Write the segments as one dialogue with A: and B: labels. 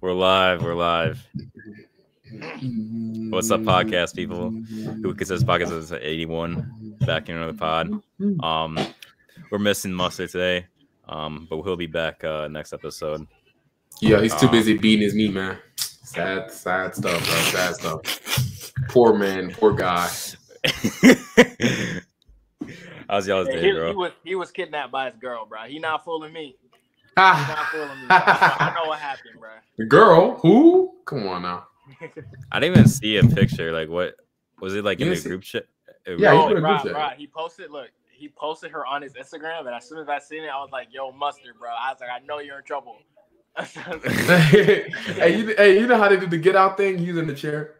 A: We're live. We're live. What's up, podcast people? Who says podcast is at 81 back in another pod.
B: Mm-hmm.
A: Um, we're missing Mustard today, um, but he'll be back uh, next episode.
B: Yeah, he's too
A: Um,
B: busy beating his knee, man. Sad, sad stuff, bro. Sad stuff. Poor man, poor guy.
A: How's y'all's
C: Hey,
A: day,
C: he,
A: bro?
C: he was he was kidnapped by his girl, bro. He not fooling me. He not
B: Ah,
C: fooling me. bro. I know what happened, bro.
B: girl, who? Come on now.
A: I didn't even see a picture. Like, what was it like
B: You
A: in the
B: didn't see-
A: group chat?
B: Yeah, he
C: oh,
B: put a
C: bro,
B: group chat.
C: bro, he posted. Look, he posted her on his Instagram, and as soon as I seen it, I was like, "Yo, mustard, bro." I was like, "I know you're in trouble."
B: hey, you, hey, you know how they do the get out thing? He's in the chair.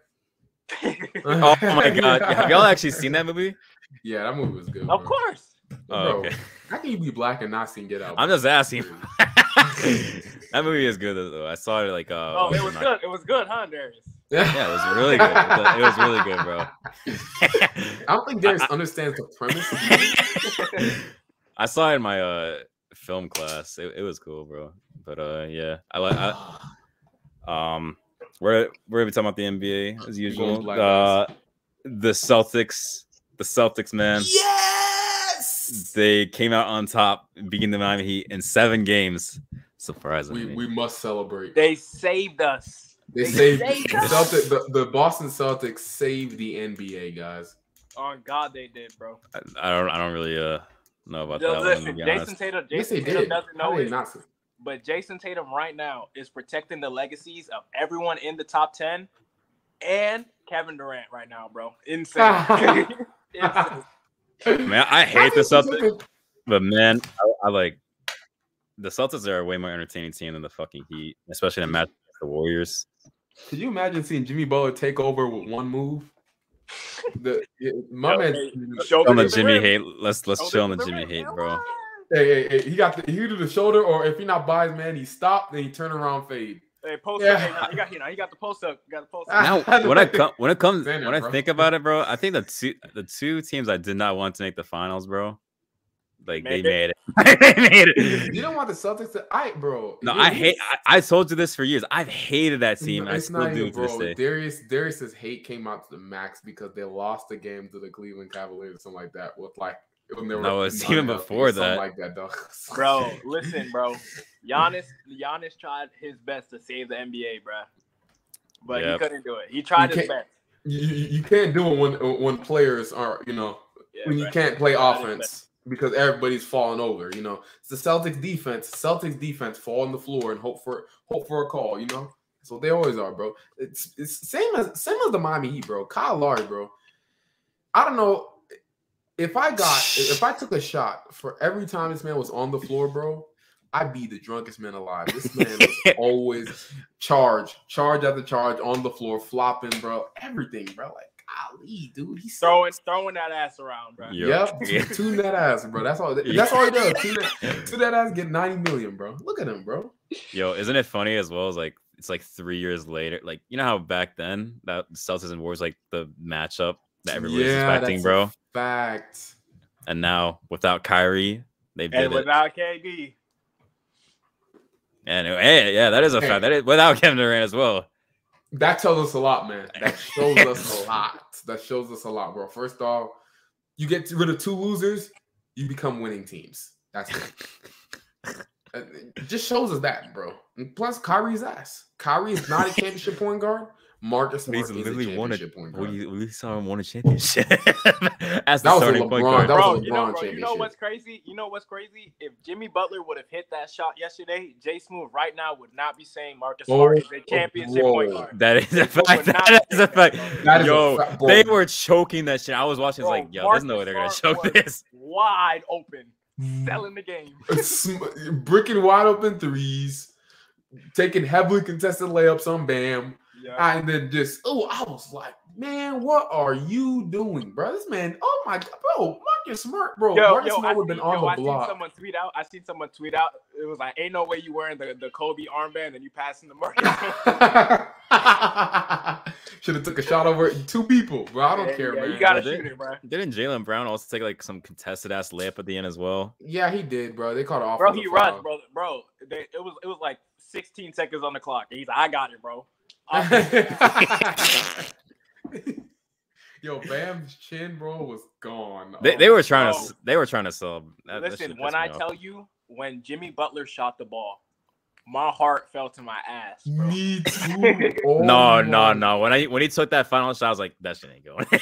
A: Oh my god, have y'all actually seen that movie?
B: Yeah, that movie was good.
C: of
B: bro.
C: course.
A: Oh,
B: Bro,
A: okay.
B: How can you be black and not seen Get Out?
A: I'm just asking. that movie is good though. I saw it like uh,
C: Oh, it was
A: my-
C: good. It was good, huh, Darius?
A: Yeah, it was really good. It was really good, bro.
B: I don't think Darius understands the premise.
A: I saw it in my uh film class. It, it was cool, bro. But uh yeah, I like um we're we're gonna be talking about the NBA as usual.
B: black
A: Uh the Celtics, the Celtics man. Yes. They came out on top, beating the Miami Heat in seven games. Surprising.
B: we, we must celebrate.
C: They saved us.
B: They
C: They
B: saved
C: saved
B: the,
C: us.
B: Celtic, the, the Boston Celtics saved the NBA, guys.
C: On God, they did, bro.
A: I, I don't I don't really uh know about
C: Yo,
A: that one.
C: listen,
A: To be
C: Jason
A: honest.
C: Tatum.
B: Yes, they
C: Jason Tatum
B: did.
C: doesn't
B: How
C: know
B: they
C: his
B: not sa-
C: but Jason Tatum right now is protecting the legacies of everyone in the top 10 and Kevin Durant right now, bro. Insane. Insane.
A: Man, I hate the
B: How did
A: Celtics,
B: you take
A: but man, I, I like the Celtics are a way more entertaining team than the fucking Heat, especially in a match against the Warriors.
B: a- Could you imagine seeing Jimmy Butler take over with one move? The, yeah, my
A: Yo,
B: man, Oh,
A: Chill on the
C: to the
A: Jimmy
C: rim.
A: hate. Let's let's
C: Shoulder
A: chill on
C: to
A: the
C: the
A: Jimmy
C: rim,
A: hate,
C: man.
A: bro.
B: hey, hey, hey, he got the, he do the shoulder, or if he not by his man, he stop, then he turn around, fade.
C: Hey, post
B: Yeah.
C: up. Hey, nah, you got, you know, you got the post up. You got the post
B: Ah.
C: up.
A: Now when I come when it comes
B: Xander,
A: when I
B: bro.
A: think about it, bro, I think the two the two teams I did not want to make the finals, bro. Like they
C: Made
A: made it. they made it.
B: You don't want the Celtics to, I, bro.
A: No,
B: you-
A: I hate. I, I told you this for years. I've hated that team. and I
B: it's
A: still
B: not
A: do
B: even,
A: to this
B: bro.
A: day.
B: Darius Darius's hate came out to the max because they lost the game to the Cleveland Cavaliers or something like that. With like when they were
A: No, it's
B: nine
A: even
B: up or
A: before
B: something
A: that.
B: like that, dog.
C: Bro, listen, bro. Giannis, Giannis tried his best to save the NBA, bro. But
A: Yep.
C: he couldn't do it. He tried
B: You
C: his best.
B: you, you you can't do it when when players are you know
C: Yeah,
B: when you
C: bro.
B: can't play
C: Not his
B: offense because everybody's falling over. You know, it's the Celtics defense. Celtics defense fall on the floor and hope for hope for a call. You know, that's what they always are, bro. It's it's same as same as the Miami Heat, bro. Kyle Lowry, bro. I don't know if I got if I took a shot for every time this man was on the floor, bro. I'd be the drunkest man alive. This man was always charge, charge after charge on the floor, flopping, bro. Everything, bro. Like, golly, dude, he's so
C: Throwing, throwing that ass around, bro.
A: Yeah.
B: Yep.
A: Yeah.
B: Tune that ass, bro. That's all.
A: Yeah.
B: That's all he does. Tune that, tune that ass, get ninety million, bro. Look at him, bro.
A: Yo, isn't it funny as well as like it's like three years later? Like you know how back then that Celtics and Warriors like the matchup that everybody was expecting,
B: that's
A: bro.
B: a fact.
A: And now without Kyrie, they did
C: And
A: it.
C: without KD,
A: and hey, yeah, that is a fact. That is without Kevin Durant as well.
B: That tells us a lot, man. That shows us a lot. That shows us a lot, bro. First off, you get rid of two losers, you become winning teams. That's it. Uh, it just shows us that, bro. And plus, Kyrie's ass. Kyrie is not a championship point guard. Marcus
A: But
B: Smart
A: he's
B: is a
A: literally
B: championship
A: won a-
B: point guard.
A: We we saw him won a championship as
B: That
A: the
B: was a
A: starting point
B: LeBron-
A: guard.
B: that was-
C: bro,
B: a LeBron
C: you know, bro, you know
B: championship.
C: what's crazy? You know what's crazy? If Jimmy Butler would have hit that shot yesterday, Jay Smooth right now would not be saying Marcus
B: Oh,
C: Smart is a championship
B: bro.
C: point guard.
A: That is a
C: Bro,
A: fact.
C: we're not
A: That is a
C: saying that,
A: fact.
C: bro.
B: That is a
A: Yo,
B: fact,
A: they
B: bro.
A: were choking that shit. I was watching. It's
C: Bro,
A: like, yo, there's no way
C: Marcus
A: they're gonna choke
C: Smart was
A: this.
C: Wide open, selling the game.
B: Sm- bricking wide open threes, taking heavily contested layups on Bam,
C: Yeah.
B: and then just oh, I was like, man, what are you doing, bro? This man, oh my god, bro, Marcus Smart, bro,
C: Yo,
B: Marcus
C: yo, I
B: Smart would have been
C: seen, yo, I
B: on the
C: seen
B: block.
C: someone tweet out. I seen someone tweet out. It was like, "Ain't no way you wearing the, the Kobe armband and you passing the Marcus."
B: Should have took a shot over it. two people, bro. I don't
C: Yeah,
B: care,
C: yeah,
B: man.
C: You gotta
A: They-
C: shoot it, bro.
A: Didn't Jalen Brown also take like some contested ass layup at the end as well?
B: yeah, he did, bro. They caught it off.
C: Bro, he rushed, bro. Bro, they, it was it was like 16 seconds on the clock. He's like, I got it, bro.
B: Yo, Bam's chin, bro, was gone.
A: They,
B: Oh,
A: they were trying to
C: no.
A: s- they were trying to sell. That, that
C: Listen,
A: shit
C: when
A: pissed
C: I
A: me off.
C: tell you, when Jimmy Butler shot the ball, my heart fell to my ass. Bro.
B: Me too. Oh
A: no, no,
B: my
A: no. When I when he took that final shot, I was like, that shit ain't going.
B: I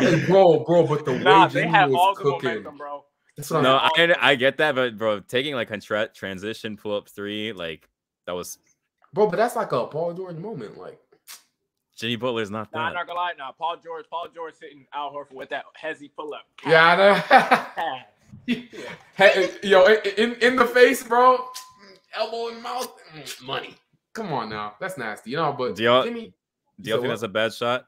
B: think, bro, bro, but the way
C: Nah, they
B: Jimmy
C: had all
B: was
C: the
B: cooking.
C: momentum, bro.
B: That's what I'm-
A: no, I, I get that, but bro, taking like a tra- transition pull up three, like that was
B: bro, but that's like a Paul George moment. Like,
A: Jimmy Butler's not
C: Nah,
A: that.
C: I'm not gonna lie. Nah, Paul George, Paul George sitting Al Horford with that hezzy pull up.
B: yeah, I know. hey, yo, i- i- in in the face, bro. Elbow and mouth, mm, money. Come on now, that's nasty, you know. But
A: Do y'all-
B: Jimmy,
A: Do y'all think
B: So what?
A: that's a bad shot?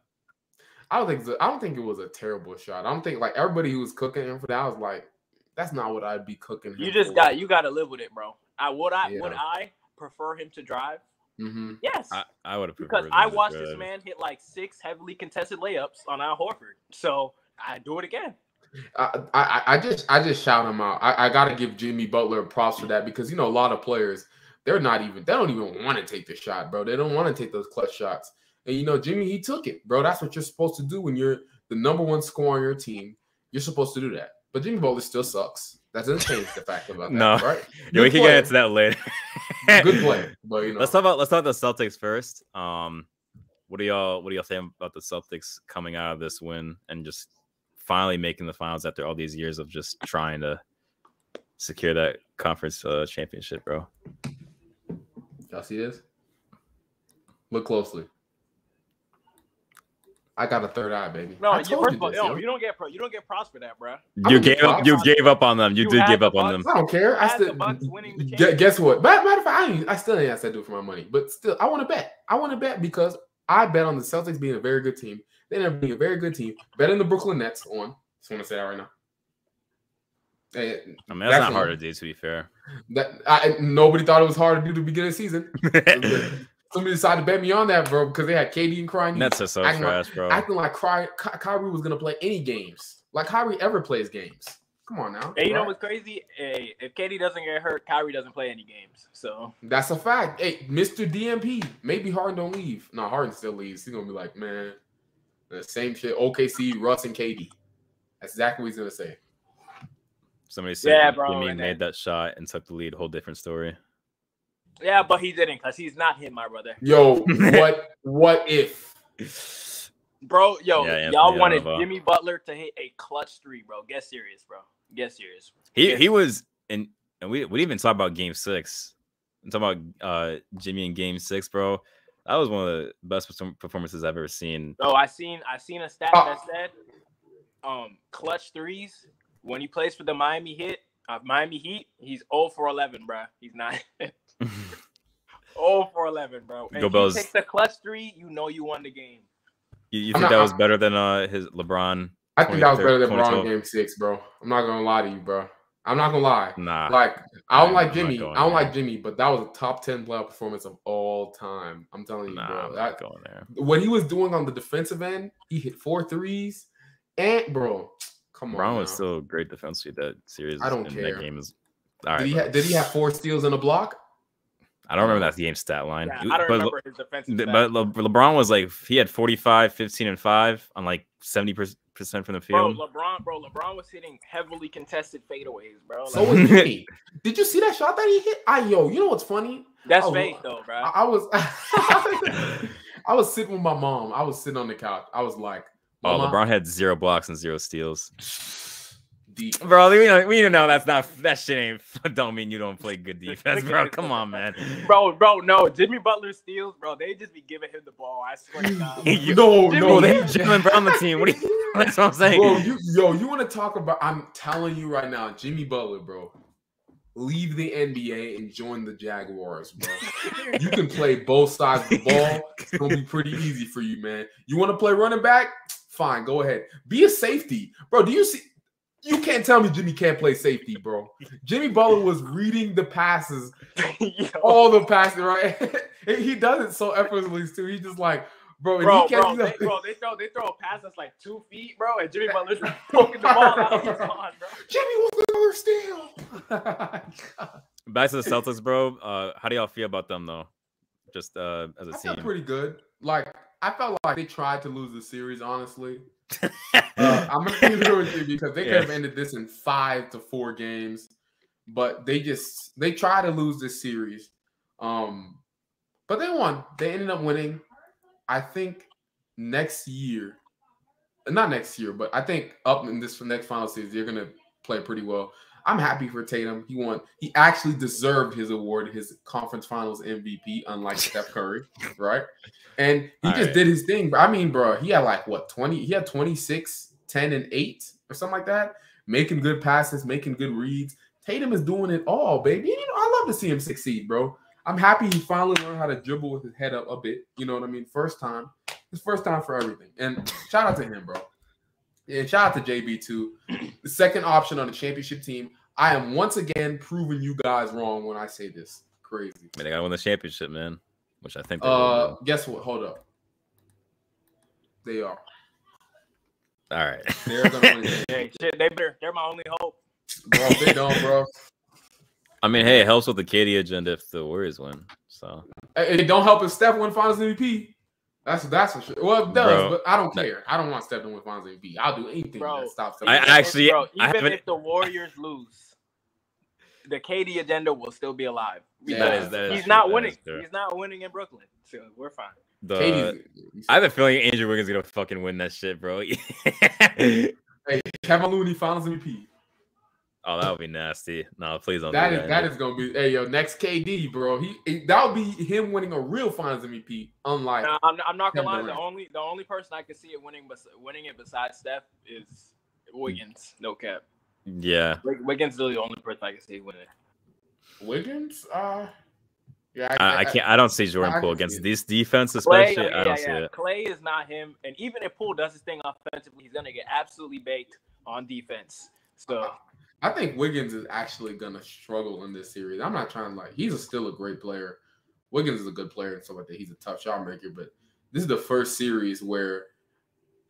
B: I don't think it's a- I don't think it was a terrible shot. I don't think like everybody who was cooking him for that was like, that's not what I'd be cooking. Him
C: You just
B: for.
C: got you got to live with it, bro. I would I would
B: Yeah.
C: I prefer him to drive?
B: hmm
C: Yes,
A: I, I would have
C: because I watched this man hit like six heavily contested layups on Al Horford. So I do it again.
B: I, I I just I just shout him out. I, I gotta give Jimmy Butler props for that because you know a lot of players they're not even they don't even want to take the shot, bro. They don't want to take those clutch shots. And you know Jimmy he took it, bro. That's what you're supposed to do when you're the number one scorer on your team. You're supposed to do that. But Jimmy Butler still sucks. That doesn't change the fact about that,
A: No.
B: right?
A: Yeah, we
B: Good
A: can
B: player.
A: get into that later.
B: Good play, but you know.
A: Let's talk about let's talk about the Celtics first. Um, what do y'all what do y'all think about the Celtics coming out of this win and just finally making the finals after all these years of just trying to secure that conference uh, championship, bro?
B: Y'all see this? Look closely. I got a third eye, baby.
C: No,
B: I
C: you,
B: told
C: first of all,
B: this,
C: no,
B: yo.
C: you don't get pro, you don't get props for that, bro.
B: I
A: You
B: don't
A: gave
B: give a
A: up. You
C: fuck.
A: gave up on them. You,
C: You
A: did
C: had
A: give
C: the
A: up on them.
B: I don't care. I
C: Had the
B: still
C: Bucks winning the
B: Gu-
C: championship.
B: guess what? Matter, matter of fact, I, ain't, I still ain't asked that dude for my money, but still, I want to bet. I want to bet because I bet on the Celtics being a very good team. They never being a very good team. Bet on the Brooklyn Nets on. Just want to say that right now. Eh,
A: I mean, that's not
B: Definitely.
A: hard to do. To be fair,
B: that I, nobody thought it was hard to do to begin the season. Somebody decided to bet me on that, bro, because they had KD and crying.
A: Nets are so
B: I can-
A: trash, bro.
B: acting like Ky- Ky- Kyrie was gonna play any games. Like Kyrie ever plays games. Come on now.
C: And you know
B: right?
C: what's crazy? Hey, if Katie doesn't get hurt, Kyrie doesn't play any games. So
B: That's a fact. Hey, Mr. DMP, maybe Harden don't leave. No, Harden still leaves. He's gonna be like, man, the same shit. OKC, Russ, and KD. That's exactly what he's gonna say.
A: Somebody said
C: Yeah,
A: yeah,
C: bro,
A: Jimmy
C: and
A: made that shot and took the lead. Whole different story.
C: yeah, but he didn't because he's not him, my brother.
B: Yo, what? what if?
C: Bro, yo,
A: Yeah, Anthony, I
C: y'all
A: don't
C: wanted
A: know about-
C: Jimmy Butler to hit a clutch three, bro. Get serious, bro. Get serious.
A: He
C: Yeah.
A: he was in, and we we didn't even talk about Game Six. I'm talking about uh, Jimmy in Game Six, bro. That was one of the best perform- performances I've ever seen.
C: Oh, I seen I seen a stat
B: Oh.
C: that said, um, clutch threes when he plays for the Miami Heat, uh, Miami Heat, he's 0 for 11, bro. He's not 0 for 11, bro. And
A: Go
C: he
A: Bells.
C: takes a clutch three, you know you won the game.
A: you, you
B: I'm
A: think
B: not-
A: that was better than uh, his LeBron?
B: I think that was better than
A: 2012.
B: LeBron in game six, bro. I'm not gonna lie to you, bro. I'm not gonna lie.
A: Nah,
B: Like, I don't
A: I'm
B: like
A: not
B: Jimmy.
A: going
B: I don't
A: there.
B: like Jimmy, but that was a top 10 playoff performance of all time. I'm telling you,
A: nah,
B: bro.
A: I'm
B: That,
A: not going there.
B: what he was doing on the defensive end, he hit four threes. And bro, come on.
A: LeBron was
B: now.
A: still a great defensively that series.
B: I don't
A: and
B: care.
A: That game is all right.
B: did, he
A: bro.
B: ha- did he have four steals and a block?
A: I don't remember that game stat line.
C: Yeah,
A: He-
C: I don't
A: but Le-
C: remember his defensive.
A: Th- But
C: stat.
A: Le- LeBron was like he had 45, 15, and five on like 70% from the
C: Bro,
A: field.
C: LeBron, bro, LeBron was hitting heavily contested fadeaways,
A: Oh,
C: bro. Like,
B: So was Jimmy. Did you see that shot that he hit? I yo, you know what's funny?
C: that's
B: oh,
C: fake though, bro.
B: I, I was I was sitting with my mom. I was sitting on the couch. I was like,
A: oh,
B: "Mama,
A: LeBron had zero blocks and zero steals.
B: deep.
A: Bro, we know, we know that's not that shit ain't don't mean you don't play good defense, bro. Come on, man.
C: Bro, bro, no, Jimmy Butler steals, bro. They just be giving him the ball. I swear to God. bro.
A: You-
B: no,
C: Jimmy,
A: Bro,
B: no,
A: they
B: you-
A: have Jalen Brown on the team. What do you, that's what I'm saying.
B: bro, you yo, you want to talk about? I'm telling you right now, Jimmy Butler, bro, leave the NBA and join the Jaguars, bro. you can play both sides of the ball. It's gonna be pretty easy for you, man. You want to play running back? Fine, go ahead. Be a safety, bro. Do you see? You can't tell me Jimmy can't play safety, bro. Jimmy Butler was reading the passes,
C: Yo,
B: all the passes, right? And he does it so effortlessly too. He just like, bro, and
C: bro,
B: he can't
C: bro,
B: do
C: they,
B: that.
C: bro, they throw they throw a pass that's like two feet, bro, and Jimmy Butler's poking the ball out of his hand, bro.
B: Oh Jimmy was another steal.
A: Back to the Celtics, bro. Uh, how do y'all feel about them though? Just uh, as a
B: I felt
A: team.
B: pretty good. Like I felt like they tried to lose the series. Honestly, Uh, I'm gonna be real with you because they
A: Yeah.
B: could have ended this in five to four games, but they just they try to lose this series. Um, but they won. They ended up winning. I think next year, not next year, but I think up in this next final series, they're gonna play pretty well. I'm happy for Tatum. He won. He actually deserved his award, his conference finals MVP, unlike Steph Curry, right? And he
A: All
B: just
A: right.
B: did his thing. I mean, bro, he had like what 20, he had 26, 10, and 8 or something like that, making good passes, making good reads. Tatum is doing it all, baby. And, you know, I love to see him succeed, bro. I'm happy he finally learned how to dribble with his head up a bit. You know what I mean? First time. His first time for everything. And shout out to him, bro. Yeah, shout out to JB too. The second option on the championship team. I am once again proving you guys wrong when I say this. Crazy.
A: I mean, they gotta win the championship, man. Which I think. They
B: Uh,
A: will,
B: guess what? Hold up. They are.
A: though. All right.
B: They're gonna win. it.
C: Hey, shit, they better. They're my only hope.
B: bro, if they don't, bro.
A: I mean, hey, it helps with the KD agenda if the Warriors win. So
B: It it don't help if Steph win Finals MVP. That's that's for sure. Well, it does,
A: Bro.
B: but I don't care. I don't want Steph to win Finals MVP. I'll do anything
C: Bro.
B: that stops Steph.
A: I-
C: Even
A: I
C: if-
A: actually-
C: bro,
A: I
C: even
A: haven't-
C: if the Warriors lose, the KD agenda will still be alive.
B: Yeah.
A: that
B: Nah.
A: is that is
C: he's
A: true.
C: not
A: That
C: winning.
A: is true.
C: He's not winning in Brooklyn, so we're fine.
A: The-
B: Katie's-
A: uh, I have a feeling Andrew Wiggins gonna fucking win that shit, bro. oh,
B: Kevin Looney Finals MVP.
A: that would be nasty. No, please don't.
B: That
A: do
B: is that is gonna be hey yo next KD bro. He it- that would be him winning a real Finals MVP. Unlike
C: No, I'm, I'm not gonna lie.
B: Kevin
C: The
B: Durant.
C: only the only person I can see it winning, bes- winning it besides Steph is Wiggins. No cap.
A: Andrew. Yeah.
C: Wig- Wiggins is the only person I can see winning.
B: Wiggins. Uh, yeah,
A: I, I can't. I don't see Jordan
B: I
A: Poole
B: can
A: against
B: see it.
A: these defense,
C: Clay,
A: especially.
C: I mean,
A: I
C: yeah,
A: don't see
C: yeah.
A: it.
C: Clay is not him, and even if Poole does his thing offensively, he's gonna get absolutely baked on defense. So
B: I think Wiggins is actually gonna struggle in this series. I'm not trying to like he's a, still a great player. Wiggins is a good player and stuff like that. He's a tough shot maker, but this is the first series where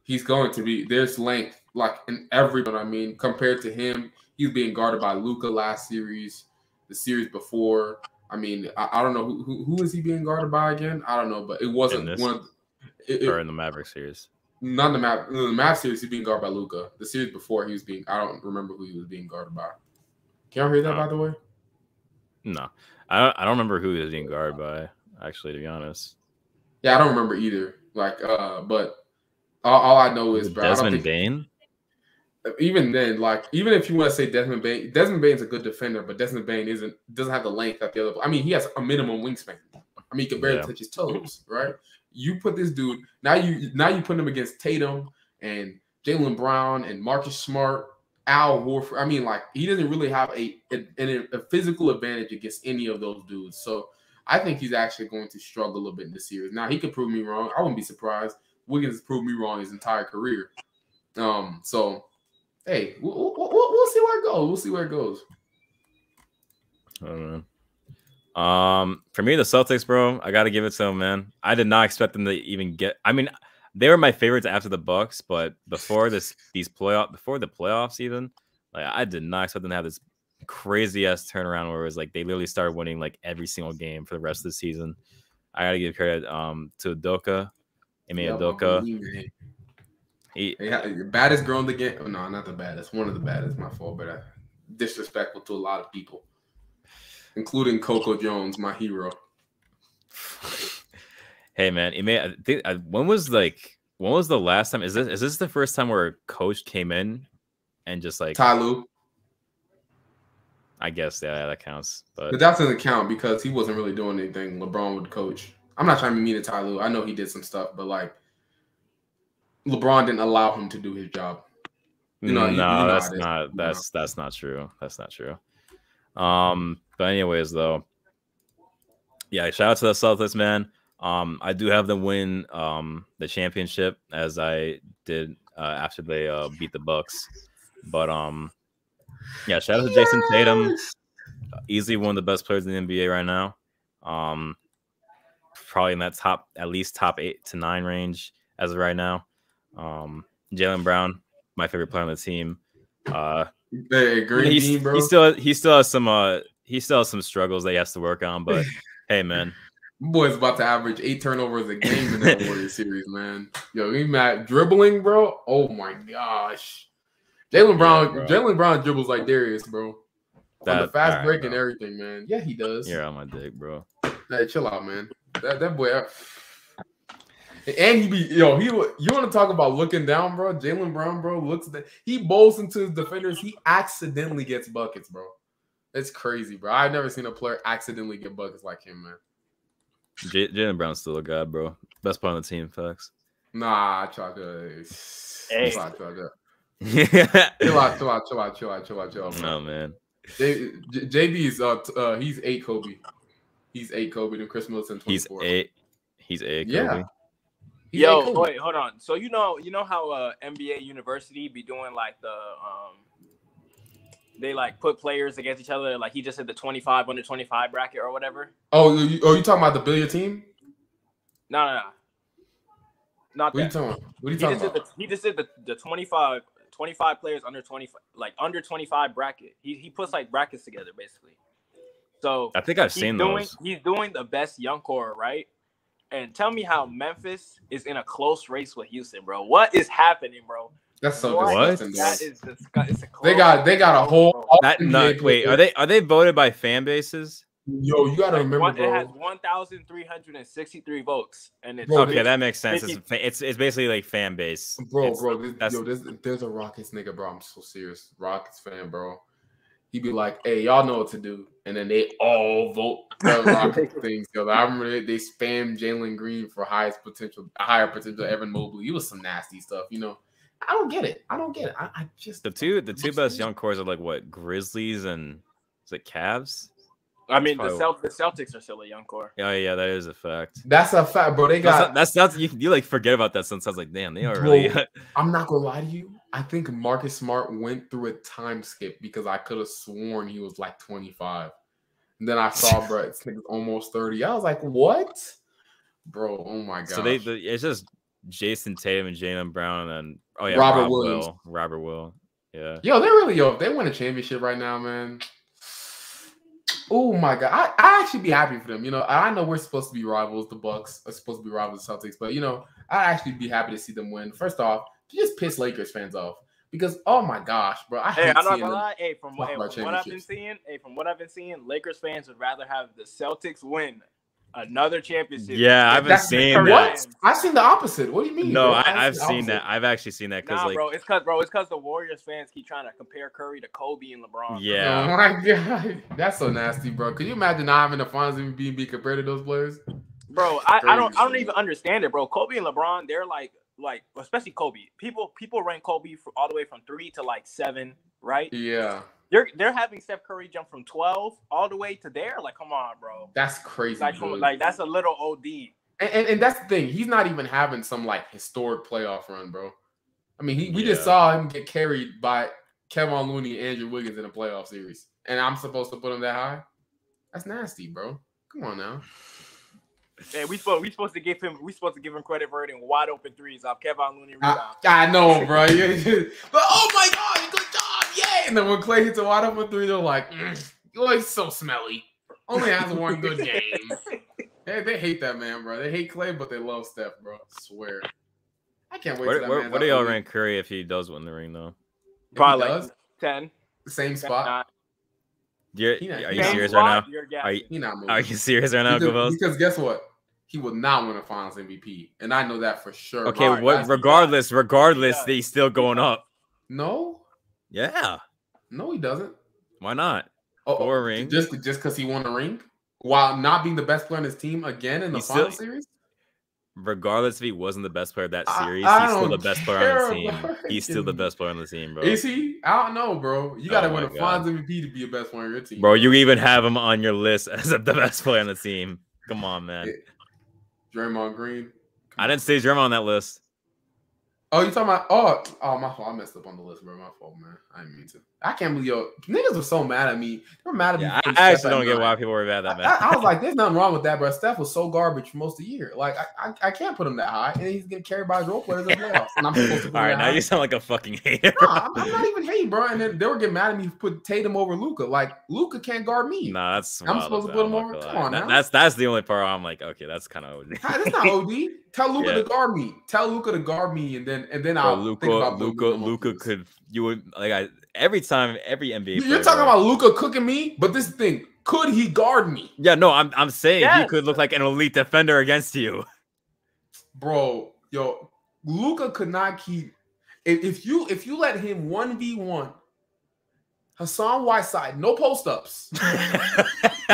B: he's going to be there's length like in every. But I mean, compared to him, he's being guarded by Luca last series, the series before. I mean, I, I don't know who, who who is he being guarded by again. I don't know, but it wasn't
A: this?
B: one. Of the, it- it-
A: Or in the Maverick series.
B: not the map. The map series, he's being guarded by Luca. The series before, he was being. I don't remember who he was being guarded by. Can y'all hear that,
A: Oh.
B: by the way?
A: No, I don't. I don't remember who he was being guarded by. Actually, to be honest,
B: Yeah, I don't remember either. Like, uh, but all, all I know is, bro, I don't
A: Desmond
B: think,
A: Bain.
B: even then, like, even if you want to say Desmond Bain, Desmond Bain's a good defender, but Desmond Bain isn't doesn't have the length that the other. I mean, he has a minimum wingspan. I mean, he can barely
A: Yeah.
B: touch his toes, right? You put this dude now. You now you put him against Tatum and Jalen Brown and Marcus Smart, Al Warford. I mean, like he doesn't really have a a, a physical advantage against any of those dudes. So I think he's actually going to struggle a little bit in this series. Now he could prove me wrong. I wouldn't be surprised. Wiggins has proved me wrong his entire career. Um, so hey, we'll, we'll, we'll, we'll see where it goes. We'll see where it goes.
A: I don't know. Oh, Um, for me, the Celtics, bro, I gotta give it to them, man. I did not expect them to even get. I mean, they were my favorites after the Bucks, but before this, these playoff, before the playoffs, even like I did not expect them to have this crazy ass turnaround where it was like they literally started winning like every single game for the rest of the season. I gotta give credit um to Adoka, Ime
B: Yeah,
A: Adoka.
B: man.
A: He,
B: Yeah, the baddest girl in the game. No, not the baddest. One of the baddest. My fault, but uh, disrespectful to a lot of people, including Coco Jones, my hero.
A: hey man, Ime, I think, I, when was like when was the last time? Is this is this the first time where a coach came in and just like
B: Tyloo,
A: I guess yeah, that counts. But
B: but that doesn't count because he wasn't really doing anything. LeBron would coach. I'm not trying to be mean to Tyloo. I know he did some stuff, but like LeBron didn't allow him to do his job. you know,
A: no,
B: you- you know
A: that's
B: it is.
A: not that's that's not true. That's not true. Um, but anyways, though, yeah, shout out to the Celtics, man. Um, I do have them win um the championship as I did uh, after they uh, beat the Bucks. But um, yeah, shout out to Jason Tatum, easily one of the best players in the NBA right now. Um, probably in that top at least top eight to nine range as of right now. Um, Jalen Brown, my favorite player on the team. Uh,
B: Hey, green
A: he's-
B: team, bro.
A: he still he still has some uh he still has some struggles that he has to work on, but hey, man,
B: Boy's about to average eight turnovers a game in that Warriors series, man. Yo, he mad dribbling, bro. Oh my gosh, Jalen Brown,
A: bro.
B: Jalen Brown dribbles like Darius, bro. on the
A: That-
B: fast
A: all right,
B: break and
A: bro.
B: everything, man. Yeah, he does.
A: you're on my dick, bro.
B: Hey, chill out, man. That that boy. uh, And he be yo, he wa- you want to talk about looking down, bro? Jalen Brown, bro, looks that he bowls into his defenders. He accidentally gets buckets, bro. That's crazy, bro. I've never seen a player accidentally get buckets like him, man.
A: J- Jalen Brown's still a god, bro. Best part on the team, facts.
B: Nah, Chaka.
C: Hey.
B: Chill out, Chaka. Chill
A: oh
B: out, chill out, chill out, chill out, chill out, chill out. bro.
A: man,
B: J- J- JB is uh, t- uh he's eight Kobe. He's eight Kobe. Then Chris Middleton
A: he's
B: 24.
A: eight. He's eight. Kobe.
B: Yeah. He's eight
C: Yo,
B: Kobe.
C: wait, hold on. So you know, you know how uh, NBA University be doing like the um, they like put players against each other. Like he just hit the twenty five under twenty five bracket or whatever.
B: Oh, you, oh, you talking about the billiard team?
C: No, no, no, not
B: What are you
C: that.
B: talking? About? What are you
C: He just
B: talking
C: did the
B: about?
C: he just did the, the 25, 25 players under twenty five like under twenty five bracket. He he puts like brackets together basically. So
A: I think I've
C: he's
A: seen
C: doing
A: those.
C: he's doing the best young core, right? And tell me how Memphis is in a close race with Houston, bro. What is happening, bro?
B: That's so
A: What?
B: disgusting. dude.
C: That is disgusting. It's a close
B: They got they got a whole.
A: That not, wait, are they are they voted by fan bases?
B: Yo, you gotta
C: Like,
B: remember,
C: one- it
B: bro.
C: has 1,363 votes, and it's
B: Bro,
A: Okay, that makes sense. It's,
C: Mickey-
A: fa- it's it's basically like fan base.
B: Bro,
A: It's-
B: bro, this,
A: that's-
B: yo, this, there's a Rockets nigga, bro. I'm so serious, Rockets fan, bro. He be like, "Hey, y'all know what to do," and then they all vote the Rockets things. Yo, I remember they, they spammed Jalen Green for highest potential, higher potential. Evan Mobley, it was some nasty stuff, you know. I don't get it. I don't get it. I, I just
A: The two the two
B: Makes
A: best
B: sense.
A: young cores are like what Grizzlies and is it Cavs?
C: I mean, the,
A: Probably-
C: Celt- the Celtics are still a young core.
A: Oh yeah, that is a fact.
B: That's a fact, bro. They
A: That's
B: got
A: not, that's not you, you like forget about that sometimes. Like damn, they are
B: Bro.
A: really.
B: I'm not gonna lie to you. I think Marcus Smart went through a time skip because I could have sworn he was like 25. And then I saw bro, it's nigga's almost 30. I was like, what? Bro, oh my god.
A: so they the, it's just Jason Tatum and Jalen Brown and oh yeah
B: Robert
A: Rob
B: Williams.
A: Will, Robert Will. Yeah,
B: yo, they really yo, if they win a championship right now, man. Oh my god. I, I actually be happy for them. You know, I know we're supposed to be rivals, the Bucks are supposed to be rivals the Celtics, but you know, I actually be happy to see them win. First off, just piss Lakers fans off. Because oh my gosh, bro, I
C: Hey,
B: hate
C: I'm not
B: seeing
C: gonna
B: them.
C: lie. Hey, from,
B: talk
C: hey,
B: about
C: from what I've been
B: championships.
C: seeing, hey, from what I've been seeing, Lakers fans would rather have the Celtics win another championship.
A: yeah, I haven't
B: That's-
A: seen that.
B: What? I've seen the opposite. What do you mean?
A: No,
B: bro?
A: I,
B: I've
A: I've
B: the
A: seen that.
B: opposite.
A: I've actually seen that because
C: Nah,
A: like
C: bro, it's cause bro, it's cause the Warriors fans keep trying to compare Curry to Kobe and LeBron.
A: Yeah.
B: Oh my god, that's so nasty, bro. Could you imagine not having the finals and being be compared to those players?
C: bro, I, I don't I don't
B: Crazy.
C: even understand it, bro. Kobe and LeBron, they're like like especially Kobe. People people rank Kobe for, all the way from three to like seven, right?
B: Yeah,
C: They're they're having Steph Curry jump from twelve all the way to there. Like, come on, bro.
B: that's crazy.
C: Like, come-
B: dude.
C: like that's a little OD.
B: and, and and that's the thing. He's not even having some like historic playoff run, bro. I mean, he, we
A: Yeah.
B: just saw him get carried by Kevin Looney and Andrew Wiggins in a playoff series, and I'm supposed to put him that high? That's nasty, bro. Come on now.
C: And we supposed we supposed to give him we supposed to give him credit for hitting wide open threes off Kevin Looney rebound.
B: I, I know, bro. Yeah, yeah. but oh my god, good job, yay! And then when Clay hits a wide open three, they're like, mm, "You're always so smelly. Only has one good game." They, they hate that man, bro. They hate Clay, but they love Steph, bro. I swear. I can't wait. till
A: Where,
B: that
A: where,
B: man's
A: what
B: out
A: do y'all
B: the
A: rank Curry if he does win the ring though?
B: league. If he
C: Probably like
B: does,
C: 10.
B: same spot.
C: Nine.
A: You're,
B: He not-
A: are
B: he
A: you
B: not-
C: Same
A: serious right
C: spot,
A: now?
C: you're gassed.
A: Are you,
B: He not moving.
A: are you serious right now,
B: because,
A: Govos?
B: because guess what? He will not win a Finals MVP, and I know that for sure.
A: Okay,
C: Mark,
A: what?
B: That's-
A: Regardless, regardless,
C: Yeah.
A: they still going up.
B: No,
A: Yeah,
B: no, he doesn't.
A: why not?
B: Oh, oh,
A: Four rings.
B: Just just because he won a ring while not being the best player on his team again in the
A: He's still-
B: final series?
A: regardless if he wasn't the best player of that
B: I-
A: series,
B: I
A: he's still
B: don't
A: the best player on
B: care
A: the team.
B: about
A: He's still the
B: him.
A: best player on the team, bro.
B: Is he? I don't know, bro. You gotta
A: Oh
B: win
A: my
B: a
A: God.
B: Fonz MVP to be the best player on your team.
A: Bro, you even have him on your list as the best player on the team. Come on, man.
B: Draymond Green.
A: I didn't say Jerome on that list.
B: Oh, you talking about oh oh my fault. I messed up on the list, bro. My fault, man. I didn't mean to. I can't believe yo niggas were so mad at me. They were mad at
A: Yeah,
B: me.
A: I,
B: for
A: I
B: Steph at
A: actually don't get
B: nine.
A: why people were mad that
B: I,
A: bad.
B: I- I was like, there's nothing wrong with that, bro. Steph was so garbage for most of the year. Like, I, I, I can't put him that high, and he's getting carried by his role players in the playoffs. And I'm supposed to put
A: All right,
B: him that
A: now
B: high.
A: you sound like a fucking hater.
B: Nah, I'm, I'm not even hating, bro. And then they were getting mad at me for put Tatum over Luca. Like, Luca can't guard me.
A: Nah, that's
B: I'm
A: wild
B: supposed
A: as
B: to
A: hell,
B: put him
A: I'm
B: over?
A: not gonna
B: Come
A: lie.
B: on
A: That-
B: now.
A: that's that's the only part I'm like, okay, that's kind of.
B: Hi, That's not OD. Tell Luca
A: Yeah.
B: to guard me. Tell Luca to guard me, and then and then
A: Bro,
B: I'll
A: Luca,
B: think about
A: Luca,
B: putting him on
A: Luca
B: Luka.
A: could you would like I every time every NBA.
B: You-
A: player,
B: You're talking
A: bro.
B: about Luca cooking me, but this thing could he guard me,
A: Yeah, no, I'm I'm saying he
C: Yes.
A: could look like an elite defender against you.
B: bro? Yo, Luca could not keep. If, if you if you let him one v one, Hassan Whiteside, no post ups.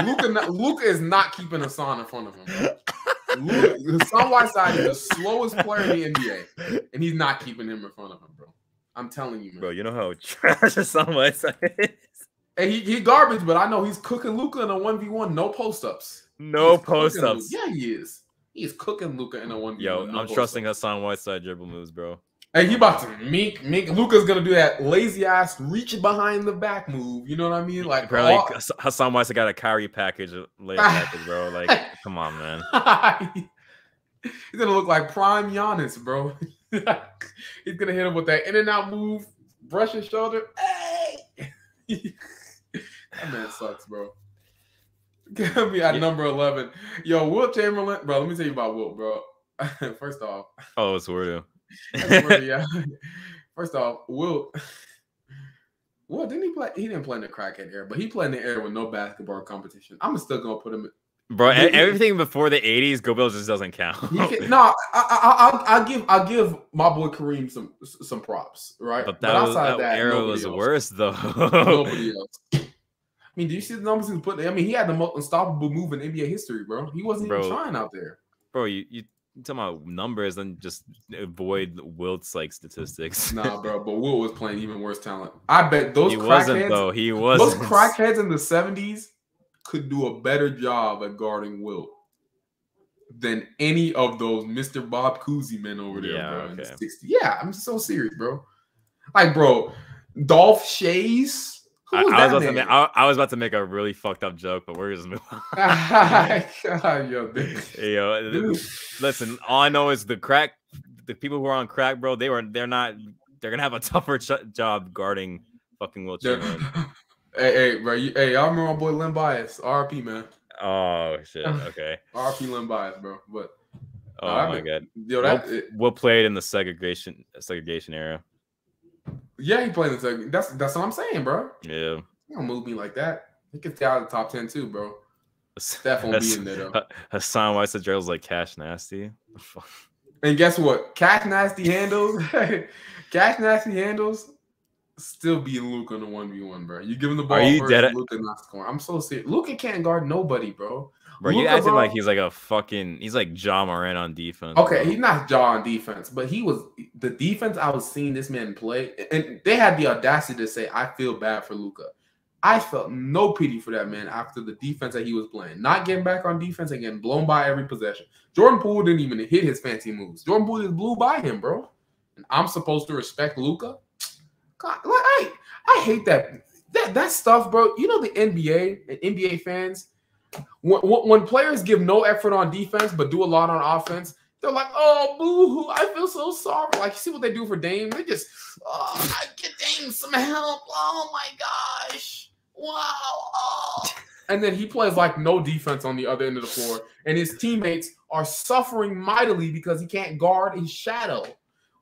B: Luca Luca is not keeping Hassan in front of him. Luka, Hassan Whiteside is the slowest player in the NBA, and he's not keeping him in front of him, bro. I'm telling you, man.
A: Bro, you know how trash someone is.
B: And he, he garbage, but I know he's cooking Luca in a one v one, no post ups.
A: No post ups.
B: Yeah, he is. He is cooking Luca in a one v
A: Yo,
B: one.
A: I'm trusting Hassan Whiteside dribble moves, bro.
B: Hey, he about to meek meek. Luca's gonna do that lazy ass reach behind the back move. You know what I mean? Like
A: Apparently,
B: all-
A: Hass- Hassan Whiteside got a Kyrie package, later package, bro. Like, come on, man.
B: he's gonna look like prime Giannis, bro. he's gonna hit him with that in and out move, brush his shoulder. Hey, that man sucks, bro. Gonna be at
A: Yeah.
B: number eleven. Yo, Will Chamberlain, bro. Let me tell you about Wilt, bro. First off,
A: Oh, it's weirdo.
B: that's where he at. first off, Wilt. Well, didn't he play? He didn't play in the crackhead era, but he played in the era with no basketball competition. I'm still gonna put him
A: Bro, e-
B: He- he-
A: everything before the 80s, Goodwill just doesn't count.
B: You can, no, I, I, I, I'll- I'll give I'll give my boy Kareem some some props, right?
A: But that, was, that, era
B: nobody
A: was
B: else.
A: worse, though.
B: Nobody else. I mean, do you see the numbers he's putting? I mean, he had the most unstoppable move in NBA history, bro. He wasn't
A: Bro.
B: even trying out there.
A: bro, you, you you talking about numbers and just avoid Wilt's like statistics.
B: Nah, bro. But Will was playing even worse talent. I bet those
A: he wasn't,
B: crackheads,
A: though. He
B: those
A: wasn't.
B: crackheads in the seventies could do a better job at guarding Will than any of those Mr. Bob Cousy men over there,
A: Yeah,
B: bro. In the
A: okay.
B: 60s. Yeah, I'm so serious, bro. Like, bro, Dolph Shays. Who
A: I,
B: was
A: I was about
B: that
A: to
B: man?
A: make, I, I was about to make a really fucked up joke, but we're just moving on.
B: God, yo, dude.
A: Yo,
B: Dude,
A: listen, all I know is the crack, the people who are on crack, bro, they were, they're not, they're gonna have a tougher ch- job guarding fucking Will
B: dude.
A: Chamberlain.
B: Hey, hey, bro. You, hey, y'all remember my boy Lynn Bias? RP, man.
A: Oh shit. Okay.
B: RP Lynn Bias, bro. But
A: Oh
B: I
A: my
B: mean,
A: god.
B: yo, that
A: Well- Will played in the segregation segregation era.
B: yeah, he played in the second. That's that's what I'm saying, bro.
A: Yeah.
B: You don't move me like that. He could stay out of the top ten too, bro. Steph won't be
A: Hass-
B: in there though.
A: Ha- Hassan Whiteside drills like cash nasty. Fuck.
B: And guess what? Cash nasty handles. Cash nasty handles. Still beating Luca in the one v one, bro. You give him the ball.
A: you
B: first,
A: dead-
B: Luka not scoring. I'm so serious. Luca can't guard nobody, bro.
A: Bro, you
B: Luka,
A: acting
B: bro.
A: like he's like a fucking he's like John Moran on defense.
B: Okay,
A: bro.
B: he's not jaw on defense, but he was the defense I was seeing this man play, and they had the audacity to say, "I feel bad for Luca." I felt no pity for that man after the defense that he was playing, not getting back on defense and getting blown by every possession. Jordan Poole didn't even hit his fancy moves. Jordan Poole just blew by him, bro. And I'm supposed to respect Luca. God, like I, I hate that that that stuff, bro. You know the NBA and NBA fans. When, when when players give no effort on defense but do a lot on offense, they're like, oh, boo hoo, I feel so sorry. Like, you see what they do for Dame? They just, oh, I get Dame some help. Oh my gosh. Wow. Oh. And then he plays like no defense on the other end of the floor. And his teammates are suffering mightily because he can't guard his shadow.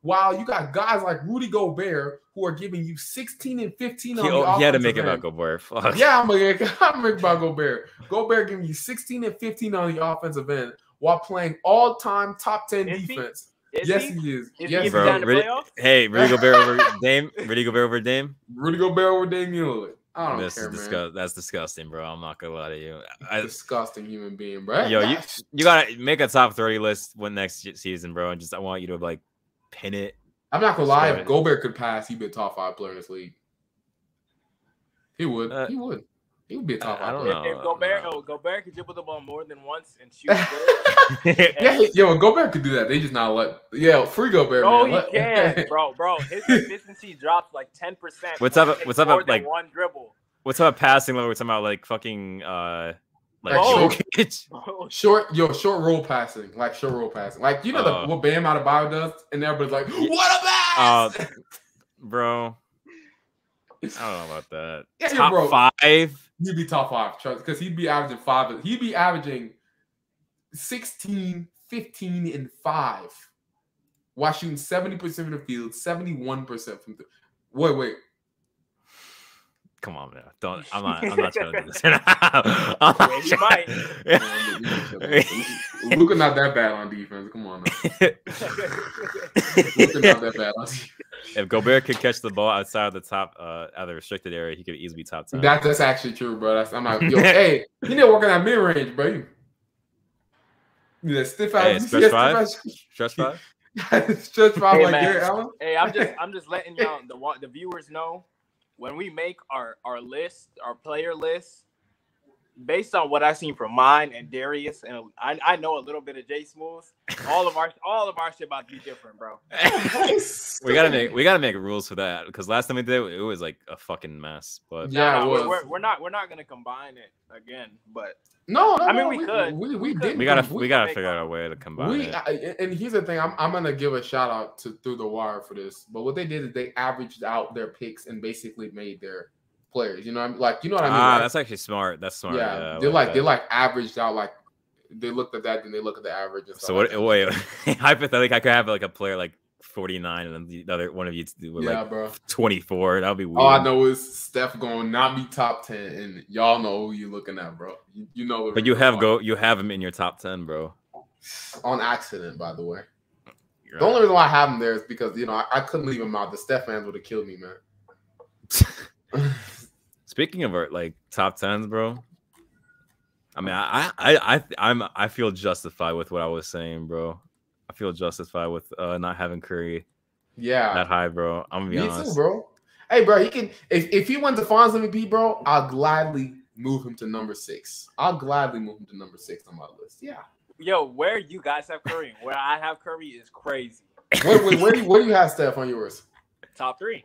B: While you got guys like Rudy Gobert who are giving you 16 and 15 on
A: he,
B: the
A: oh, he had to
B: offensive
A: make it
B: end.
A: about Gobert. Fuck.
B: Yeah, I'm going I'm Rick about Gobert. Gobert giving you 16 and 15 on the offensive end while playing all time top 10
C: Is he?
B: defense.
C: Is
B: yes,
C: he?
B: he, is. yes,
C: Is he
B: he
C: even
A: bro.
C: down
B: is.
C: to
A: really-
C: playoffs?
A: Hey, Rudy Gobert over Dame. Rudy Gobert over Dame.
B: Rudy Gobert over Dame Lillard. I don't
A: This
B: care,
A: is
B: man.
A: disgust- That's disgusting, bro. I'm not gonna lie to you. I,
B: Disgusting human being, bro.
A: Yo, you- you gotta make a top thirty list when next y- season, bro. And just I want you to like pin it.
B: I'm not gonna lie.
A: Sorry.
B: If Gobert could pass, he'd be a top five player in this league. He would.
A: Uh,
B: he would. He would be a top
A: I- I
B: five
A: don't
B: player.
A: know.
C: if, if
A: No,
C: Gobert,
A: no.
C: oh, Gobert could dribble the ball more than once and shoot. good.
B: Yeah, he- yo, Gobert could do that. They just not let. Yeah, free Gobert.
C: No,
B: man.
C: he
B: Let-
C: can, bro, bro. His efficiency drops like ten percent.
A: What's up- what's up, like-
C: one dribble?
A: What's about passing level? We're talking about like fucking uh like
C: Oh.
A: Jokic.
B: Short, yo, short roll passing, like short roll passing, like you know
A: Uh.
B: the, what Bam out of bio does, and everybody's like, "What a
A: Uh,
B: pass!"
A: bro. I don't know about that.
B: yeah, yo,
A: Top
B: bro,
A: five.
B: he'd be top five, trust, because he'd be averaging five. He'd be averaging 16, 15, and five, while shooting seventy percent from the field, seventy-one percent from the. Wait, wait,
A: Come on, man. Don't. I'm not. I'm not trying to do this. I'm not
C: Yeah, you
A: trying-
C: might.
B: Luca not that bad on defense. Come on, now. Luka not that bad on defense.
A: if Gobert could catch the ball outside of the top, uh, out of the restricted area, he could easily be top ten.
B: That, that's actually true, bro. That's, I'm not. Yo, hey, you need to work on that mid range, bro. You, you know, stiff out.
A: Hey,
B: you see
A: stretch
B: that
A: five?
B: stiff
A: Stretch five.
B: out- stretch five
C: Hey,
B: like
C: man.
B: Garrett Allen.
C: hey, I'm just I'm just letting y'all the wa- the viewers know when we make our our list, our player list, based on what I've seen from mine and Darius, and I, I know a little bit of Jay Smooth. All of our all of our shit about to be different, bro.
A: we gotta make. We gotta make rules for that because last time we did it, it was like a fucking mess. But
B: Yeah,
C: No,
B: it
C: no,
B: was.
C: we're, we're, we're not we're not gonna combine it again, but
B: no, no,
C: I mean,
B: no,
C: we could.
B: We, we, did.
A: we gotta.
B: come-
A: We gotta
C: make
A: figure out a way to combine
B: we,
A: it.
B: I, and here's the thing I'm, I'm gonna give a shout out to through the wire for this but what they did is they averaged out their picks and basically made their players you know what i mean like you know what i mean
A: ah,
B: Like,
A: that's actually smart. That's smart.
B: yeah,
A: Yeah, I
B: they like they
A: that.
B: like averaged out like they looked at that then they look at the average and stuff
A: So
B: like
A: what?
B: that.
A: Wait, hypothetically, I could have like a player like 49, and then the other one of you do with
B: yeah
A: like
B: bro
A: 24. That would be weird.
B: All I know is Steph going to not be top ten, and y'all know who you looking at, bro. You, you know, what
A: But you have
B: on-
A: go. You have him in your top 10, bro.
B: on accident, by the way.
A: You're
B: The
A: right.
B: only reason why I have him there is because you know I, I couldn't leave him out. The Steph fans would have killed me, man.
A: Speaking of our, like top tens, bro. I mean, I, I, I, I- I'm, I feel justified with what I was saying, bro. I feel justified with uh not having Curry that
B: yeah,
A: high, bro. I'm gonna be
B: me
A: honest.
B: too, bro. Hey, bro, he can if, if he wins the Finals MVP, bro, I'll gladly move him to number six. I'll gladly move him to number six on my list. Yeah.
C: yo, where you guys have Curry, and where I have Curry is crazy.
B: Wait, wait, where do you, where do you have Steph on yours?
C: Top three.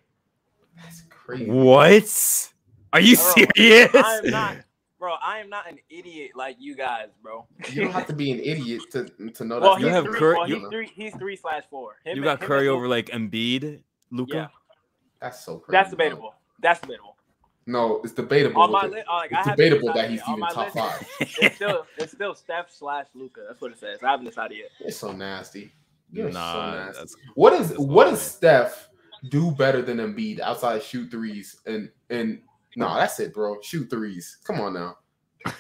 B: That's crazy.
A: What? Are you
C: Bro,
A: serious?
C: I am not, bro. I am not an idiot like you guys, bro.
B: You don't have to be an idiot to to know
C: well,
B: that.
A: you
C: he's
A: have
C: three,
A: Curry-
C: well,
A: you-
C: he's three. He's three slash four. Him
A: You
C: and-
A: got
C: him
A: Curry
C: and
A: over like Embiid, Luca.
C: Yeah.
B: That's so crazy.
C: That's
B: bro.
C: debatable. That's debatable.
B: No, it's debatable.
C: On my
B: look
C: li-
B: at-
C: like, I
B: it's
C: have
B: debatable
C: it
B: that
C: decided
B: he's
C: yet.
B: even
C: On my
B: top
C: list,
B: five.
C: It's still, it's still Steph slash Luca. That's what it says. I haven't decided yet.
B: You're so nasty. You're
A: Nah,
B: so nasty.
A: that's
B: What is
A: that's
B: what
A: not
B: does Steph do better than Embiid outside of shoot threes and and no, that's it, bro. Shoot threes. Come on now.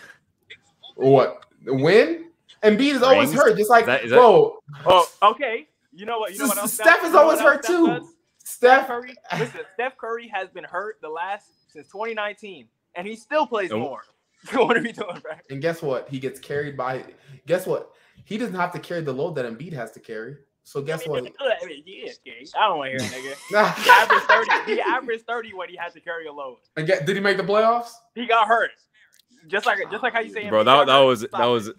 B: what win? Embiid is always
A: Rings?
B: hurt, just like
A: Is that- is that-
B: bro.
C: Oh, okay. You know what? You know what else?
B: Steph is
C: you know
B: always
C: what
B: hurt
C: else Steph
B: too.
C: does? Steph
B: Steph,
C: Curry. Listen, Steph Curry has been hurt the last since 2019, and he still plays
A: Nope.
C: more. what are we doing, bro?
B: and guess what? He gets carried by. Guess what? He doesn't have to carry the load that Embiid has to carry. So guess
C: I mean,
B: what?
C: I mean, yeah, gang. I don't want to hear it,
B: Nah.
C: nigga. He averaged 30. He averaged 30 when he had to carry a load.
B: And get- did he make the playoffs?
C: He got hurt. Just like just like how you say
A: bro.
C: Embiid
A: That,
C: got
A: that
C: hurt.
A: was that
C: Stop.
A: was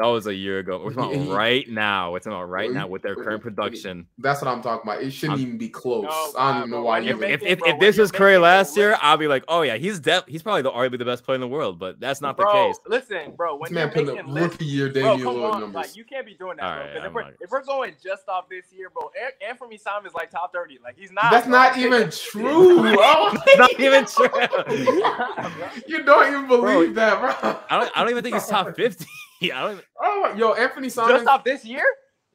A: that was a year ago. We're talking about right now. We're talking about right now with their current production.
B: That's what I'm talking about. It shouldn't even be close.
C: No,
B: I don't even know
C: bro,
B: why.
C: when
B: you
C: you're
B: would-
A: If
C: Making,
A: if,
C: bro,
A: if
C: when
A: this
C: you're
A: was Curry
C: making
A: last
C: the
A: year,
C: list-
A: I'll be like, oh yeah, he's def- he's probably the arguably the best player in the world. But that's not the
C: Bro,
A: case.
C: Listen, bro, when
B: This man
C: you're
B: putting up
C: making lists,
B: rookie year
C: bro,
B: Damian
C: come on,
B: Lillard numbers.
C: like you can't be doing that,
A: All
C: bro.
A: right,
C: 'cause
A: I'm
C: if, we're,
A: not-
C: if we're going just off this year, bro, An- Anthony Simon's like top thirty. Like he's not.
B: That's
C: bro.
B: not even true. bro.
A: It's not even true.
B: you don't even
A: Bro.
B: believe that, bro.
A: I don't I don't even think he's top fifty. I don't. Even,
B: Oh, yo, Anthony Simons.
C: just off this year.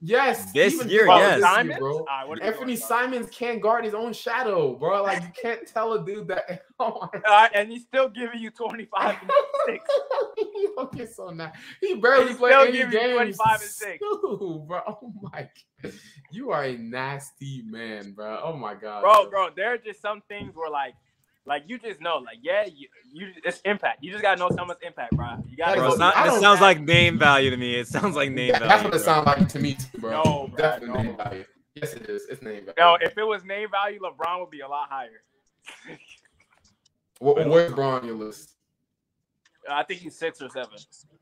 B: yes,
A: This
B: even
A: year,
B: just
A: yes.
B: this
C: Simons?
B: bro.
C: Alright, what are we
B: Anthony
C: doing, bro?
B: Simons can't guard his own shadow, bro. Like you can't tell a dude that. Oh my
C: All right, and he's still giving you twenty five and six.
B: Yo, you're so nice. He barely
C: He
B: played
C: still
B: any
C: give you
B: games.
C: 25 and six.
B: Dude, bro. Oh my god. You are a nasty man, bro. Oh my god.
C: bro, bro. There are just some things where like, like you just know, like yeah, you, you it's impact. You just gotta know someone's impact, bro. You gotta.
A: bro,
C: know
A: it's not-
B: I
A: it
B: don't-
A: sounds like name value to me. It sounds like name
B: That-
A: value.
B: that's what it
A: bro.
B: sounds like to me, too, bro.
C: No, bro,
B: Definitely
C: no.
B: name value. Yes, it is. It's name value.
C: Yo, if it was name value, LeBron would be a lot higher.
B: Wh- where's Braun on your list?
C: I think he's six or seven,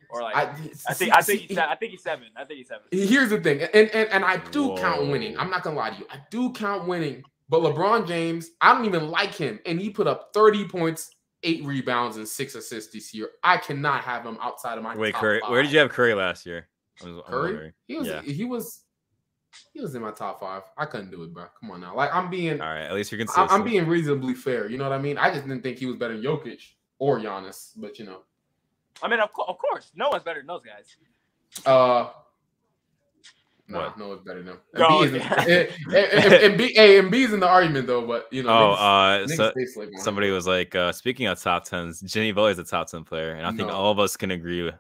C: or like
B: I,
C: I, think I think he's se- I think he's seven. I think he's seven.
B: Here's the thing, and and, and I do count
A: Whoa.
B: winning. I'm not gonna lie to you. I do count winning, but LeBron James, I don't even like him, and he put up 30 points, eight rebounds, and six assists this year. I cannot have him outside of my.
A: Wait,
B: top
A: Curry.
B: five.
A: Where did you have Curry last year? I was- I'm
B: Curry?
A: wondering.
B: He was.
A: Yeah.
B: He was. He was in my top five. I couldn't do it, bro. Come on now. Like I'm being,
A: All right. At least you're
B: I-
A: consistent.
B: I'm being reasonably fair. You know what I mean? I just didn't think he was better than Jokic or Giannis, but you know.
C: I mean, of, co- of course, no one's better than those guys.
B: Uh, nah,
A: What?
B: no, it's better than him.
C: No,
B: Embiid's in, eh, eh, eh, Embi- eh, Embiid's in the argument though, but you know,
A: oh,
B: niggas,
A: uh,
B: niggas
A: so,
B: stay sleeping on him.
A: somebody was like, uh, speaking of top tens, Jimmy Butler is a top ten player, and I think
B: No.
A: all of us can agree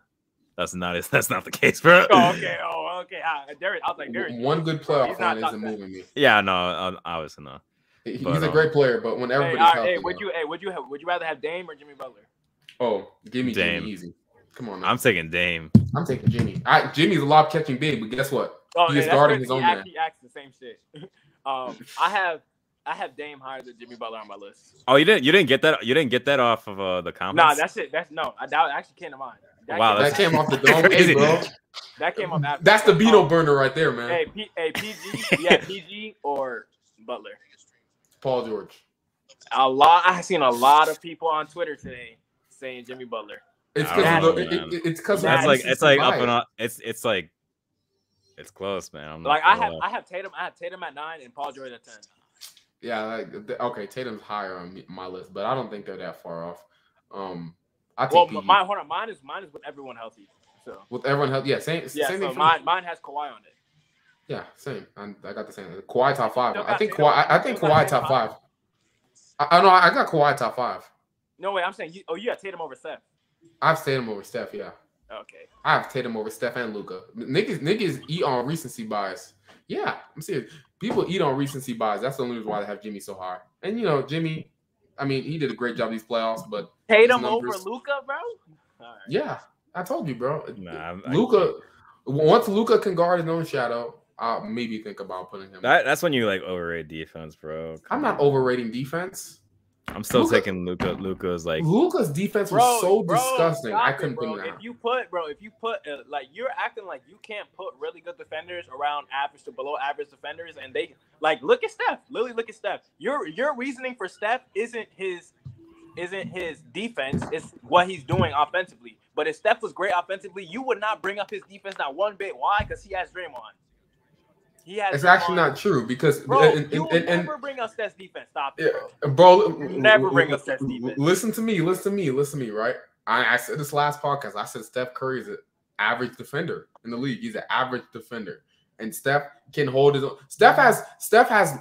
A: that's not that's not the case, bro.
C: Oh, okay. Oh, okay. Ah, Darius, I was like, Darius.
B: W- one good
C: He's
B: playoff
C: not
B: line
C: top
B: isn't
C: ten.
B: moving me.
A: Yeah, no, uh, obviously not.
B: He- He's
A: But,
B: a
A: um,
B: great player, but when
C: Hey,
B: everybody's
C: all right,
B: healthy,
C: hey, would
B: though-
C: you? Hey, would you have? Would you rather have Dame or Jimmy Butler?
B: oh, give me
A: Dame.
B: Jimmy easy. Come on,
A: I'm
B: I'm,
A: taking Dame.
B: I'm taking Jimmy. I, Jimmy's a lob catching big, but guess what?
C: Oh,
B: He is
C: that's
B: guarding
C: good.
B: his
C: He
B: own man.
C: actually acts the same shit. um, I have, I have Dame higher than Jimmy Butler on my list.
A: Oh, you didn't you didn't get that you didn't get that off of uh, the comments.
C: Nah, that's it. That's no. I doubt. Actually, came to mind. That
A: Wow, that's-
B: That
C: came,
B: came off the dome, hey,
A: Crazy.
B: bro.
C: that came up after.
B: That's the Beetle
C: Beetle.
B: burner right there, man.
C: Oh. Hey, P, hey, PG, yeah, PG or Butler.
B: Paul George.
C: A lot. I've seen a lot of people on Twitter today saying Jimmy Butler.
B: It's
A: I
B: because
A: don't
B: of
A: know,
B: the. It,
A: man.
B: it- it's because
A: That's
C: Nah,
A: like
B: it's
A: it's like up and up. It's it's like it's close, man. I'm not
C: Like I
A: gonna
C: have,
A: lie.
C: I have Tatum, I have Tatum at nine and Paul George at ten.
B: Yeah, like, th- okay, Tatum's higher on me- my list, but I don't think they're that far off. Um, I
C: Well,
B: think PG.
C: mine, hold on, mine is mine is with everyone healthy. So
B: with everyone healthy, yeah, same,
C: yeah,
B: same
C: so
B: thing. for me.
C: mine, mine has Kawhi on it.
B: Yeah, same. i I got the same. Kawhi top five.
C: Still
B: I think
C: got
B: Kawhi.
C: Tatum.
B: I, I think
C: Still got
B: Kawhi top
C: Tatum.
B: five. I I know. I got Kawhi top five.
C: No way, I'm saying you. Oh, you got Tatum over Steph.
B: I've Tatum over Steph. Yeah,
C: Okay.
B: I have Tatum over Steph and Luca. Niggas, niggas eat on recency bias. Yeah, I'm serious. People eat on recency bias. That's the only reason why they have Jimmy so high. And you know, Jimmy. I mean, he did a great job these playoffs, but
C: Tatum
B: His
C: over
B: numbers-
C: Luca, bro. All right.
B: yeah, I told you, bro.
A: Nah, I'm- I-
B: Luca, once Luca can guard his own shadow, I'll maybe think about putting him.
A: That, that's when you like overrate defense, bro.
B: I'm
A: Come
B: not
A: on.
B: overrating defense.
A: I'm still
B: Luka-
A: taking Luca. Luca's like
B: Luca's defense
C: Bro,
B: was so
C: bro,
B: disgusting.
C: stop
B: I
C: it,
B: couldn't
C: bro.
B: think of
C: If
B: that.
C: you put, bro, if you put, uh, like, you're acting like you can't put really good defenders around average to below average defenders, and they like look at Steph. Lily, look at Steph. Your your reasoning for Steph isn't his isn't his defense. It's what he's doing offensively. But if Steph was great offensively, you would not bring up his defense not one bit. Why? Because he has Draymond. He has.
B: It's actually
C: Draymond.
B: not true because
C: Bro,
B: and,
C: you
B: and,
C: will
B: and, and-
C: never bring up Steph's defense. Stop
B: yeah,
C: it, bro.
B: bro,
C: never bring up that defense.
B: Listen to me, listen to me, listen to me. Right, I, I said this last podcast. I said Steph Curry is an average defender in the league. He's an average defender, and Steph can hold his own. Steph has Steph has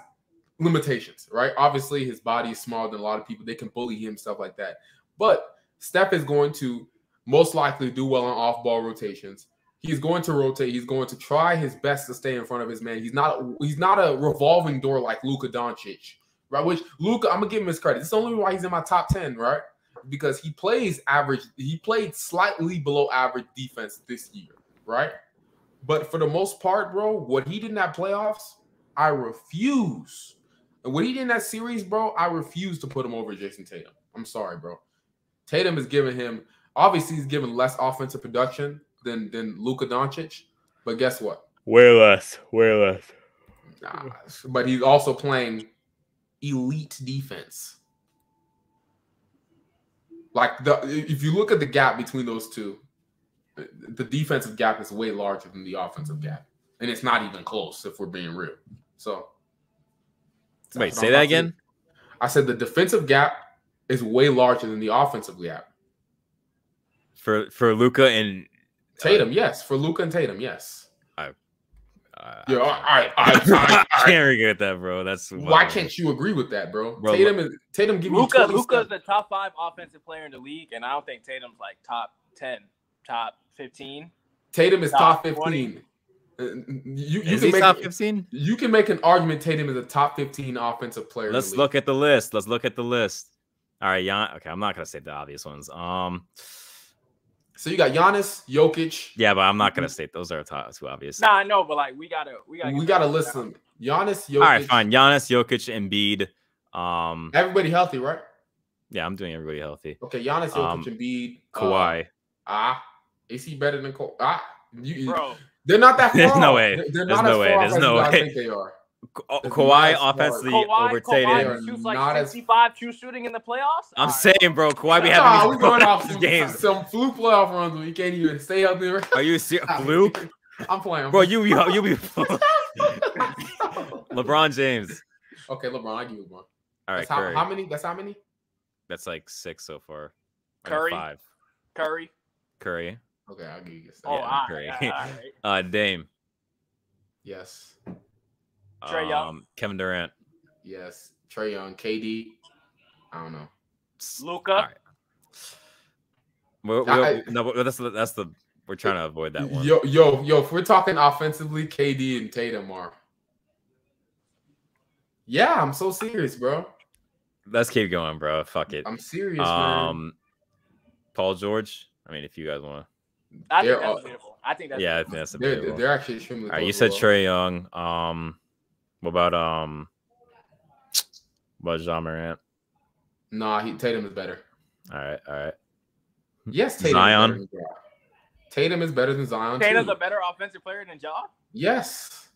B: limitations, right? Obviously, his body is smaller than a lot of people. They can bully him, stuff like that. But Steph is going to most likely do well on off ball rotations. He's going to rotate. He's going to try his best to stay in front of his man. He's not. He's not a revolving door like Luka Doncic, right? Which Luka, I'm gonna give him his credit. This is the only why he's in my top ten, right? Because he plays average. He played slightly below average defense this year, right? But for the most part, bro, what he did in that playoffs, I refuse. And what he did in that series, bro, I refuse to put him over Jason Tatum. I'm sorry, bro. Tatum is giving him obviously he's giving less offensive production than than Luka Doncic, but guess what?
A: way less, way less.
B: Nah, but he's also playing elite defense. Like the if you look at the gap between those two, the- the defensive gap is way larger than the offensive gap, and it's not even close if we're being real. So
A: Wait,
B: that's what
A: say
B: I'm
A: that
B: about to-
A: again.
B: I said the defensive gap is way larger than the offensive gap.
A: For for Luca and
B: Tatum, yes, for Luka and Tatum, yes.
A: uh,
B: Yeah, all right, all right, all
A: I
B: right, all right.
A: can't agree with that, bro. That's
B: Why
A: wild.
B: can't you agree with that, bro?
A: Bro,
B: Tatum is Tatum give
C: Luca
B: you
C: Luca's the top five offensive player in the league, and I don't think Tatum's like top ten, top fifteen.
B: Tatum is
C: top
B: top
C: 20.
B: fifteen. Uh, You, you
A: Is
B: can
A: he
B: make
A: top 15?
B: you can make an argument Tatum is a top fifteen offensive player. in the
A: Let's
B: league.
A: look at the list. Let's look at the list. All right, Jan. Okay, I'm not gonna say the obvious ones. Um,
B: So you got Giannis, Jokic.
A: yeah, but I'm not
B: Mm-hmm.
A: gonna say those are top, too obvious.
C: Nah, I know, but like we gotta, we gotta,
B: we
C: get
B: gotta
C: that
B: list
C: down.
B: them. Giannis, Jokic.
A: All right, fine. Giannis, Jokic, Embiid. Um,
B: Everybody healthy, right?
A: Yeah, I'm doing everybody healthy.
B: Okay, Giannis Jokic
A: Um,
B: Embiid. uh,
A: Kawhi.
B: ah, is he better than Kawhi? Ah, you,
C: bro.
B: they're not that far.
A: There's no
B: off.
A: way.
B: They're, they're
A: There's
B: not
A: no
B: as
A: way.
B: far off
A: There's
B: as
A: no
B: you guys
A: way.
B: think they are.
A: Ka- oh,
B: There's
A: Kawhi
B: not as
A: offensively
C: Kawhi,
A: overtaken.
B: They're
C: Kawhi shoots
B: not
C: like
B: as-
C: 65 true shooting in the playoffs.
A: I'm
C: All right.
A: saying, bro, Kawhi be
B: Nah,
A: having
B: we
A: these
B: going off
A: bonus
B: some,
A: games.
B: some flu playoff runs where you can't even stay up there.
A: Are you serious, Luke?
B: I'm playing,
A: Bro, you you you be LeBron James.
B: okay, LeBron, I give you LeBron.
A: All right,
B: That's how,
A: Curry.
B: how many? That's how many?
A: That's like six so far. Or
C: Curry.
A: Five.
C: Curry.
A: Curry.
B: Okay, I'll give you.
C: Oh,
A: Yeah,
C: all
A: Curry.
C: right, all right.
A: Uh, Dame.
B: Yes,
C: Trae Young.
A: Um, Kevin Durant.
B: yes. Trey Young, KD. I don't know.
A: S-
C: Luka.
A: All right. We're-
B: I-
A: we're- no, but that's the, that's the we're trying to avoid that one.
B: Yo, yo, yo. If we're talking offensively, KD and Tatum are. Yeah, I'm so serious, bro.
A: Let's keep going, bro. Fuck it.
B: I'm serious, man.
A: Um, Paul George. I mean, if you guys want
C: I think
B: They're
C: that's
B: all-
C: debatable. I think
A: to,
C: that's
A: yeah, I think that's
B: They're,
A: debatable.
B: they're actually extremely.
A: All right, you
B: close
A: said
B: overall.
A: Trey Young. Um, what about um, what about John Morant?
B: Nah, he, Tatum is better.
A: All right, all right.
B: Yes, Tatum.
A: Zion.
B: Is better than Ja. Tatum is better than Zion.
C: Tatum's
B: too.
C: a better offensive player than Ja.
B: Yes.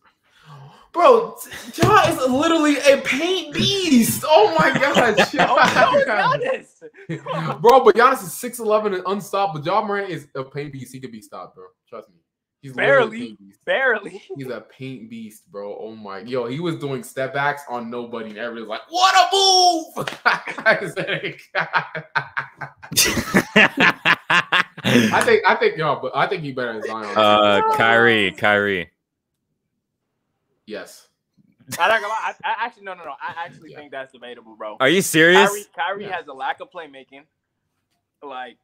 B: Bro, Ja is literally a paint beast. Oh my god,
C: Oh,
B: Ja.
C: no, it's Giannis.
B: Bro, but Giannis is 6'11 and unstoppable. Ja Morant is a paint beast. He could be stopped, bro. Trust me. He's literally a
C: Barely.
B: paint beast.
C: Barely.
B: He's a paint beast, bro. Oh my yo, he was doing step backs on nobody, and everybody's like, what a move! I was like, I think I think y'all, but I think he better than Zion.
A: uh, Kyrie, Kyrie.
B: yes.
C: I, don't, I, I actually no no no. I actually
B: Yeah.
C: think that's debatable, bro.
A: Are you serious?
C: Kyrie, Kyrie
B: Yeah.
C: has a lack of playmaking. Like,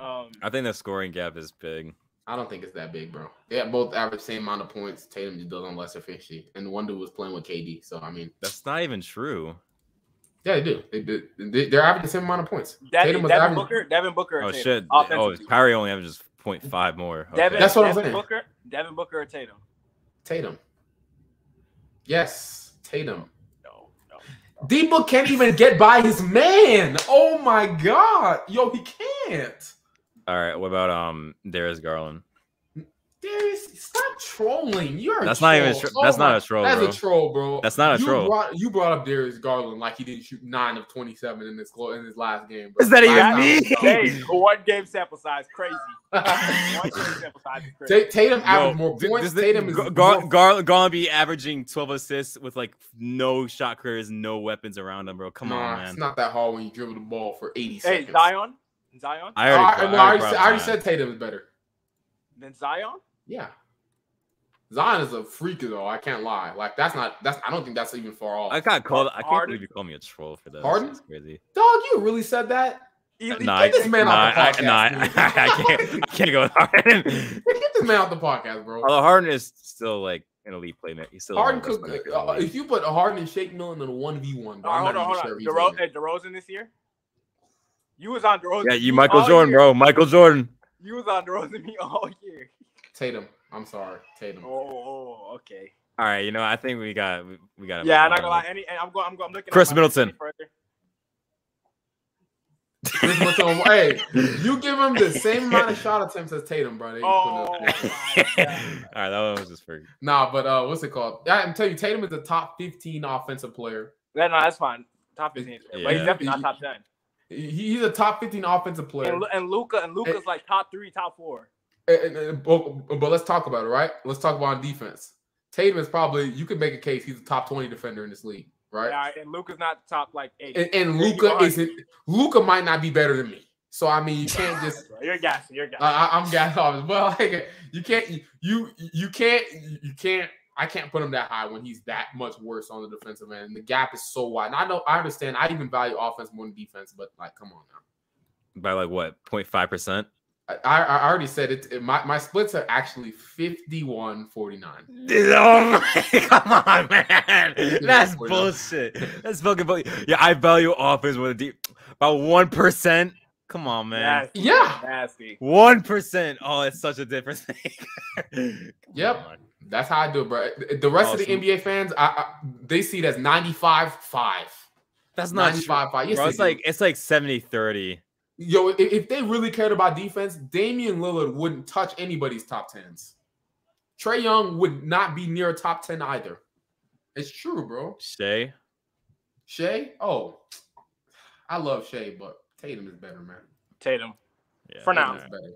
C: um,
A: I think the scoring gap is big.
B: I don't think it's that big, bro. They have both average same amount of points. Tatum just does on less efficiency, and one dude was playing with KD. So I mean,
A: That's not even true.
B: yeah, they do. They do. They, they're averaging the same amount of points.
C: Devin,
B: Tatum was
C: Devin
B: average-
C: Booker, Devin Booker, or
A: Oh
C: Tatum,
A: shit! Oh,
C: offensively.
A: Kyrie only averages 0.5 more. Okay.
C: Devin,
B: That's what I'm
C: Devin
B: saying.
C: Booker, Devin Booker or Tatum?
B: Tatum. Yes, Tatum.
C: No, no.
B: D Book can't even get by his man. Oh my god, yo, he can't.
A: All right. What about um Darius Garland?
B: Darius, stop trolling. You're a
A: That's not even. A
B: troll.
A: tro-
B: Oh
A: that's
B: my
A: not a troll,
B: That's
A: bro.
B: a troll, bro.
A: That's not a
B: you
A: troll.
B: Brought, you brought up Darius Garland like he didn't shoot nine of twenty-seven in this clo- in his last game. Bro.
A: Is that even
B: Five
A: me?
B: times, bro.
C: Hey, one game sample size, crazy. One game sample size, is crazy.
B: Ta- Tatum averaged
A: Yo,
B: more
A: thi-
B: points.
A: this thi-
B: Tatum is
A: Gar-
B: more-
A: Gar- Gar- Garland be averaging 12 assists with like no shot careers, no weapons around him, bro. Come
B: Nah,
A: on, man.
B: It's not that hard when you dribble the ball for 80
C: Hey,
B: seconds.
C: Zion, Zion,
A: I
B: I
A: already,
B: already,
A: brought-
B: I,
A: I already
B: already, said-
A: brought
B: I already
A: Zion.
B: said Tatum is better.
C: then Zion.
B: Yeah. Zion is a freak though. I can't lie. Like that's not that's I don't think that's even far off.
A: I got called. I can't
C: Harden.
A: believe you called me a troll for this.
B: Harden?
A: That's crazy.
B: Dog, you really said that?
C: Elite-
A: Nah, I,
B: this man
A: nah,
B: off the
A: I,
B: podcast,
A: nah, I,
B: dude.
A: I can't. I can't go with Harden.
B: Get this man out the podcast, bro.
A: Although Harden is still like an elite playmaker. He's still one
B: Harden
A: of the best playmakers in
B: could uh,
A: the league.
B: if you put Harden and Shake Milton in a one v one.
C: All right, hold on, hold on. DeRo- hey, DeRozan this year? You was on
B: uh,
C: DeRozan.
A: yeah, you
C: me
A: Michael
C: all
A: Jordan,
C: year.
A: bro. Michael Jordan.
C: You was on DeRozan me all year.
B: Tatum. I'm sorry, Tatum.
C: Oh, oh okay.
A: All right, you know I think we got we, we got.
C: Yeah, I'm not gonna lie. Any, and I'm going. I'm, go, I'm looking.
A: Chris
C: at my-
A: Middleton.
C: further.
B: This much on- hey, you give him the same amount of shot attempts as Tatum, bro. They
C: Oh,
B: put
C: my
B: up-
A: All
C: God.
A: right, that one was just for
B: Nah, but uh, what's it called? I- I'm telling you, Tatum is the top 15 offensive player.
C: Yeah, no, that's fine. Top 15, is fair, but
A: Yeah.
C: he's definitely not top 10.
B: He- He's a top 15 offensive player.
C: And, Lu- and Luca and Luca's like top three, top four.
B: And- and- and- but, but let's talk about it, right? Let's talk about on defense. Tatum is probably you can make a case he's a top 20 defender in this league, right?
C: Yeah, and Luca's not top like eight.
B: And, and
C: Yeah, you
B: Luca
C: are.
B: isn't. Luca might not be better than me. So I mean, you can't just
C: You're gassing. You're gassing.
B: I, I- I'm gas off as well. Like, you can't, you you can't, you can't. I can't put him that high when he's that much worse on the defensive end. And the gap is so wide. And I know, I understand. I even value offense more than defense, but like, come on now.
A: by like what 05 percent.
B: I, I, I already said it. it- my, my splits are actually 51 49.
A: Oh my, come on, man. That's
B: We're not-
A: bullshit. That's fucking bull. Yeah, I value offense with a deep about one percent. Come on, man.
C: Nasty,
B: Yeah.
C: Nasty.
A: One percent. Oh, it's such a difference.
B: Yep. That's how I do it, bro. The rest of the
A: Awesome.
B: NBA fans, I, I, they see it as 95 5.
A: That's not true.
B: 95 five. Yes,
A: Bro,
B: they
A: it's
B: do.
A: like it's like 70 30.
B: yo, if, if they really cared about defense, Damian Lillard wouldn't touch anybody's top tens. Trey Young would not be near a top ten either. It's true, bro.
A: Shay.
B: Shea, oh, I love Shea, but Tatum is better, man.
C: Tatum.
A: Yeah,
C: For now.
A: all
B: Tatum is
A: right.
B: better.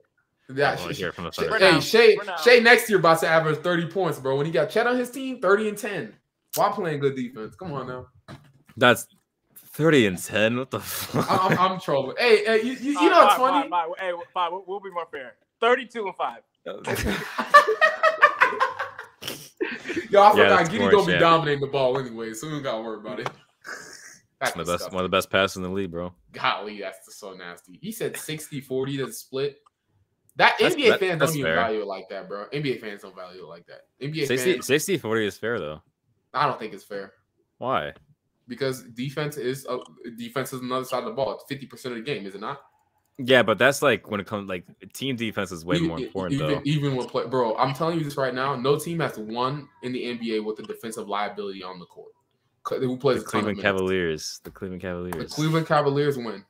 A: I
B: Yeah,
A: don't
B: Shea-
A: wanna hear from the
B: Shea-
A: Thunder.
C: For now.
B: hey, Shea,
C: For now.
B: Shea next year about to average 30 points, bro. When he got Chet on his team, 30 and 10. While playing good defense. Come on now.
A: That's 30 and 10. What the fuck?
B: I- I'm, I'm trolling. Hey, hey, you, you, you
C: Five,
B: know it's
C: five,
B: funny?
C: Five, five, hey, five, we'll, we'll be more fair. 32 and 5.
B: Yo, I
A: Yeah,
B: forgot
A: that's
B: Giddy
A: more
B: gonna be
A: shit.
B: dominating the ball anyway, so we don't gotta worry about it. That's
A: the best, one of the best passes in the league, bro.
B: Golly, that's just so nasty. He said 60 40 to the split. That
A: That's-
B: NBA
A: that-
B: fans don't
A: that's
B: even
A: fair.
B: value it like that, bro. NBA fans don't value it like that. NBA
A: 60,
B: fans,
A: 60 40 is fair, though.
B: I don't think it's fair
A: Why?
B: because defense is a, defense is another side of the ball. It's 50 percent of the game, is it not?
A: Yeah, but that's like when it comes, like, team defense is way
B: Even-
A: more important,
B: E, even,
A: though.
B: Even when play, bro, I'm telling you this right now. No team has won in the NBA with the defensive liability on the court. C- Who
A: The
B: plays a ton of
A: Cleveland
B: minutes.
A: Cavaliers. The Cleveland Cavaliers.
B: The Cleveland Cavaliers win.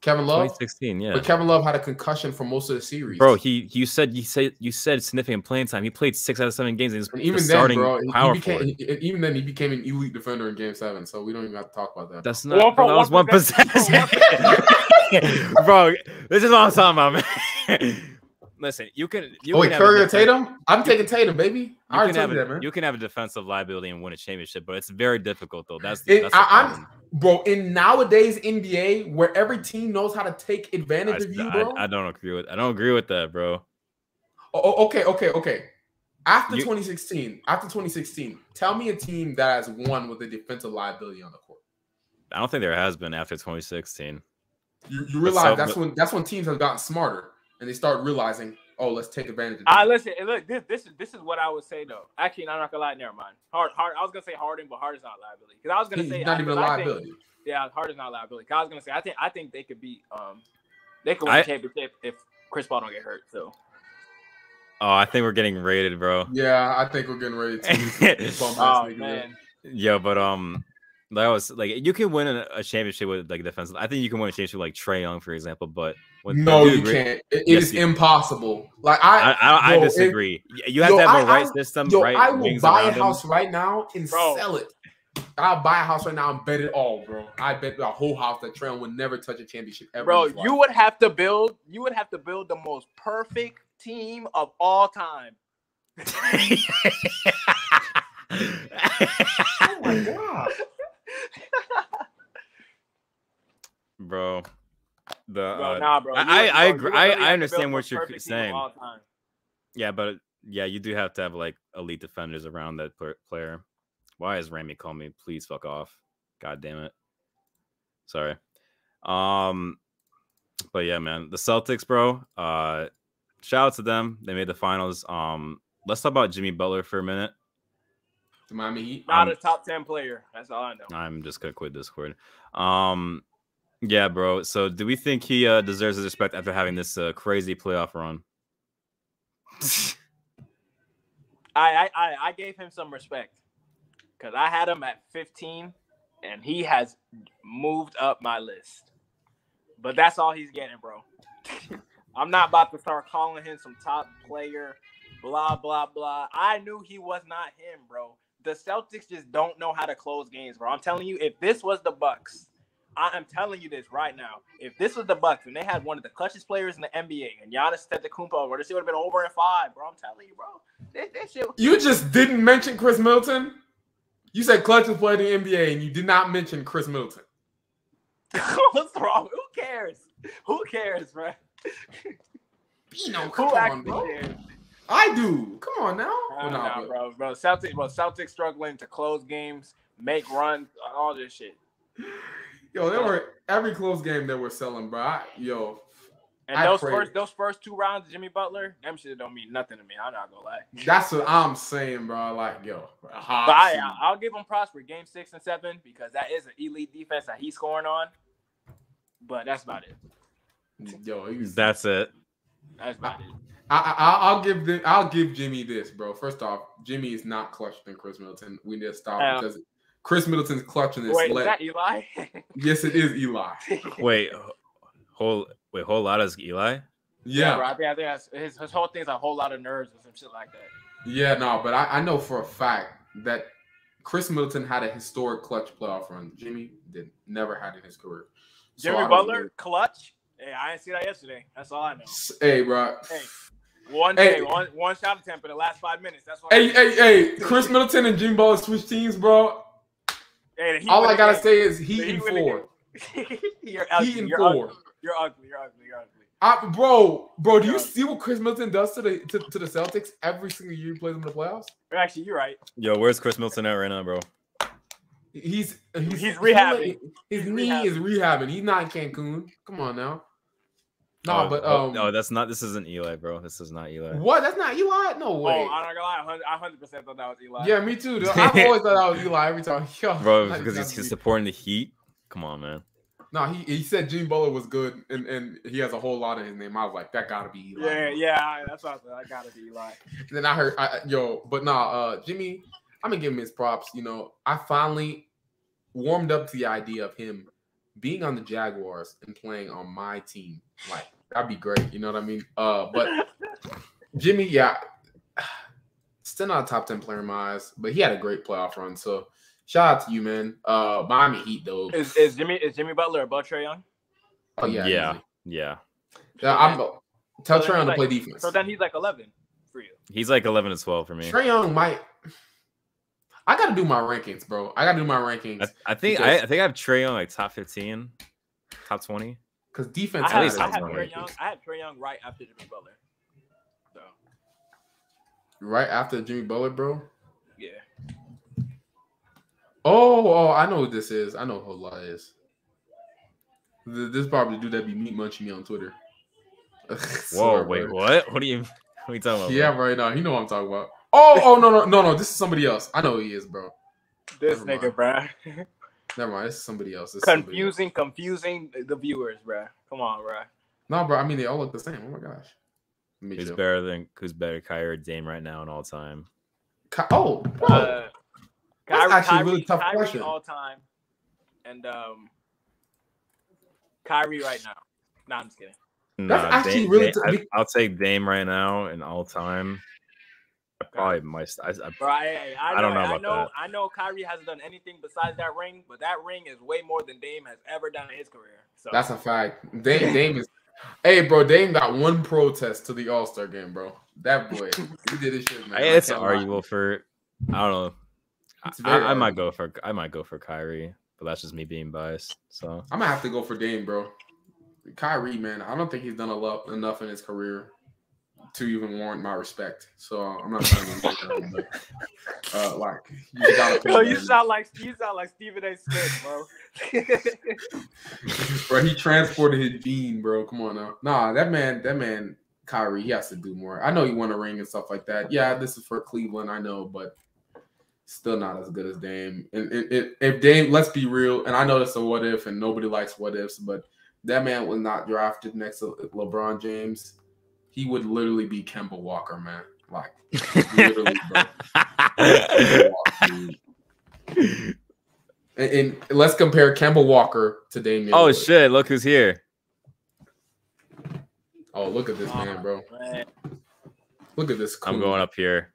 B: Kevin Love,
A: 2016, yeah.
B: but Kevin Love had a concussion for most of the series,
A: Bro, he you said you said you said significant playing time. He played six out of seven games, and he's
B: and
A: the
B: even then,
A: starting
B: bro, he- he
A: power
B: became,
A: forward.
B: he- even then he became an elite defender in Game Seven. So we don't even have to talk about that.
A: That's
C: One
A: not.
C: for-
A: that was
C: one
A: one
C: for Ben-
A: possession, bro. This is what I'm talking about, man. Listen, you can. You
B: oh wait,
A: can have a
B: Curry or
A: defen-
B: Tatum? I'm taking Tatum, baby. I
A: You
B: already
A: can,
B: told
A: have
B: you that,
A: a,
B: man.
A: you can have a defensive liability and win a championship, but it's very difficult though. That's,
B: It-
A: the, that's the
B: I- I'm-
A: problem.
B: Bro, in nowadays NBA, where every team knows how to take
A: I,
B: advantage of you,
A: I-
B: bro.
A: I don't agree with I don't agree with that, bro.
B: Oh, oh, okay, okay, okay. After
A: You-
B: 2016, after 2016, tell me a team that has won with a defensive liability on the court.
A: I don't think there has been after 2016.
B: You, you
A: But
B: realize
A: so-
B: that's
A: but-
B: when that's when teams have gotten smarter and they start realizing, oh, let's take advantage of
C: I
B: this.
C: listen. and Look, this this is this is what I would say though. Actually, no, I'm not gonna lie. Never mind. Hard, hard. I was gonna say Harden, but Harden's not a liability. Because I was gonna
B: He's
C: say
B: not
C: I,
B: even a
C: 'cause I think-
B: liability.
C: yeah, Harden's not a liability. 'Cause I was gonna say I think I think they could be um they could win
A: I-
C: the championship if Chris Paul don't get hurt. So
A: Oh, I think we're getting rated, bro.
B: Yeah, I think we're getting ready to. Bum ass
C: oh
B: nigga,
C: man,
A: Yeah, but um, that was like you can win a, a championship with like defense. I think you can win a championship with, like Trey Young, for example. But when
B: No,
A: I do
B: you
A: agree-
B: can't. It- it
A: Yes,
B: is
A: you-
B: impossible. Like
A: I
B: I,
A: I, I
B: Yo, if-
A: disagree. Y- you have
B: yo,
A: to
B: I-
A: have a right
B: I-
A: system,
B: yo,
A: right
B: I will
A: wings
B: buy a
A: around him.
B: house right now and
C: Bro.
B: sell it. I'll buy a house right now and bet it all, bro. I bet a whole house that Trail would never touch a championship ever.
C: bro,
B: in his life.
C: you would have to build. You would have to build the most perfect team of all time.
B: Oh my god.
A: bro. The
C: Bro,
A: uh,
C: nah, bro.
A: I- I- I agree-
C: you would- bro, you would literally
A: I- I
C: have to
A: understand
C: build
A: what
C: the
A: you're
C: perfect team of
A: saying.
C: all time.
A: yeah, but yeah, you do have to have like elite defenders around that pl- player. Why is Ramy calling me? Please fuck off. God damn it. Sorry. Um, but yeah, man, the Celtics, bro. Uh, shout out to them. They made the finals. Um, let's talk about Jimmy Butler for a minute.
B: The Miami Heat.
C: Not
A: I'm-
C: a top ten player. That's all I know.
A: I'm just gonna quit Discord. Um, yeah, bro. So, do we think he uh, deserves his respect after having this uh, crazy playoff run?
C: I, I I- I gave him some respect because I had him at 15, and he has moved up my list. But that's all he's getting, bro. I'm not about to start calling him some top player, blah blah blah. I knew he was not him, bro. The Celtics just don't know how to close games, bro. I'm telling you, if this was the Bucks, I am telling you this right now. If this was the Bucks and they had one of the clutchest players in the NBA and Giannis Antetokounmpo, bro, this shit would have been over in five, bro. I'm telling you, bro. This, this shit
B: You just didn't mention Chris Milton. You said Clutch has played in the NBA and you did not mention Chris Milton.
C: What's wrong? Who cares? Who cares, bro?
B: Bino, come
C: Who
B: on,
C: actually
B: bro.
C: cares?
B: I do. Come on now.
C: Nah,
B: Oh, nah,
C: nah,
B: but-
C: bro, bro. Celtics, bro. Celtics struggling to close games, make runs, all this shit.
B: Yo, there were every close game that we're selling, bro. I, yo,
C: And
B: I
C: those
B: pray.
C: first, those first two rounds, of Jimmy Butler, them shit don't mean nothing to me. I'm not gonna lie.
B: that's what I'm saying, bro. Like, yo, a hot
C: But I,
B: seat.
C: I'll give him props for game six and seven because that is an elite defense that he's scoring on. But that's about it. uh,
B: yo, he was-
A: That's it.
C: That's about it.
B: I, I, I'll give the, I'll give Jimmy this, bro. First off, Jimmy is not clutched than Chris Milton. We need to stop
C: Yeah.
B: because Chris Middleton's clutching this.
C: Wait, is
B: leg.
C: that Eli?
B: yes, it is Eli.
A: Wait, ho- whole wait, whole lot is Eli.
B: Yeah,
C: bro, I think, I think that's, his, his whole thing's a whole lot of nerves or some shit like that.
B: yeah, no, but I, I know for a fact that Chris Middleton had a historic clutch playoff run. Jimmy did never had in his career. So I
C: Jimmy
B: don't
C: Butler,
B: really-
C: clutch. Hey, I didn't see that yesterday. That's all I know.
B: Hey, bro.
C: Hey. One,
B: Hey.
C: hey. one, one shot attempt in the last five minutes. That's what.
B: Hey, hey, hey! Chris Middleton and Jimmy Butler switch teams, bro.
C: Hey, the Heat
B: All
C: win
B: I
C: the
B: gotta
C: game.
B: say is
C: The
B: he
C: Heat
B: and
C: win the
B: four.
C: game. you're ugly.
B: He and
C: you're
B: four.
C: Ugly. You're ugly. You're ugly. You're ugly.
B: I, bro, bro, do you
C: Yeah.
B: see what Chris Middleton does to the to, to the Celtics every single year he plays them in the playoffs?
C: Or Actually, you're right.
A: Yo, where's Chris Middleton at right now, bro?
B: He's he's,
C: He's rehabbing.
B: His
C: He's
B: knee is rehabbing. He's not in Cancun. Come on now. No,
A: Oh,
B: but
A: oh,
B: um,
A: no, that's not. This isn't Eli, bro. This is not Eli.
B: what? That's not Eli. No
C: Oh,
B: way.
C: I'm not gonna lie. a hundred- I hundred percent thought that was Eli.
B: yeah, me too. Though. I've always thought that was Eli every time. Yo,
A: Bro,
B: that
A: because
B: gotta
A: he's, he's
B: be-
A: supporting the Heat. Come on, man.
B: no, he, he said Gene Butler was good, and, and he has a whole lot in his name. I was like, that gotta be Eli.
C: Yeah, yeah, I- that's what I thought. I gotta be Eli.
B: And then I heard, I, I- yo, but nah, uh, Jimmy, I'm gonna give him his props. You know, I finally warmed up to the idea of him being on the Jaguars and playing on my team. Like that'd be great. You know what I mean? Uh, but Jimmy, yeah, still not a top ten player in my eyes, but he had a great playoff run. So shout out to you, man. Uh, Miami Heat though.
C: Is, is Jimmy is Jimmy Butler above Trey Young?
B: Oh yeah,
A: Yeah.
B: easily.
A: Yeah,
B: Yeah, I'm. Tell Trey Young to play defense.
C: So then he's like eleven for you.
A: he's like 11 to 12 for me.
B: Trey Young might. I gotta do my rankings, bro. I gotta do my rankings.
A: I, I think I, I think I have Trey on like top 15, top 20.
B: Because
C: I
B: defense,
A: At
C: have,
A: least
C: I
A: that's
C: have
A: one
C: Trey
A: rating.
C: Young. I have Trey Young right after Jimmy Butler. So
B: right after Jimmy Butler, bro.
C: yeah,
B: Oh, oh, I know what this is. I know who Law is. Th- This probably the dude that be meat munching me on Twitter.
A: Whoa,
B: Sorry,
A: wait,
B: bro.
A: what? What do you? What are you talking about?
B: Yeah, right now. You know what I'm talking about. Oh, oh, no, no, no, no. This is somebody else. I know who he is, bro.
C: this
B: Never
C: nigga, bruh.
B: Never mind. This is somebody else. This is somebody else.
C: confusing, confusing the viewers, bruh. Come on, bruh.
B: No, bro. I mean, they all look the same. Oh my gosh. Let me
A: Who's
B: chill.
A: better than who's better, Kyrie or Dame right now in all time?
B: Ky- oh, bro.
C: Uh,
B: That's
C: Kyrie,
B: actually a
C: Kyrie,
B: really tough
C: Kyrie
B: question.
C: all time, and um, Kyrie right now. No, I'm just kidding.
A: Nah,
B: actually really
A: Dame,
B: t-
A: I, will take Dame right now in all time. I probably might. I, I,
C: Bro, I, I,
A: I
C: know,
A: don't know
C: I
A: about
C: know,
A: that.
C: I know Kyrie hasn't done anything besides that ring, but that ring is way more than Dame has ever done in his career. So
B: That's a fact. Dame, Dame is. Hey, bro. Dame got one protest to the All Star game, bro. That boy, he did his shit, man.
A: I-
B: I
A: it's
B: can't lie.
A: arguable for. I don't know. I-
B: It's
A: I,
B: very
A: I might go for. I might go for Kyrie, but that's just me being biased. So
B: I'm gonna have to go for Dame, bro. Kyrie, man, I don't think he's done a lot enough in his career to even warrant my respect. So I'm not trying to make that, but, uh, like you gotta pick
C: Yo, you
B: Dame.
C: sound like you sound like Stephen A. Smith, bro.
B: bro. He transported his gene, bro. Come on now. Nah, that man, that man, Kyrie, he has to do more. I know he won a ring and stuff like that. Yeah, this is for Cleveland, I know, but still not as good as Dame. And it, it, if Dame, let's be real, and I know that's a what if, and nobody likes what ifs, but that man was not drafted next to LeBron James. He would literally be Kemba Walker, man. Like literally, bro. Kemba Walker, dude. And, and let's compare Kemba Walker to Damian.
A: oh
B: Lillard.
A: shit! Look who's here.
B: Oh, look at this man,
C: Ah.
B: bro.
C: Man,
B: Look at this coon.
A: I'm going up here.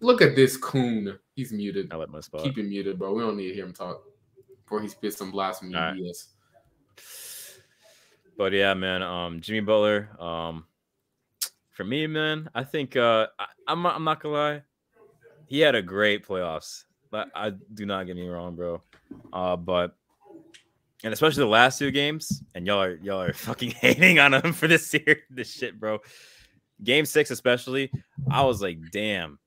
B: Look at this coon. He's muted.
A: I let my spot.
B: Keep him muted, bro. We don't need to hear him talk before he spits some blasphemy
A: All right.
B: BS.
A: But yeah, man. Um, Jimmy Butler. Um, for me, man, I think uh, I, I'm not- I'm not gonna lie, he had a great playoffs. But I do not get me wrong, bro. Uh, but and especially the last two games, and y'all are y'all are fucking hating on him for this year, this shit, bro. Game six, especially, I was like, damn,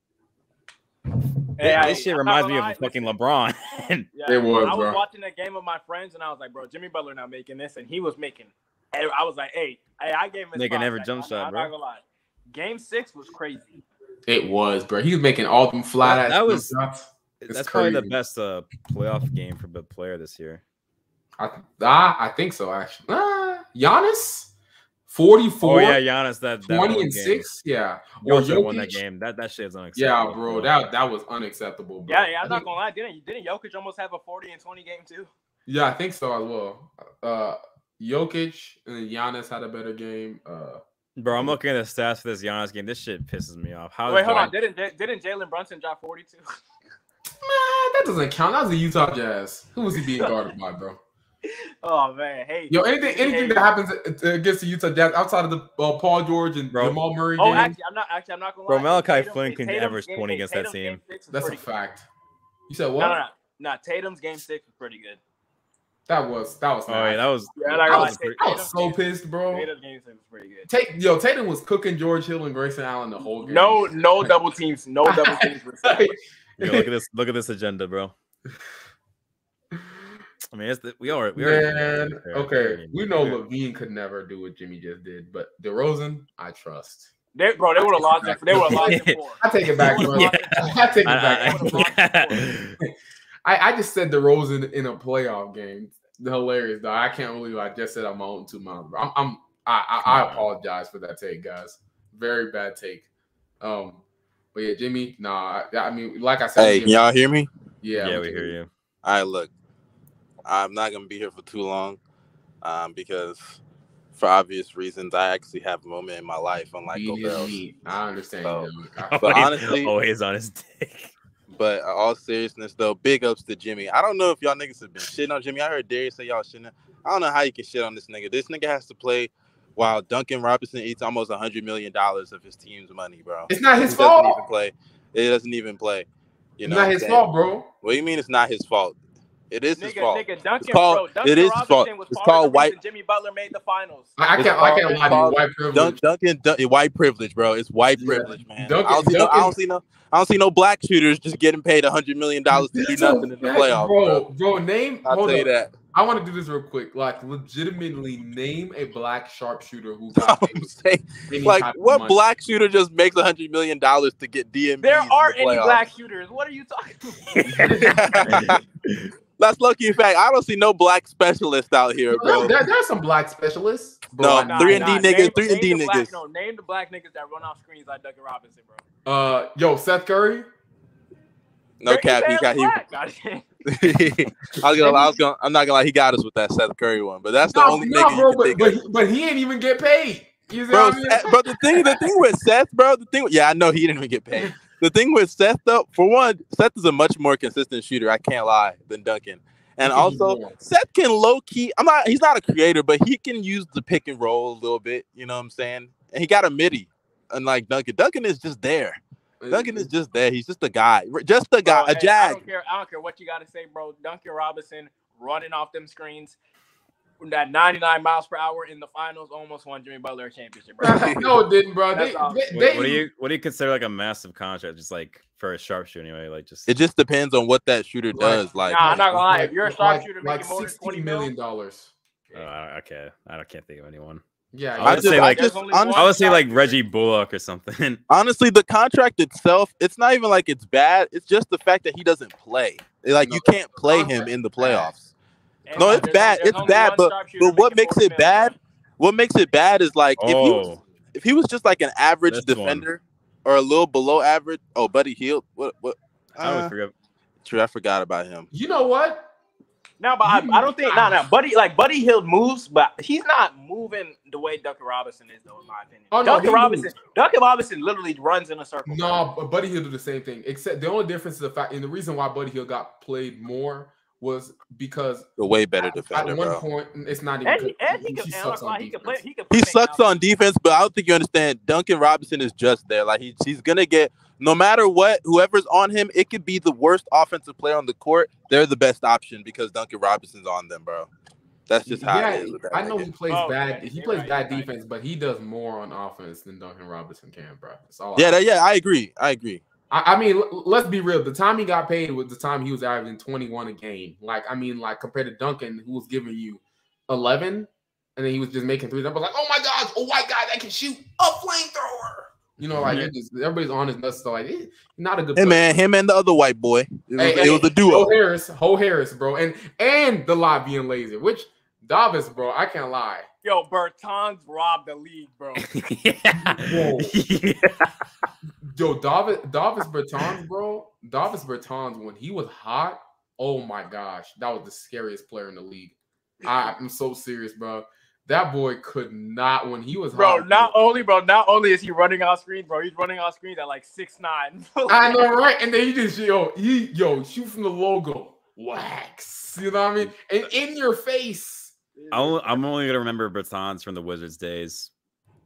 C: hey,
A: this shit
C: I'm
A: reminds
C: not
A: me of a
C: gonna lie.
A: fucking LeBron.
C: Yeah,
B: It was,
C: I was
B: bro.
C: watching a game with my friends, and I was like, bro, Jimmy Butler not making this, and he was making. e-, I was like, hey, hey I gave him. his
A: Nigga
C: props.
A: never
C: Like,
A: jump
C: I'm-
A: shot,
C: I'm
A: bro.
C: not gonna lie. Game six was crazy.
B: It was, bro. He was making all them flat
A: That-
B: ass
A: that was-
B: shots. It's
A: That's probably the
B: crazy.
A: best uh, playoff game for the player this year.
B: I, ah, I think so, actually. Ah, Giannis
A: Oh
B: 44,
A: yeah, Giannis. That, that
B: 20
A: one
B: and
A: game.
B: 6. Yeah. Or
A: Jokic that won that
B: Jokic.
A: game. That that shit is
B: Yeah,
A: unacceptable.
B: bro. That that was unacceptable, bro.
C: Yeah, yeah, I'm not gonna lie. Didn't didn't Jokic almost have a 40 and 20 game too?
B: Yeah, I think so as well. Uh Jokic and then Giannis had a better game. Uh
A: bro. I'm looking at the stats for this Giannis game. This shit pisses me off. How?
C: Wait,
A: Wait,
C: hold on. Didn't Ja- didn't Jalen Brunson drop 42?
B: man, that doesn't count. That was the Utah Jazz. Who was he being guarded by, bro?
C: Oh man, hey.
B: Yo, anything
C: hey,
B: anything
C: hey.
B: that happens uh, against the Utah Jazz outside of the uh, Paul George and
A: Bro.
B: Jamal Murray
C: Oh,
B: game,
C: actually, I'm not. Actually, I'm not gonna
A: Bro,
C: lie.
A: Malachi
C: Tatum-
A: Flynn can
C: Tatum's
A: average
C: game-
A: 20 against that
C: Tatum's
A: team.
C: game six was
B: that's a
C: pretty good.
B: fact. You said
C: No,
B: what?
C: no, no, no. Tatum's game six was pretty good.
B: That was that was.
A: Oh yeah,
B: nasty.
A: that was.
C: Yeah,
A: that
C: like,
A: was
C: like,
A: pretty-
B: I was so
C: Tatum's game-
B: pissed, bro.
C: Tatum's game six was pretty good.
B: Tate, yo, Tatum was cooking George Hill and Grayson Allen the whole game.
C: No, no double teams. No double teams. were set.
A: Yo, look at this. Look at this agenda, bro. I mean, it's the, we already. We already
B: man.
A: Yeah,
B: Okay,
A: yeah,
B: we know
A: yeah.
B: Levine could never do what Jimmy just did, but DeRozan, I trust.
C: They, bro, they would have lost. it- They would have lost it four.
B: I take it back, bro.
A: Yeah.
B: I take it
A: I-
B: back.
C: That would've
A: I-
C: lost it
B: I, I just said DeRozan in a playoff game. Hilarious, dog. I can't believe I just said I'm on two miles, bro. I'm, I'm I, I, I apologize for that take, guys. Very bad take. Um, but yeah, Jimmy. Nah, I, I mean, like I said,
D: Hey, can
B: Jimmy-
D: y'all hear me?
B: yeah,
A: yeah,
B: I'm
A: we hear
B: Jimmy.
A: you.
D: All right, look, I'm not gonna be here for too long, um, because for obvious reasons, I actually have a moment in my life, unlike
B: Beat his
D: Gobert.
B: meat. I understand.
D: So-
B: Jimmy. I-
D: But honestly-
A: always on his dick.
D: But in all seriousness, though, big ups to Jimmy. I don't know if y'all niggas have been shitting on Jimmy. I heard Darius say y'all shitting. I don't know how you can shit on this nigga. This nigga has to play while Duncan Robinson eats almost hundred million dollars of his team's money, bro.
B: it's not his
D: It doesn't
B: fault.
D: even play. It doesn't even play. You
B: It's
D: know,
B: not his
D: Damn.
B: fault, bro.
D: What do you mean it's not his fault? It is his
C: Nigga,
D: fault.
C: nigga, Duncan,
D: called-
C: bro, Duncan
D: it is his
C: Robinson
D: fault.
C: was
D: It's
C: part of
D: called
C: the reason
D: white-
C: Jimmy Butler made the finals.
B: I, I
D: It's
B: can't. I can't
D: all
B: lie to you.
D: his
B: White privilege.
D: Dun- Duncan, Dun- white privilege, bro. It's white
B: Yeah.
D: privilege, man.
B: Duncan-
D: I, don't see no, I
B: Duncan-
D: don't see no. I don't see no black shooters just getting paid hundred million dollars to do
B: That's a
D: nothing in the
B: fact,
D: playoffs,
B: bro.
D: bro.
B: Bro, name.
D: I'll
B: hold
D: tell you
B: up.
D: that.
B: I want to do this real quick. Like, legitimately, name a black sharpshooter who got
D: I'm saying,
B: any
D: like,
B: type of
D: what
B: money.
D: black shooter just makes hundred million dollars to get DMV?
C: There
D: in the
C: are any
D: playoffs?
C: black shooters. What are you talking about?
D: That's lucky. In fact, I don't see no black specialist out here,
B: Bro,
D: bro.
B: there, there are some black specialists.
D: No,
B: Bro,
C: Nah,
D: three and
C: nah,
D: D niggas,
C: name-
D: three
C: name
D: and D
C: the black-
D: niggas.
C: no, name the black niggas that run off screens like Duncan Robinson, bro.
B: Uh, yo, Seth Curry.
D: No cap, he got he.
C: he.
D: I was gonna, I was gonna, I'm not gonna lie, he got us with that Seth Curry one, but that's the
B: No,
D: only
B: no,
D: nigga
B: bro,
D: you can
B: but,
D: think
B: but,
D: of.
B: he- but he ain't even get paid. You see
D: bro,
B: what I mean?
D: Seth, bro, the thing, the thing with Seth, bro, the thing, yeah, I know he didn't even get paid. The thing with Seth, though, for one, Seth is a much more consistent shooter. I can't lie than Duncan,
B: He can
D: and
B: do
D: also
B: more.
D: Seth can low key. I'm not, he's not a creator, but he can use the pick and roll a little bit. You know what I'm saying? And he got a midi, unlike Duncan. Duncan is just there. Duncan is just there. He's just a guy, just a guy, a
C: Oh, I
D: jag.
C: don't care. I don't care what you got to say, bro. Duncan Robinson running off them screens. That 99 miles per hour in the finals almost won Jimmy Butler a championship, bro.
B: no, it didn't, bro. They,
C: That's all.
B: they,
A: What,
B: they,
A: what do you what do you consider like a massive contract? Just like for a sharpshooter, anyway. Like just
D: It just depends on what that shooter
B: Like-
D: does. Like,
C: Nah, I'm not gonna lie. If you're a
B: like-
C: sharpshooter
B: like,
C: making more than 20
B: $60 million dollars.
A: oh, I- okay. I don't- can't think of anyone.
B: Yeah,
A: I would
B: yeah.
A: say, like,
C: There's
D: just-
C: only
D: honest-
C: one
A: I would say
C: shot-
A: like Reggie Bullock or something.
D: honestly, the contract itself, it's not even like it's bad. It's just the fact that he doesn't play. Like
B: No,
D: you can't play him
B: contract
D: in the
B: is bad.
D: playoffs.
C: and
D: no, it's
C: there's-
D: bad.
C: there's
D: It's
C: only
D: bad,
C: one sharpshooter
D: But what
C: making
D: makes
C: more
D: it
C: than
D: bad?
C: him,
D: What makes it bad is like if he was,
A: oh,
D: if he was just like an average
A: This one.
D: defender or a little below average. Oh, Buddy Hield. What? What?
A: I always
D: uh,
A: forget.
D: true, I forgot about him.
B: You know what?
C: No, but I, I don't think. No, no,
B: Mm.
C: Buddy, like Buddy Hill moves, but he's not moving the way Duncan Robinson is, though, in my opinion.
B: Oh, no,
C: Duncan
B: he
C: Robinson,
B: moves.
C: Duncan Robinson literally runs in a circle.
B: No, but Buddy Hill did the same thing. Except the only difference is the fact, and the reason why Buddy Hill got played more was because
D: A way better
B: at
D: defender,
B: one
D: bro.
B: point mm, it's not even.
C: and he, and he,
B: he
C: can, and
B: sucks
C: look, like,
B: on
C: he can play.
B: defense.
C: He, can play
D: He
C: things
D: sucks
C: out.
D: on defense, but I don't think you understand. Duncan Robinson is just there. Like he's he's gonna get no matter what, whoever's on him, it could be the worst offensive player on the court. They're the best option because Duncan Robinson's on them, bro. That's just how
B: yeah,
D: it is. With that
B: I know
D: nigga.
B: he plays
C: Oh,
B: bad.
C: yeah,
B: he
C: you're
B: plays
C: right,
B: bad
C: you're right.
B: defense, but he does more on offense than Duncan Robinson can, bro. That's all. I-
D: Yeah, that, yeah, I agree. I agree.
B: I, I mean, l- let's be real. The time he got paid was the time he was averaging 21 a game. Like, I mean, like compared to Duncan, who was giving you 11, and then he was just making threes. I was like, oh my gosh, a white guy that can shoot a flamethrower. You know, like it just, everybody's on his nuts. So like, eh, not a good.
D: Hey
B: player.
D: man, him and the other white boy. It was,
B: Hey,
D: it
B: hey,
D: was a duo.
B: Ho Harris, Ho Harris, bro, and and the lie being lazy, which Davis, bro, I can't lie.
C: Yo, Bertans robbed the league, bro.
A: yeah.
B: Whoa. Yo, Davis, Davis Bertans, bro. Davis Bertans, when he was hot, oh my gosh, that was the scariest player in the league. I, I'm so serious, bro. That boy could not when he was
C: Bro,
B: hot.
C: not only bro, not only is he running off screens, bro, he's running off screens at like six nine.
B: I know, right? And then you just yo, he, yo, shoot from the logo, wax. You know what I mean? And in your face.
A: I'm I'm only gonna remember Bertans from the Wizards days.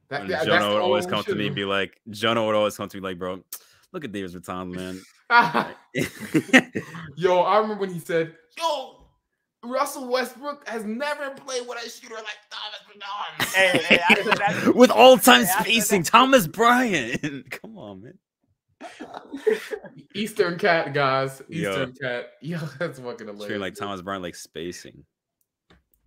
B: That,
A: And
B: that- that's
A: Jonah
B: the
A: would always
B: only
A: come to me and
B: shit.
A: be like, Jonah would always come to me like, bro, look at Davis Bertans, man.
B: yo, I remember when he said, "Yo, Russell Westbrook has never played with a shooter like Thomas Bernard."
C: hey, hey, I said that-
A: With all time
C: Hey, after
A: spacing,
C: that-
A: Thomas Bryant. Come on, man.
B: Eastern cat guys,
A: Yo.
B: Eastern cat. Yo, that's fucking hilarious.
A: Treating like
B: dude.
A: Thomas Bryant like spacing.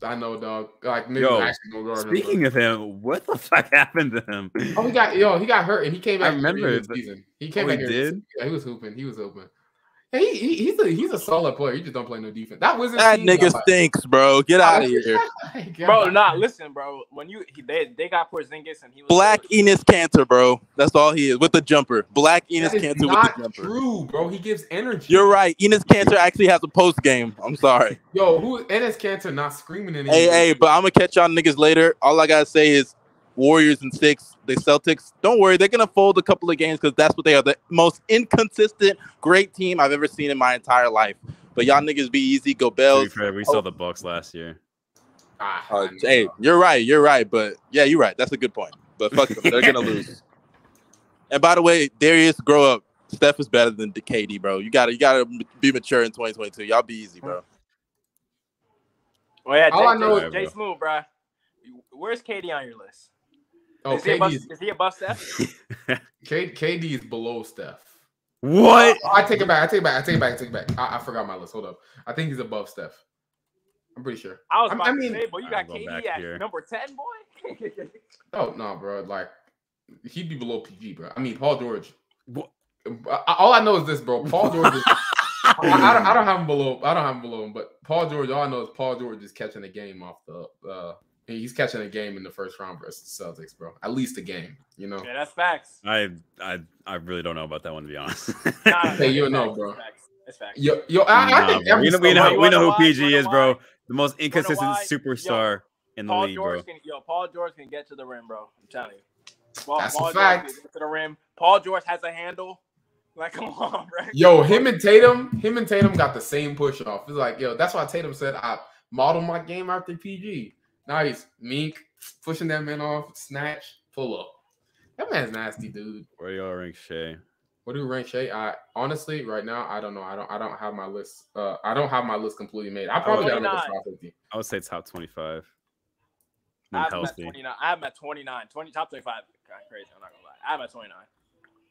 B: I know, dog. Like niggas
A: Yo,
B: actually gonna guard him, bro.
A: Speaking of him, what the fuck happened to him?
B: Oh, he got yo. He got hurt, and he came
A: I
B: back. during
A: remember,
B: the
A: but-
B: season. He came
A: Oh,
B: back.
A: he
B: during the
A: did?
B: season. Yeah, he was hooping. He was hooping. Yeah, he, he, he's a he's a solid player. He just don't play no defense. That Wizards
D: That
B: team, y'all
D: nigga
B: like-
D: stinks, bro. Get out of here.
B: Like,
C: bro,
B: y'all-
C: nah, listen, bro. When you he, they they got Porzingis and he was
D: Black Enos Cantor, bro. That's all he is with the jumper. Black Enos
B: That is
D: Cantor with the
B: not
D: jumper.
B: true, bro. He gives energy.
D: You're right. Enos Cantor actually has a post game. I'm sorry.
B: Yo, who NS Cantor not screaming in?
D: hey, hey, but I'm gonna catch y'all niggas later. All I gotta say is Warriors and six, the Celtics. Don't worry, they're gonna fold a couple of games because that's what they are. The most inconsistent, great team I've ever seen in my entire life. But y'all niggas be easy, go
A: To be
D: bells.
A: fair, we saw the Bucks last year.
B: Ah,
D: Uh,
B: I know.
D: hey, you're right, you're right, but yeah, you're right. That's a good point. But fuck them, they're gonna lose. And by the way, Darius, grow up. Steph is better than KD, bro. You gotta, you gotta be mature in 2022. Y'all be easy, bro.
C: Oh yeah, Jay,
B: All I know
A: is-
C: Jay, Jay Smooth, bro. Where's KD on your list?
B: Oh,
C: is, he above,
B: KD,
C: is he above Steph?
B: K, KD is below Steph.
A: What?
B: Oh, I take it back. I take it back. I take it back. I take it back. I, I forgot my list. Hold up. I think he's above Steph. I'm pretty sure.
C: I was
B: I'm-
C: about
B: I
C: to
B: mean-
C: say, boy, you
A: I'm
C: got
A: going
C: KD
A: back
C: at
A: here.
C: number ten, boy.
B: Oh no, bro. Like he'd be below PG, bro. I mean Paul George.
A: Wha-
B: I- all I know is this, bro. Paul George. Is, I, I don't, I don't have him below. I don't have him below him, but Paul George. All I know is Paul George is catching a game off the. Uh, he's catching a game in the first round versus the Celtics, bro. At least a game, you know.
C: yeah, that's facts.
A: I I I really don't know about that one to be honest.
C: Nah,
B: Hey, you
C: that's
B: know,
C: facts,
B: bro.
C: That's facts. That's facts.
B: Yo, yo, I, I
A: Nah,
B: think
A: bro.
B: every
A: we know, we
B: summer-
A: know,
C: You
A: we know
C: know
A: who
C: why?
A: PG
C: You
A: is,
C: know
A: bro.
C: why?
A: The most inconsistent
C: why? Yo,
A: superstar in the
C: Paul
A: league, bro.
C: George can yo Paul George can get to the rim, bro. I'm telling you. Paul,
B: That's a
C: Paul
B: fact.
C: George can get to the rim. Paul George has a handle. Like, come on, bro.
B: Yo, him and Tatum, him and Tatum got the same push off. It's like, yo, that's why Tatum said I model my game after PG. Nice, Mink pushing that man off, snatch, pull up. That man's nasty, dude.
A: Where do y'all rank Shea?
B: What do you rank Shay? I honestly, right now, I don't know. I don't. I don't have my list. Uh, I don't have my list completely made. I probably got another
C: 29.
B: top fifty.
A: I would say top twenty-five.
C: I
A: When
C: have him at
A: healthy.
C: 29. I have him at 29. 20 top 25. God, crazy. I'm not gonna lie. I have him at 29.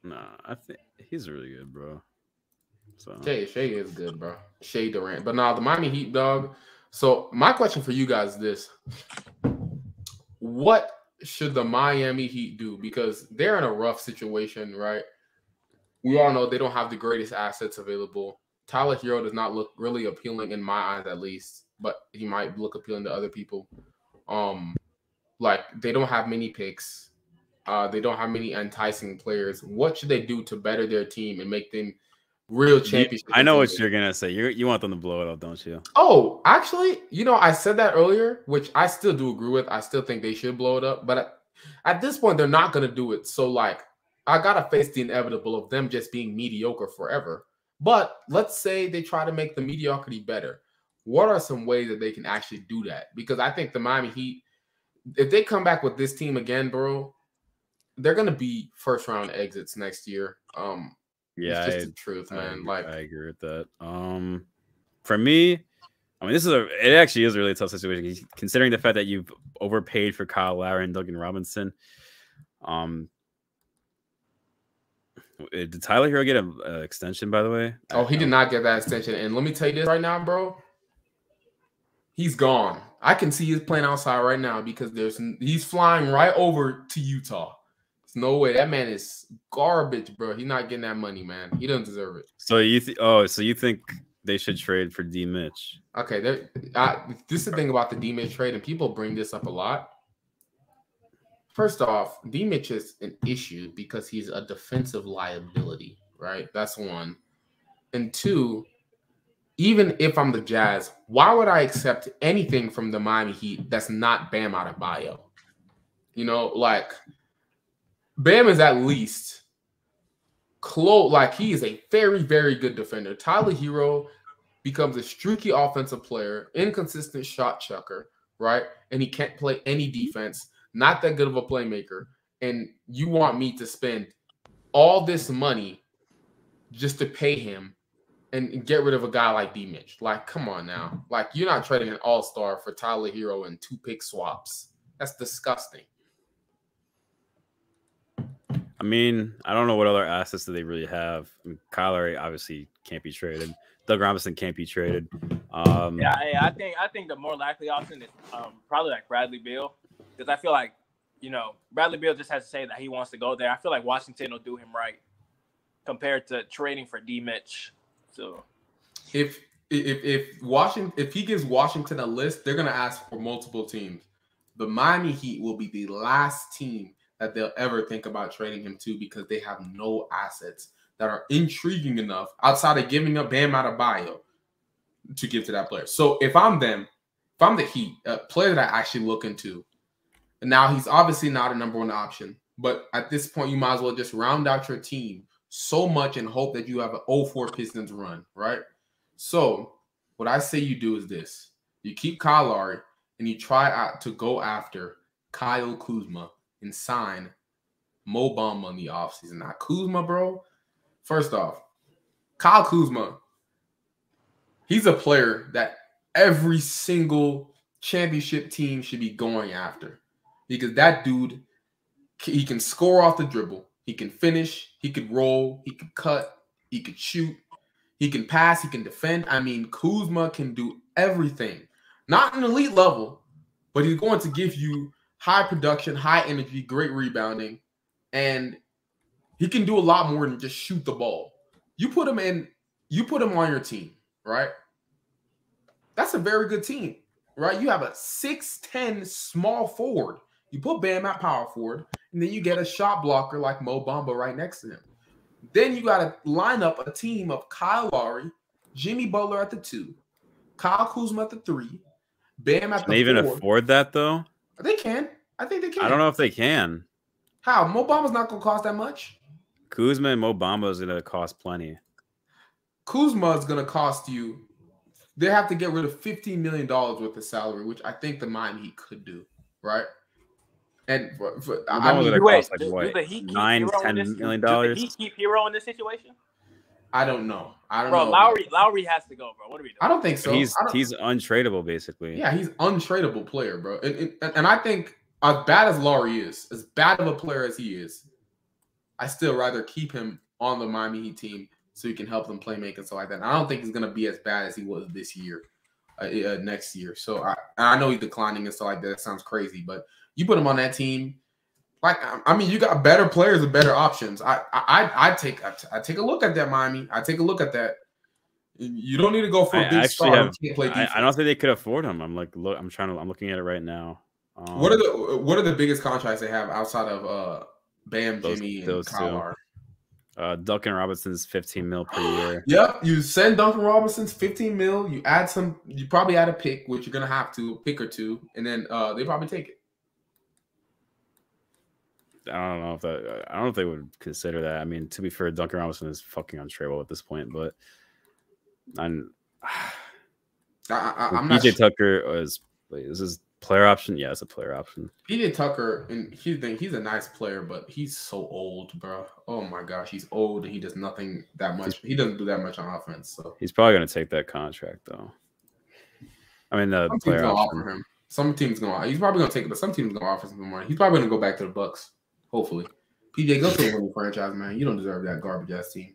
A: Nah, I think he's really good, bro. So
B: Shay, Shay is good, bro. Shay Durant, but now the Miami Heat dog. So my question for you guys is this: What should the Miami Heat do? Because they're in a rough situation, right? We all know they don't have the greatest assets available. Tyler Hero does not look really appealing in my eyes, at least, but he might look appealing to other people. Um, like they don't have many picks. Uh, they don't have many enticing players. What should they do to better their team and make them real
A: You-
B: championship?
A: I know what
B: contenders?
A: you're gonna say. You you want them to blow it up, don't you?
B: Oh, actually, you know, I said that earlier, which I still do agree with. I still think they should blow it up, but at, at this point, they're not going to do it. So, like, I got to face the inevitable of them just being mediocre forever. But let's say they try to make the mediocrity better. What are some ways that they can actually do that? Because I think the Miami Heat, if they come back with this team again, bro, they're going to be first round exits next year. Um,
A: Yeah,
B: it's
A: I-
B: just the truth,
A: I
B: man.
A: agree-
B: like,
A: I agree with that. Um, for me, I mean, this is a it actually is a really tough situation considering the fact that you've overpaid for Kyle Lowry and Duncan Robinson. Um, w- did Tyler Hero get an uh, extension by the way? I
B: Oh, he did
A: don't-
B: not get that extension. And let me tell you this right now, bro. He's gone. I can see his plane outside right now because there's n- he's flying right over to Utah. There's no way that man is garbage, bro. He's not getting that money, man. He doesn't deserve it.
A: So you th- oh, so you think they should trade for D Mitch.
B: Okay, there. I, this is the thing about the D Mitch trade, and people bring this up a lot. First off, D Mitch is an issue because he's a defensive liability, right? That's one. And two, even if I'm the Jazz, why would I accept anything from the Miami Heat that's not Bam out of bio? You know, like Bam is at least close, like he is a very, very good defender. Tyler Hero becomes a streaky offensive player, inconsistent shot chucker, right? And he can't play any defense, not that good of a playmaker. And you want me to spend all this money just to pay him and get rid of a guy like D Mitch. Like, come on now. Like, you're not trading an all star for Tyler Hero and two pick swaps. That's disgusting.
A: I mean, I don't know what other assets do they really have. I mean, Kyler obviously can't be traded. Doug Robinson can't be traded. Um,
C: Yeah, hey, I think I think the more likely option is um, probably like Bradley Bill, because I feel like you know Bradley Bill just has to say that he wants to go there. I feel like Washington will do him right compared to trading for D Mitch. So
B: If if if Washington if he gives Washington a list, they're gonna ask for multiple teams. The Miami Heat will be the last team that they'll ever think about trading him to because they have no assets that are intriguing enough outside of giving up Bam Adebayo to give to that player. So if I'm them, if I'm the Heat, a player that I actually look into, and now he's obviously not a number one option, but at this point you might as well just round out your team so much and hope that you have an 0-4 Pistons run, right? So what I say you do is this: you keep Kyle Lowry and you try out to go after Kyle Kuzma and sign Mo Bamba in the offseason. Now Kuzma, bro. First off, Kyle Kuzma, he's a player that every single championship team should be going after because that dude he can score off the dribble, he can finish, he could roll, he could cut, he could shoot. He can pass, he can defend. I mean, Kuzma can do everything. Not an elite level, but he's going to give you high production, high energy, great rebounding, and he can do a lot more than just shoot the ball. You put him in, you put him on your team, right? That's a very good team, right? You have a 6'10 small forward. You put Bam at power forward, and then you get a shot blocker like Mo Bamba right next to him. Then you got to line up a team of Kyle Lowry, Jimmy Butler at the two, Kyle Kuzma at the three, Bam at
A: Can
B: the
A: they even
B: four.
A: afford that though?
B: They can. I think they can.
A: I don't know if they can.
B: how. Mo Bamba's not gonna cost that much.
A: Kuzma and Mobamba is gonna cost plenty.
B: Kuzma is gonna cost you. They have to get rid of fifteen million dollars worth of salary, which I think the Miami Heat could do, right? And for, for, I
A: Mobamba's
B: mean,
A: gonna- It
C: wait,
A: costs, oh, like,
C: do- do
A: what,
C: the Heat keep
A: nine,
C: Hero in
A: ten
C: this-
A: million
C: do the
A: dollars?
C: Heat keep hero in this situation,
B: I don't know. I don't
C: bro.
B: know.
C: Lowry, Lowry has to go, bro. What are we doing?
B: I don't think so.
A: he's
B: I don't-
A: he's untradeable basically.
B: Yeah, he's untradeable player, bro. And, and and I think as bad as Laurie is, as bad of a player as he is, I still rather keep him on the Miami Heat team so he can help them play make and stuff like that. And I don't think he's gonna be as bad as he was this year, uh, uh, next year. So I and I know he's declining and stuff like that. That sounds crazy, but you put him on that team. Like I- I mean, you got better players and better options. I I I I'd take I, t- I take a look at that Miami. I take a look at that. You don't need to go for
A: I
B: a big
A: actually
B: star. who
A: have-
B: can't play
A: I,
B: defense.
A: I don't think they could afford him. I'm like, look, I'm trying to. I'm looking at it right now. Um,
B: What are the what are the biggest contracts they have outside of uh Bam,
A: Those-
B: Jimmy, and
A: those
B: Kyle
A: two.
B: Lowry?
A: uh, Duncan Robinson's 15 mil per year?
B: Yep, you send Duncan Robinson's 15 mil, you add some you probably add a pick, which you're gonna have to, a pick or two, and then uh they probably take it.
A: I don't know if that. I don't know if they would consider that. I mean, to be fair, Duncan Robinson is fucking untradeable at this point. But I'm,
B: I, I I'm not
A: PJ
B: sure.
A: Tucker is. Wait, this is player option. Yeah, it's a player option.
B: PJ Tucker and he's the- he's a nice player, but he's so old, bro. Oh my gosh, he's old and he does nothing that much. He doesn't do that much on offense, so
A: He's probably gonna take that contract though. I mean, the
B: some team's
A: player
B: gonna
A: option.
B: offer him. Some team's gonna he's probably gonna take it, but some team's gonna offer some money. He's probably gonna go back to the Bucks, hopefully. PJ, go to a winning franchise, man. You don't deserve that garbage ass team.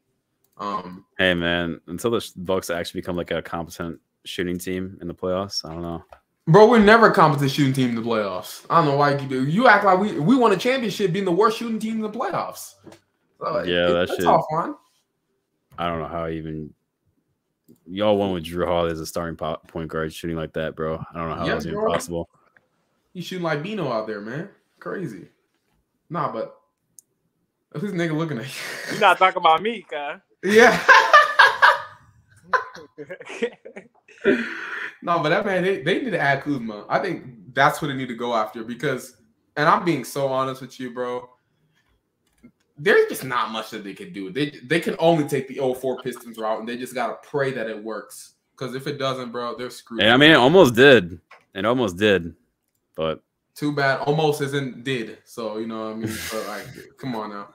B: Um,
A: Hey man, until the Bucks actually become like a competent shooting team in the playoffs, I don't know.
B: bro, we're never a competent shooting team in the playoffs. I don't know why you keep you act like we we won a championship being the worst shooting team in the playoffs. So,
A: Yeah, that
B: that's
A: shit-
B: offline.
A: I don't know how even y'all went with Drew Holiday as a starting po- point guard shooting like that, bro. I don't know how
B: Yeah,
A: that's even
B: bro.
A: possible.
B: He's shooting like Bino out there, man. Crazy. Nah, but who's this nigga looking at you?
C: You're not talking about me, guy.
B: yeah. no, but that man, they, they need to add Kuzma. I think that's what they need to go after because, and I'm being so honest with you, bro. There's just not much that they can do. They they can only take the 04 Pistons route, and they just gotta pray that it works. Because if it doesn't, bro, they're screwed.
A: And I mean, it almost did. It almost did. But
B: Too bad. Almost isn't did. So you know what I mean. But like, come on now.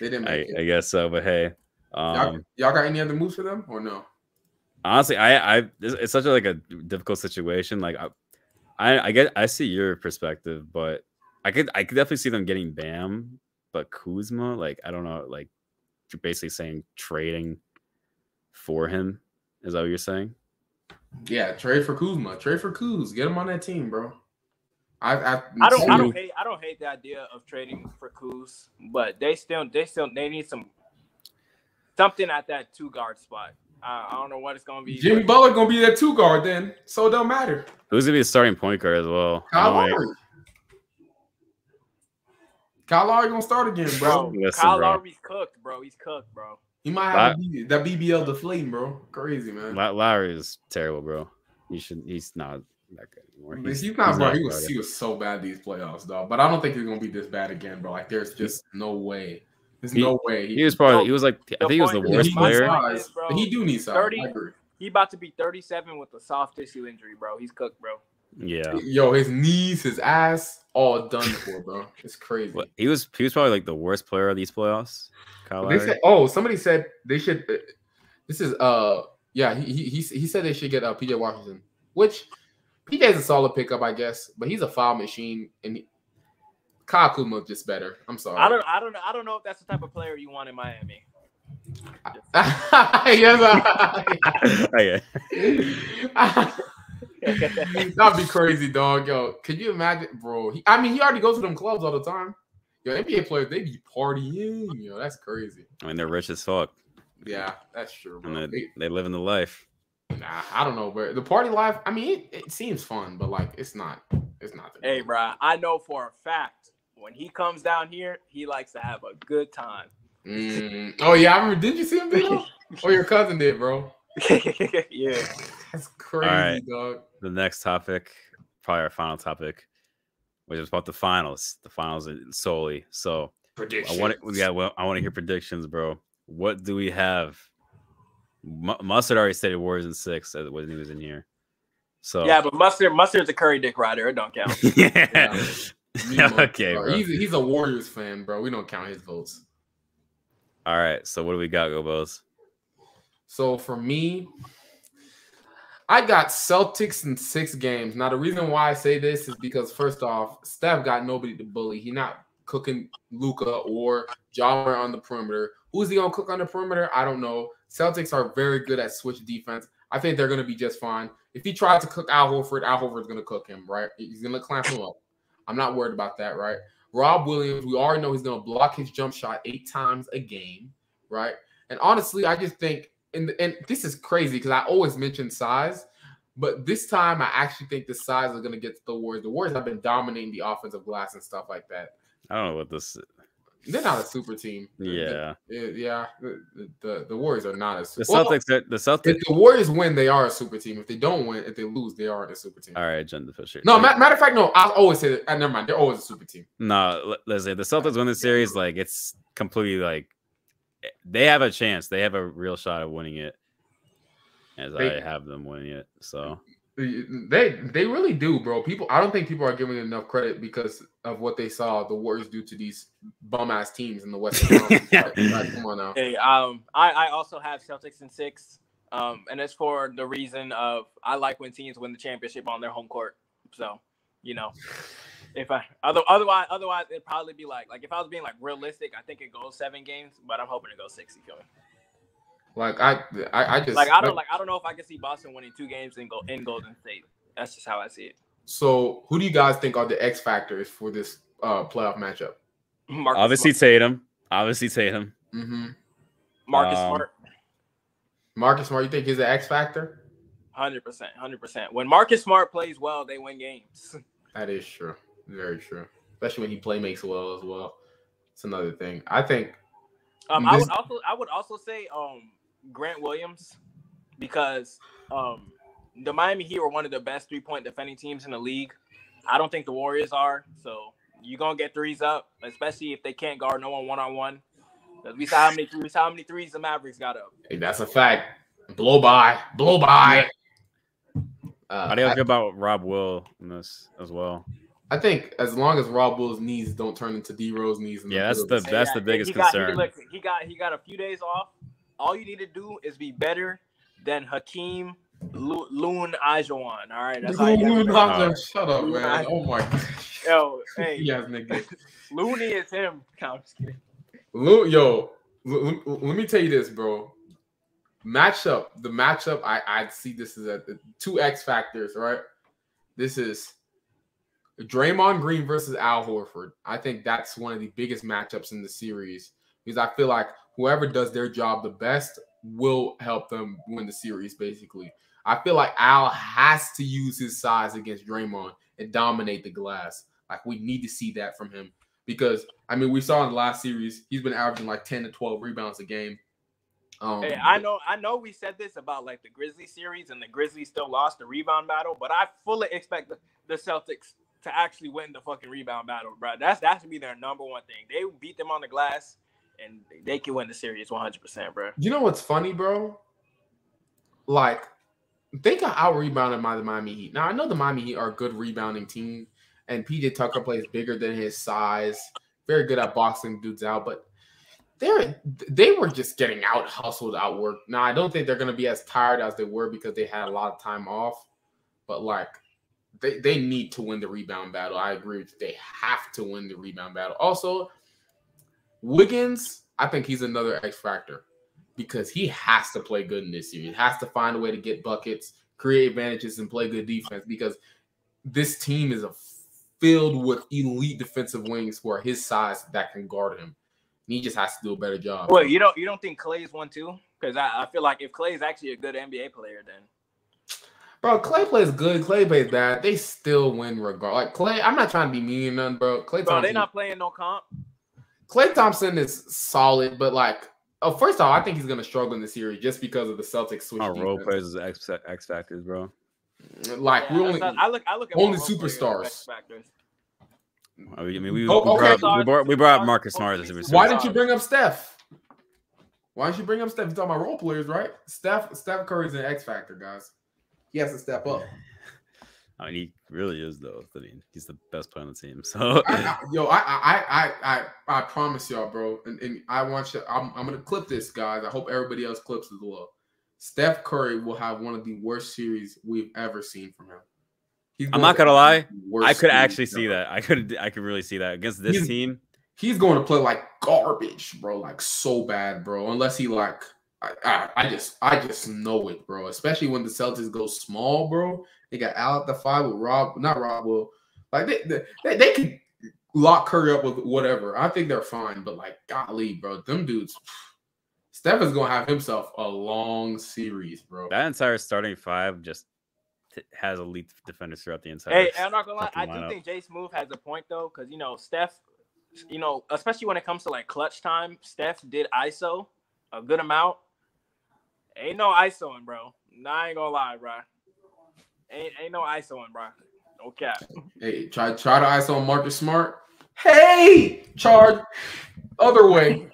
B: They didn't
A: I,
B: make it.
A: I guess so. But hey,
B: Y'all,
A: um,
B: y'all got any other moves for them or no?
A: honestly, I, I, it's it's such a, like a difficult situation. Like, I, I, I get, I see your perspective, but I could, I could definitely see them getting Bam, but Kuzma, like, I don't know, like, you're basically saying trading for him. Is that what you're saying?
B: Yeah, trade for Kuzma. Trade for Kuz. Get him on that team, bro. I I,
C: I don't, I
A: Ooh.
C: don't hate, I don't hate the idea of trading for Kuz, but they still, they still, they need some something at that two guard spot. I, I don't know what it's gonna be.
B: Jimmy
C: but-
B: Butler gonna be that two guard then, so it don't matter.
A: Who's gonna be the starting point guard as well? I
B: Kyle
A: don't like-
B: Lowry. Kyle Lowry gonna start again, bro.
C: bro,
A: Listen,
C: Kyle
A: bro.
C: Lowry's cooked, bro. He's cooked, bro.
B: He might have a B- that BBL deflating, bro. Crazy man.
A: La- Lowry is terrible, bro. He should. He's not that good anymore.
B: But He's, not, bro. He was,
A: good.
B: he was so bad these playoffs, dog. But I don't think he's gonna be this bad again, bro. Like, there's just no way. There's
A: He-
B: no way.
A: He was probably.
C: No,
A: He was like. I
C: the
A: think he was the
C: point
B: he
C: is
A: worst
B: needs
C: my
A: player.
C: point-
B: size.
C: bro.
B: But he do need size.
C: 30.
B: I agree.
C: He about to be 37 with a soft tissue injury, bro. He's cooked, bro.
A: Yeah.
B: Yo, his knees, his ass, all done for, bro. It's crazy.
A: What- He was. He was probably like the worst player of these playoffs. Kyle
B: They
A: Lowry.
B: said, oh, somebody said they should. uh, This is uh, yeah, he he he, he said they should get uh, PJ Washington, which PJ's a solid pickup, I guess, but he's a foul machine, and he, Kyle Kuzma just better. I'm sorry.
C: I don't, I don't, I don't know if that's the type of player you want in Miami.
B: yes, I-
A: okay.
B: That'd be crazy, dog. Yo, could you imagine, bro? He, I mean, he already goes to them clubs all the time. Yo, NBA players, they be partying. Yo, that's crazy.
A: I mean, they're rich as fuck,
B: Yeah, that's true. Bro.
A: and they,
B: They-
A: they live in the life.
B: Nah, I don't know, but the party life. I mean, it, it seems fun, but like, it's not. It's not. the-
C: Hey, bro, I know for a fact when he comes down here, he likes to have a good time.
B: Mm. Oh yeah, I remember. Did you see him video? oh, your cousin did, bro.
C: yeah.
B: That's crazy,
A: right.
B: dog.
A: The next topic, probably our final topic, which is about the finals. The finals solely. So I
B: Prediction.
A: want. Yeah. Well, I want to hear predictions, bro. What do we have? Mu Mustard already stated Warriors in six uh, when he was in here. So
C: Yeah, but mustard, mustard's a curry dick rider. It don't count.
A: yeah. okay, bro.
B: He's, he's a Warriors fan, bro. We don't count his votes.
A: All right. So what do we got, Gobos?
B: So for me, I got Celtics in six games. Now the reason why I say this is because first off, Steph got nobody to bully. He not cooking Luca or John Moran on the perimeter. Who's he gonna cook on the perimeter? I don't know. Celtics are very good at switch defense. I think they're gonna be just fine. If he tries to cook Al Horford, Al Horford's gonna cook him, right? He's gonna clamp him up. I'm not worried about that, right? Rob Williams, we already know he's gonna block his jump shot eight times a game, right? And honestly, I just think, and and this is crazy because I always mention size, but this time I actually think the size is going to get to the Warriors. The Warriors have been dominating the offensive glass and stuff like that.
A: I don't know what this.
B: They're not a super team.
A: Yeah,
B: Yeah, yeah. The, the, the Warriors are not a
A: the
B: super. Well,
A: Celtics. Are, the Celtics.
B: if the Warriors win, they are a super team. If they don't win, if they lose, they aren't a super team.
A: All right, Agenda Fisher.
B: No, ma- matter of fact, no. I always say that. Uh, never mind. They're always a super team.
A: no. let- Let's say the Celtics win the series. Like it's completely like eh, they have a chance. They have a real shot of winning it. As
B: They-
A: I have them winning it, so
B: They they really do, bro. People, I don't think people are giving enough credit because of what they saw the Warriors do to these bum ass teams in the Western Conference. Like, like, come on now.
C: Hey, um, I, I also have Celtics in six. Um, and it's for the reason of I like when teams win the championship on their home court. So, you know, if I other, otherwise otherwise it'd probably be like like if I was being like realistic, I think it goes seven games, but I'm hoping it goes six. You feel me?
B: Like I, I, I just
C: Like I don't like I don't know if I can see Boston winning two games in go in Golden State. That's just how I see it.
B: So, who do you guys think are the X factors for this uh playoff matchup?
C: Marcus
A: obviously
C: Smart,
A: Tatum, obviously Tatum,
B: Mm-hmm.
C: Marcus
A: um,
C: Smart.
B: Marcus Smart, you think he's an X factor?
C: Hundred percent, hundred percent. When Marcus Smart plays well, they win games.
B: That is true. Very true. Especially when he play makes well as well. It's another thing. I think
C: Um, I
B: This-
C: would also I would also say um Grant Williams because um the Miami Heat were one of the best three point defending teams in the league. I don't think the Warriors are, so you're gonna get threes up, especially if they can't guard no one one on one. We saw how many we saw how many threes the Mavericks got up.
B: hey, that's a fact. Blow by, blow by. Uh,
A: How do you feel about Rob Will in this as well?
B: I, I think as long as Rob Will's knees don't turn into D Rose knees. in
A: Yeah, that's
B: middle of
A: the That's
C: Yeah,
A: biggest
C: he got,
A: concern.
C: He, look, he got he got a few days off. All you need to do is be better than Hakeem Lu- Loon Ajuan. All right, that's how you gotta be.
A: Uh,
B: Shut up, man. Oh my gosh.
C: Yo, hey,
B: Yes, nigga.
C: Looney is him. No, I'm just kidding.
B: Lu- yo, l- l- l- let me tell you this, bro. Matchup, the matchup, I I see this is at the two X factors, right? This is Draymond Green versus Al Horford. I think that's one of the biggest matchups in the series because I feel like whoever does their job the best will help them win the series. Basically, I feel like Al has to use his size against Draymond and dominate the glass. Like we need to see that from him because I mean we saw in the last series he's been averaging like ten to twelve rebounds a game. Um,
C: Hey, I know, I know. We said this about like the Grizzly series, and the Grizzlies still lost the rebound battle. But I fully expect the, the Celtics to actually win the fucking rebound battle, bro. That's that should be their number one thing. They beat them on the glass, and they can win the series 100, percent bro.
B: You know what's funny, bro? Like, think of how rebounded by the Miami Heat. Now I know the Miami Heat are a good rebounding team, and PJ Tucker plays bigger than his size. Very good at boxing dudes out, but they're they were just getting out hustled, outworked. Now I don't think they're gonna be as tired as they were because they had a lot of time off, but like. They, they need to win the rebound battle. I agree. With you. They have to win the rebound battle. Also, Wiggins, I think he's another X factor because he has to play good in this series. He has to find a way to get buckets, create advantages, and play good defense because this team is a filled with elite defensive wings who are his size that can guard him. And he just has to do a better job.
C: Well, you don't you don't think Clay's one too? Because I, I feel like if Clay's actually a good NBA player, then
B: Bro, Clay plays good. Clay plays bad. They still win regard. Like Clay, I'm not trying to be mean or nothing, bro. Clay
C: bro, they're
B: Thompson,
C: not playing no comp.
B: Clay Thompson is solid, but like, oh, first off, I think he's gonna struggle in the series just because of the Celtics switch.
A: Our role
B: defense.
A: players is X, X factors, bro.
B: Like
C: Yeah,
B: we
C: that's
B: only
C: not- I look I look at
B: only
C: my role players as
B: superstars.
C: X factors.
A: I mean, we, we,
B: Oh, okay.
A: brought, up, we, brought, we brought up Marcus Smart. as a
C: Why
B: Why
A: resource.
B: didn't you bring up Steph? Why didn't you bring up Steph? You're talking about role players, right? Steph Steph Curry's an X factor, guys. He has to step up.
A: I mean, he really is though. I mean, he's the best player on the team. So
B: I, I, yo, I, I, I, I, I promise y'all, bro. And, and I want you. I'm, I'm gonna clip this, guys. I hope everybody else clips as well. Steph Curry will have one of the worst series we've ever seen from him. He's
A: I'm
B: going
A: not
B: to
A: gonna lie.
B: worst
A: I could
B: series
A: actually see
B: ever.
A: that. I could. I could really see that against this
B: He's-
A: team.
B: He's going to play like garbage, bro. Like so bad, bro. Unless he like, I, I, I just, I just know it, bro. Especially when the Celtics go small, bro. They got Al at the five with Rob, not Rob. Will like they, they, they, they could lock Curry up with whatever. I think they're fine, but like, golly, bro, them dudes. Steph is gonna have himself a long series, bro.
A: That entire starting five just t- has elite defenders throughout the entire.
C: Hey, I'm not gonna lie. I
A: fucking
C: do
A: lineup.
C: think Jace move has a point though, because you know Steph, you know especially when it comes to like clutch time, Steph did ISO a good amount. Ain't no ISOing, bro. Nah, I ain't gonna lie, bro. Ain't ain't no ISOing, bro. No cap.
B: Hey, try try to ice on Marcus Smart. Hey, charge other way.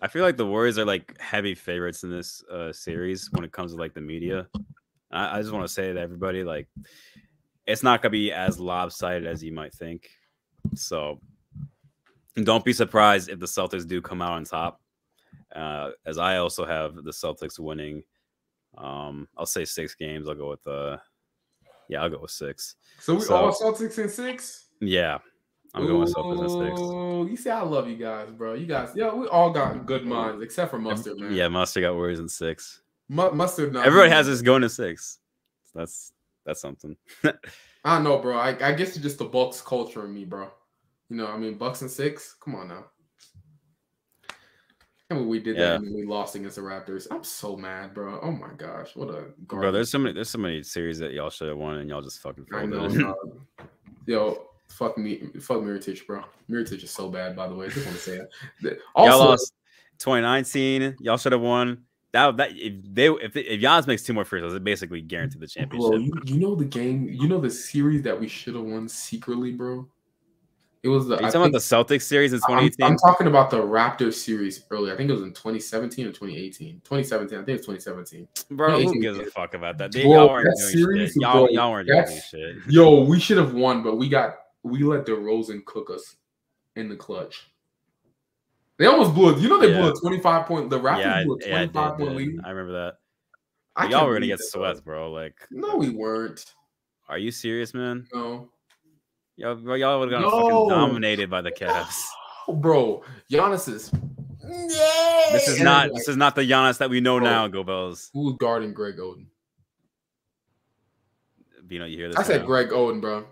A: I feel like the Warriors are like heavy favorites in this uh, series when it comes to like the media. I, I just want to say to everybody, like, it's not gonna be as lopsided as you might think. So, don't be surprised if the Celtics do come out on top. Uh, as I also have the Celtics winning. Um, I'll say six games. I'll go with uh, yeah, I'll go with six.
B: So we
A: So-
B: all Celtics in six.
A: Yeah, I'm going with Celtics in six.
B: Ooh, You see, I love you guys, bro. You guys, yeah, we all got good minds except for Mustard, man.
A: Yeah, Mustard got Warriors in six.
B: Mu- Mustard. Not
A: Everybody has this going to six. So that's that's something.
B: I don't know, bro. I, I guess it's just the Bucks culture in me, bro. You know, I mean, Bucks and six. Come on now. remember we did
A: Yeah.
B: that and then we lost against the Raptors. I'm so mad, bro. Oh my gosh, what a garbage.
A: Bro, there's so many there's so many series that y'all should have won and y'all just fucking
B: I
A: folded.
B: know. dog. Uh, yo, fuck me, fuck Miritich, bro. Miritich is so bad, by the way. I just want to say that. Th-
A: y'all
B: Also,
A: lost 2019. Y'all should have won. That that if they if if Giannis makes two more free throws, it basically guaranteed the championship.
B: bro, you, you know the game, you know the series that we should have won secretly, bro. It was the.
A: Are you
B: I
A: talking about
B: think-
A: the Celtics series in
B: I'm,
A: 2018?
B: I'm talking about the Raptors series earlier. I think it was in 2017 or 2018. 2017. I think it's 2017.
A: Bro,
B: Yeah,
A: who
B: you
A: gives a
B: did.
A: fuck about that? They,
B: Bro,
A: y'all weren't
B: that
A: doing
B: series,
A: shit. Y'all,
B: bro,
A: y'all weren't doing
B: that's-
A: shit.
B: Yo, we should have won, but we got we let DeRozan cook us in the clutch. They almost blew it. You know they blew
A: Yeah.
B: a 25 point. The Raptors
A: Yeah, I,
B: blew a
A: yeah, I,
B: 25
A: did,
B: point lead.
A: did. I remember that. y'all
B: I can't
A: were gonna
B: believe
A: get
B: that,
A: swept, bro. Like,
B: bro. No, we weren't.
A: are you serious, man?
B: No.
A: Y'all, bro, y'all would have gotten
B: No.
A: fucking dominated by the Cavs.
B: Oh, bro, Giannis is.
A: This is
B: Yeah.
A: not this is not the Giannis that we know
B: Bro.
A: now. Go Bells.
B: Who was guarding Greg Oden?
A: Bino, you hear this?
B: I said
A: now?
B: Greg Oden, bro.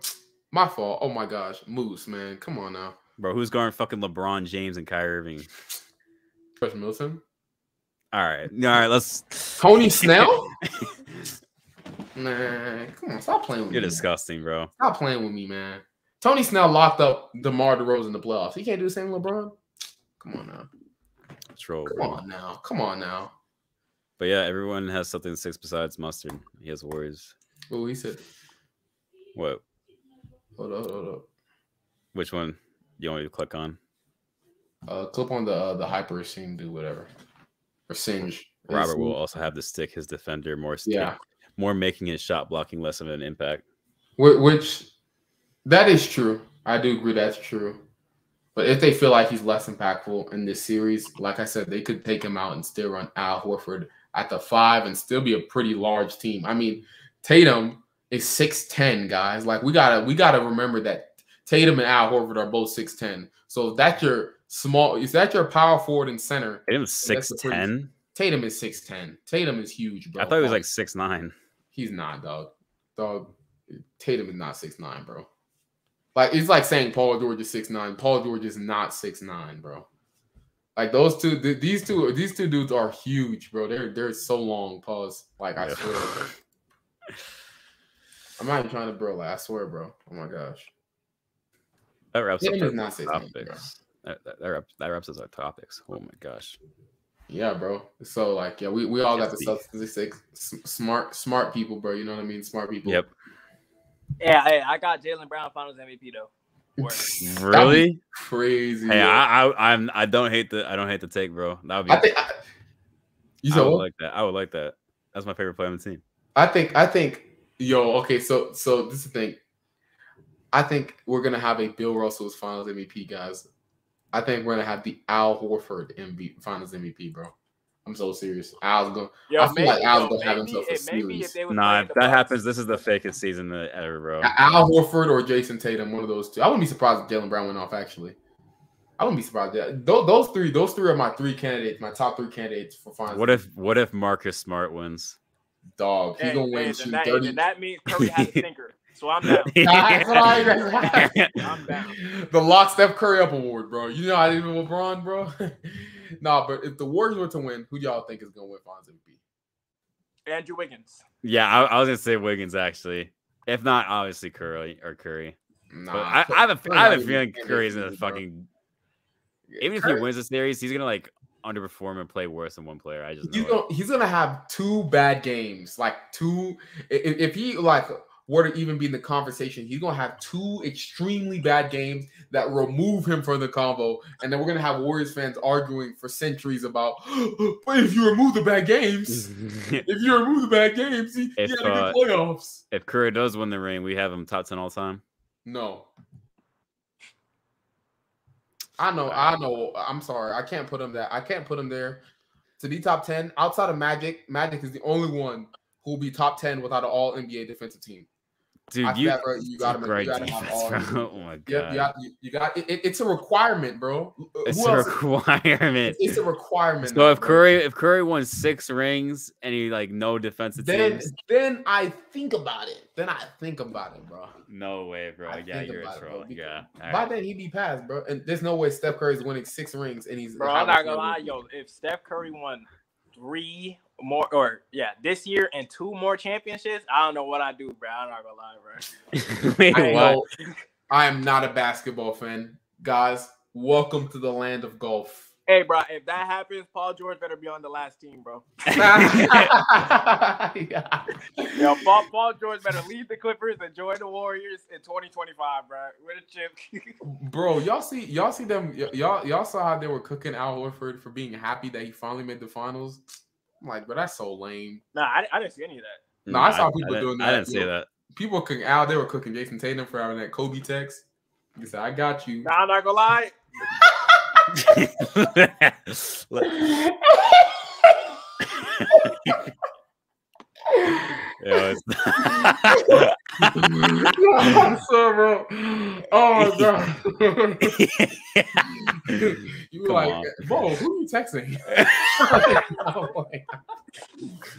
B: My fault. Oh my gosh, Moose, man, come on now.
A: bro. Who's guarding fucking LeBron James and Kyrie Irving?
B: Chris Middleton,
A: All right, all right. Let's.
B: Tony Snell. Man, come on, stop playing with
A: You're
B: me.
A: disgusting, bro.
B: Stop playing with me, man. Tony Snell locked up DeMar DeRozan in the playoffs. He can't do the same, with LeBron. Come on now.
A: Troll.
B: Come
A: bro.
B: on now. Come on now.
A: But yeah, everyone has something six besides mustard. He has Warriors.
B: Oh, he said,
A: What?
B: hold up, hold up.
A: Which one? You want me to click on?
B: Uh, clip on the uh, the hyper scene, do whatever. Or singe.
A: Robert will also have to stick his defender more. stick-
B: Yeah.
A: More making his shot blocking less of an impact.
B: Wh- Which, that is true. I do agree that's true. But if they feel like he's less impactful in this series, like I said, they could take him out and still run Al Horford at the five and still be a pretty large team. I mean, Tatum is six ten, guys. Like we gotta we gotta remember that Tatum and Al Horford are both six ten. So if that's your small, if that's your power forward and center,
A: Tatum's six
B: that's the pretty-
A: ten.
B: Tatum is six ten. Tatum is huge, bro.
A: I thought he was like six nine.
B: He's not, dog. Dog, Tatum is not six nine, bro. Like it's like saying Paul George is six nine. Paul George is not six nine, bro. Like those two, th- these two, these two dudes are huge, bro. They're they're so long. Pause. Like I
A: Yeah.
B: swear. Bro. I'm not even trying to bro. Like I swear, bro. Oh my gosh.
A: That wraps up
B: Tatum
A: our
B: is not six nine, bro.
A: topics. That, that, that wraps, that wraps up our topics. Oh my gosh.
B: Yeah, bro. So like, yeah, we, we all got the
A: Yes,
B: stuff. They say s- smart smart people, bro. You know what I mean? Smart people.
A: Yep.
C: Yeah, hey, I got Jalen Brown Finals MVP though. Word.
A: Really?
B: Crazy.
A: Hey,
B: yeah.
A: I, I I'm I don't hate the I don't hate the take, bro. That would be
B: I, think. I, you
A: I
B: said
A: would
B: what?
A: like that. I would like that. That's my favorite player on the team.
B: I think I think yo okay so so this is the thing. I think we're gonna have a Bill Russell's Finals MVP, guys. I think we're gonna have the Al Horford MVP Finals MVP, bro. I'm so serious. Al's going.
C: Yo,
B: I feel like Al's
C: yo,
B: gonna have himself a
C: it- maybe
B: series.
C: if they was
A: Nah,
C: playing
A: if
C: the
A: that
C: Bucks-
A: happens, this is the fakest season that ever, bro.
B: Al Horford or Jason Tatum, one of those two. I wouldn't be surprised if Jalen Brown went off. Actually, I wouldn't be surprised. That, those, those three, those three are my three candidates, my top three candidates for Finals.
A: What if what if Marcus Smart wins?
B: dog? He
C: Hey,
B: gonna
C: hey,
B: win.
C: then
B: Shoot
C: that,
B: thirty.
C: then that means Curry has a stinker. So I'm down.
B: That's what I-
C: I'm down.
B: the lock Steph Curry up award, bro. You know I did with LeBron, bro. nah, but if the Warriors were to win, who do y'all think is gonna win Finals MVP?
C: Andrew Wiggins.
A: yeah, I, I was gonna say Wiggins actually. If not, obviously Curry or Curry.
B: Nah,
A: But I, I have a, I have a feeling Curry's
B: Curry's
A: gonna fucking even if he
B: Curry-
A: wins the series, he's gonna like underperform and play worse than one player. I just know
B: He's
A: it.
B: gonna he's gonna have two bad games, like two. i- i- If he like were to even be in the conversation, he's gonna have two extremely bad games that remove him from the combo, and then we're gonna have Warriors fans arguing for centuries about. but if you remove the bad games, if you remove the bad games, he,
A: Mm-hmm. If,
B: he had a
A: uh,
B: good playoffs.
A: if Curry does win the ring, we have him top ten all time.
B: No. I know, I know. I'm sorry. I can't put him that. I can't put him there. To be top 10 outside of Magic, Magic is the only one who will be top 10 without an all NBA defensive team.
A: Dude,
B: I
A: you,
B: forgot, bro, you gotta- you
A: great
B: gotta have
A: defense,
B: all
A: bro.
B: these.
A: Oh my
B: Yep,
A: god,
B: you got, you- you got it, it- it's a requirement, bro.
A: it's
B: Who
A: a
B: else?
A: requirement.
B: It's, it's a requirement.
A: So
B: now,
A: if
B: bro.
A: Curry if Curry won six rings and he like no defensive
B: then
A: teams,
B: then I think about it. Then I think about it, bro.
A: no way, bro.
B: I
A: Yeah,
B: think
A: you're a
B: about it, bro,
A: troll.
B: because
A: Yeah. all
B: By
A: right.
B: then he'd be passed, bro. And there's no way Steph Curry's winning six rings and he's
C: Bro, I'm not gonna lie, yo. If Steph Curry won three more, or yeah, this year and two more championships, I don't know what I do, bro. I'm not gonna lie, bro.
A: Wait,
B: I,
A: what?
B: know, I am not a basketball fan, guys. Welcome to the land of golf.
C: Hey, bro, if that happens, Paul George better be on the last team, bro.
B: Yeah.
C: Yo, Paul, Paul George better leave the Clippers and join the Warriors in 2025, bro. With a chip.
B: Bro, y'all see y'all see them y- y'all y'all saw how they were cooking Al Horford for being happy that he finally made the finals. I'm like, but that's so lame.
C: nah, I, I didn't see any of that.
B: No, I saw people
A: didn't-
B: doing
A: I
B: that,
A: didn't see
B: yo.
A: that.
B: People cooking Al, they were cooking Jason Tatum for having that Kobe text. He said, I got you.
C: Nah, I'm not gonna lie.
A: Look, yo, it's-
B: I'm sorry, bro. Oh god. you
A: Come
B: like,
A: on.
B: bro, who you texting? I'm like,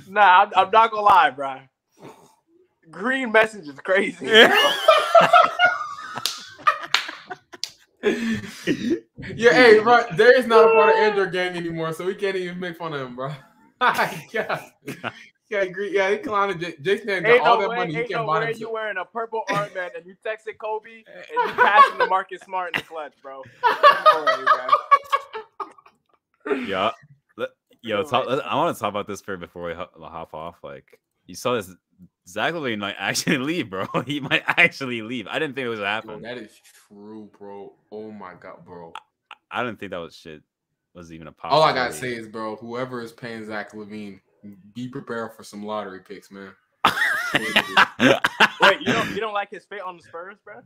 C: Nah, I'm, I'm not gonna lie, bro. Green message is crazy.
B: yeah, hey, bro, there is not a part of Andrew gang anymore, so we can't even make fun of him, bro. yeah, yeah, agree. Yeah, he clowned J- Jason Tatum got
C: Ain't
B: all
C: no
B: that
C: way,
B: money. He
C: ain't
B: can't
C: no
B: buy
C: way
B: him.
C: you wearing a purple armband and you texted Kobe and you passing to Marcus Smart in the clutch, bro. No way, bro.
A: yeah. Let- Yo, talk, let- I want to talk about this for before we hop, hop off. Like, you saw this. Zach Levine might actually leave, bro. He might actually leave. I didn't think it was
B: Yo,
A: happening.
B: that is true, bro. Oh my god, bro.
A: I didn't think that was shit was even a
B: All
A: possibility.
B: I gotta say is, bro, whoever is paying Zach Levine, be prepared for some lottery picks, man.
C: Wait, you don't you don't like his fit on the Spurs, bro?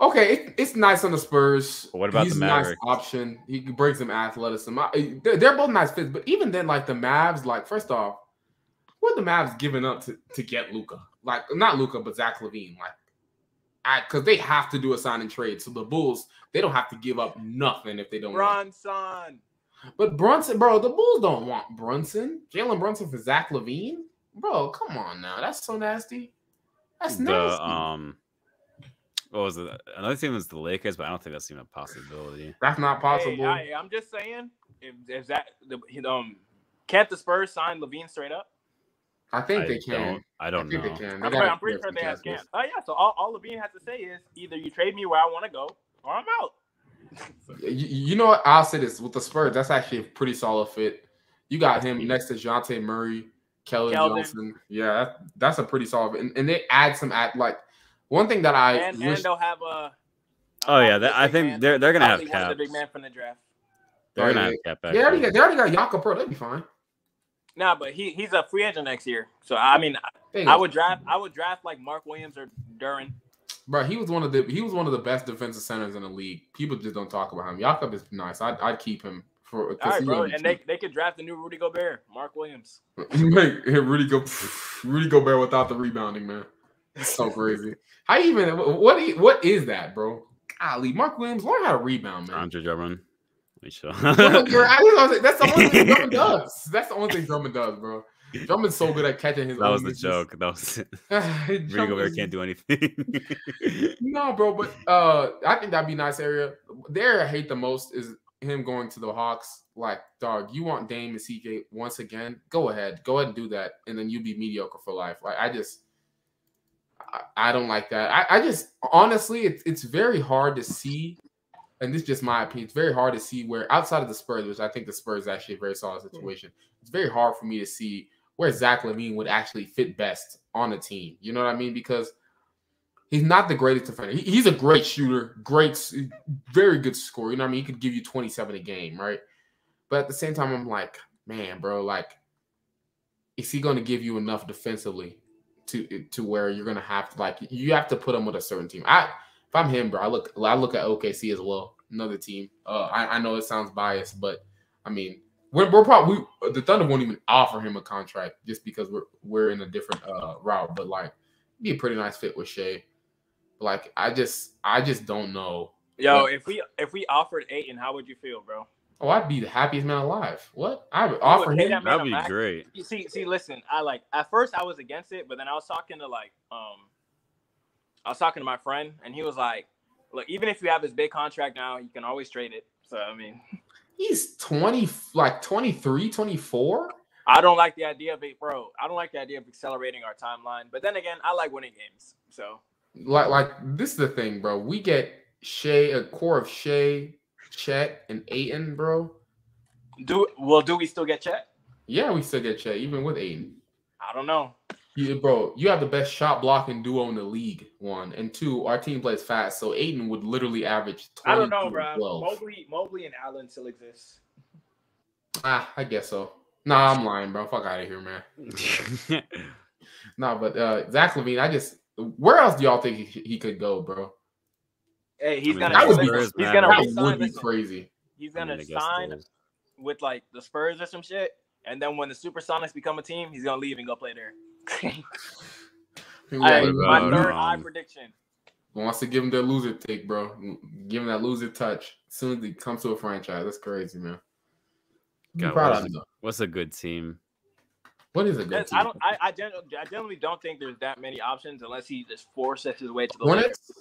B: Okay, it, it's nice on the Spurs.
A: But what about
B: He's
A: the
B: a nice
A: Mavericks?
B: option. He can bring some athleticism. I- They're, they're both nice fits, but even then, like the Mavs, like first off, what the Mavs giving up to, to get Luca? Like not Luca, but Zach Levine. Like, I because they have to do a sign and trade. So the Bulls, they don't have to give up nothing if they don't. want
C: Bronson.
B: But Brunson, bro, the Bulls don't want Brunson. Jalen Brunson for Zach Levine, bro. Come on now, that's so nasty. That's nasty.
A: the um, what was it? Another team was the Lakers, but I don't think that's even a possibility.
B: that's not possible.
C: Hey, I, I'm just saying, if if that the um can't the Spurs sign Levine straight up?
B: I think
A: I
B: they can.
A: don't. I don't
B: I think
A: know.
B: they can. They
C: I'm,
B: gotta
C: I'm pretty
B: clear
C: sure
B: some
C: they have
B: tackles.
C: can. Oh yeah, so all, all Levine has to say is either you trade me where I want to go or I'm out.
B: You, you know what? I'll say this with the Spurs. That's actually a pretty solid fit. You got him next to Jonte Murray, Kelly
C: Keldon.
B: Johnson. Yeah, that, that's a pretty solid. fit. And, and they add some at like one thing that I
C: And
B: wish.
C: and they'll have a.
A: Oh yeah, that, I
C: big man,
A: think they're they're gonna have
C: probably one
A: cap.
C: of the big man from the draft.
A: They're gonna have cap.
B: they already
A: actually.
B: got, they already got Jakob Purtle. That'd be fine.
C: Nah, but he he's a free agent next year. So I mean,
B: They
C: I
B: go.
C: would draft I would draft like Mark Williams or Duran.
B: Bro, he was one of the he was one of the best defensive centers in the league. People just don't talk about him. Jakob is nice. I'd, I'd keep him for. 'cause
C: All right,
B: he
C: bro,
B: on the
C: and they they could draft the new Rudy Gobert, Mark Williams.
B: You make him Rudy go Rudy Gobert without the rebounding, man. It's so crazy. How you even what i- what is that, bro? Golly, Mark Williams learn how to rebound, man.
A: Andre Drummond. We shall.
B: Drummond- I just wanna say, that's the only thing Drummond does. That's the only thing Drummond does, bro. Drummond's so good at catching his.
A: That was
B: own
A: the
B: misses.
A: joke. That was it.
B: Drummond
A: Rudy Gobert
B: is-
A: can't do anything.
B: No, bro, but uh, I think that'd be nice area. There, I hate the most is him going to the Hawks. Like, dog, you want Dame and CJ once again? Go ahead, go ahead and do that, and then you'd be mediocre for life. Like, I just, I, I don't like that. I, I just honestly, it's it's very hard to see, and this is just my opinion. It's very hard to see where outside of the Spurs, which I think the Spurs is actually a very solid situation. It's very hard for me to see where Zach Levine would actually fit best on a team. You know what I mean? Because He's not the greatest defender. He- he's a great shooter, great, s- very good scorer. You know what I mean? He could give you 27 a game, right? But at the same time, I'm like, man, bro, like, is he going to give you enough defensively to to where you're going to have like you have to put him with a certain team? I if I'm him, bro, I look I look at OKC as well, another team. Uh, I, I know it sounds biased, but I mean, we're, we're probably the Thunder won't even offer him a contract just because we're we're in a different uh route. But like be a pretty nice fit with Shea. Like I just I just don't know.
C: Yo, if we if we offered Aiton, how would you feel, bro?
B: Oh, I'd be the happiest man alive. What? I would offer
C: pay
B: him.
C: that man
A: That'd
C: a
A: be
C: max.
A: great.
C: You see, see, listen, I like at first I was against it, but then I was talking to like um I was talking to my friend and he was like, Look, even if you have this big contract now, you can always trade it. So I mean
B: He's 20 like 23, 24.
C: I don't like the idea of it, bro. I don't like the idea of accelerating our timeline. But then again, I like winning games. So
B: Like like this is the thing, bro. We get Shea, a core of Shea, Chet, and Aiton, bro.
C: do well do we still get Chet?
B: Yeah, we still get Chet, even with Aiton.
C: I don't know.
B: Yeah, bro, you have the best shot blocking duo in the league. One and two, our team plays fast, so Aiden would literally average. 20
C: I don't know, bro.
B: and 12.
C: Mobley Mobley and Allen still exists.
B: Ah, I guess so. Nah, I'm lying, bro. Fuck out of here, man. Nah, but uh, Zach Levine, I just where else do y'all think he, he could go, bro?
A: I
C: Hey, he's
A: mean,
C: gonna
B: that would be-
C: he's
A: that
C: gonna
B: That
C: resign,
B: would be
C: listen.
B: crazy.
C: he's
A: I mean,
C: gonna
A: I guess
C: sign
A: it is.
C: with like the Spurs or some shit. And then when the Supersonics become a team, he's gonna leave and go play there.
B: People
C: Hey,
B: like,
A: what
C: my
A: about,
C: third
A: um,
C: eye prediction.
B: wants to give him that loser take, bro. Give him that loser touch. As soon as he comes to a franchise, that's crazy, man. Be
A: God,
B: proud
A: what
B: of
A: is
B: him, though.
A: What's a good team?
B: What is a good
C: That's-
B: team?
C: I don't. I, I, gen- I generally don't think there's that many options unless he just forces his way to the. Lakers.
B: Hornets.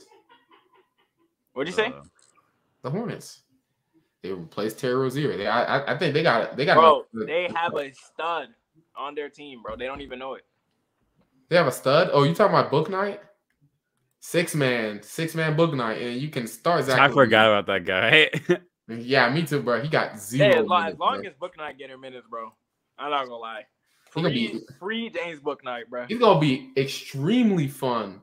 C: What'd you say,
A: Uh,
B: The Hornets. They replaced Terry Rozier. They, I, I- I think they got they got
C: bro?
B: enough-
C: They have a stud on their team, bro. They don't even know it.
B: They have a stud. Oh, you talking about Book Night? Six man, six man Book Night, and you can start Zach.
A: I
B: Levine.
A: forgot about that guy.
B: Yeah, me too, bro. He got zero.
C: Hey, as long,
B: minutes,
C: as, long
B: bro.
C: as Book Night getting minutes, bro. I'm not gonna lie.
B: He gonna
C: Free,
B: be-
C: free James Book Night, bro.
B: he's gonna be extremely fun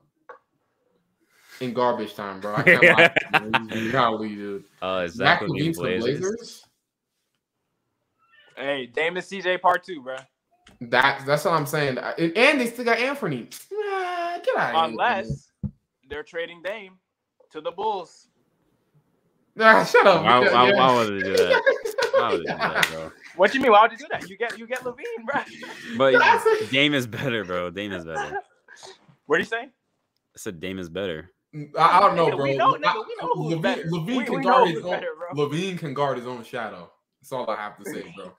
B: in garbage time, bro. I can't lie. Golly, dude.
A: uh, is
B: Zach
A: Zach Levine
B: Levine to the
A: Blazers?
B: Blazers.
C: Hey, Damon CJ part two, bro.
B: That that's what I'm saying. I- And they still got Anthony. Nah, get out of here.
C: Unless they're trading Dame to the Bulls.
B: Nah, shut up.
A: Why,
B: Oh, Yeah,
A: why,
B: yeah.
A: why would they do that? Why would they do that, bro?
C: What you mean? Why would you do that? You get you get Levine, bro.
A: But Dame is better, bro. Dame is better.
C: What do you say?
A: I said Dame is better.
B: I, I don't know,
C: Nigga,
B: bro.
C: we know- nigga, we know who's
B: Levine,
C: better.
B: Levine
C: We-
B: can
C: we know
B: guard
C: who's
B: his own.
C: better, bro.
B: Levine can guard his own shadow. That's all I have to say, bro.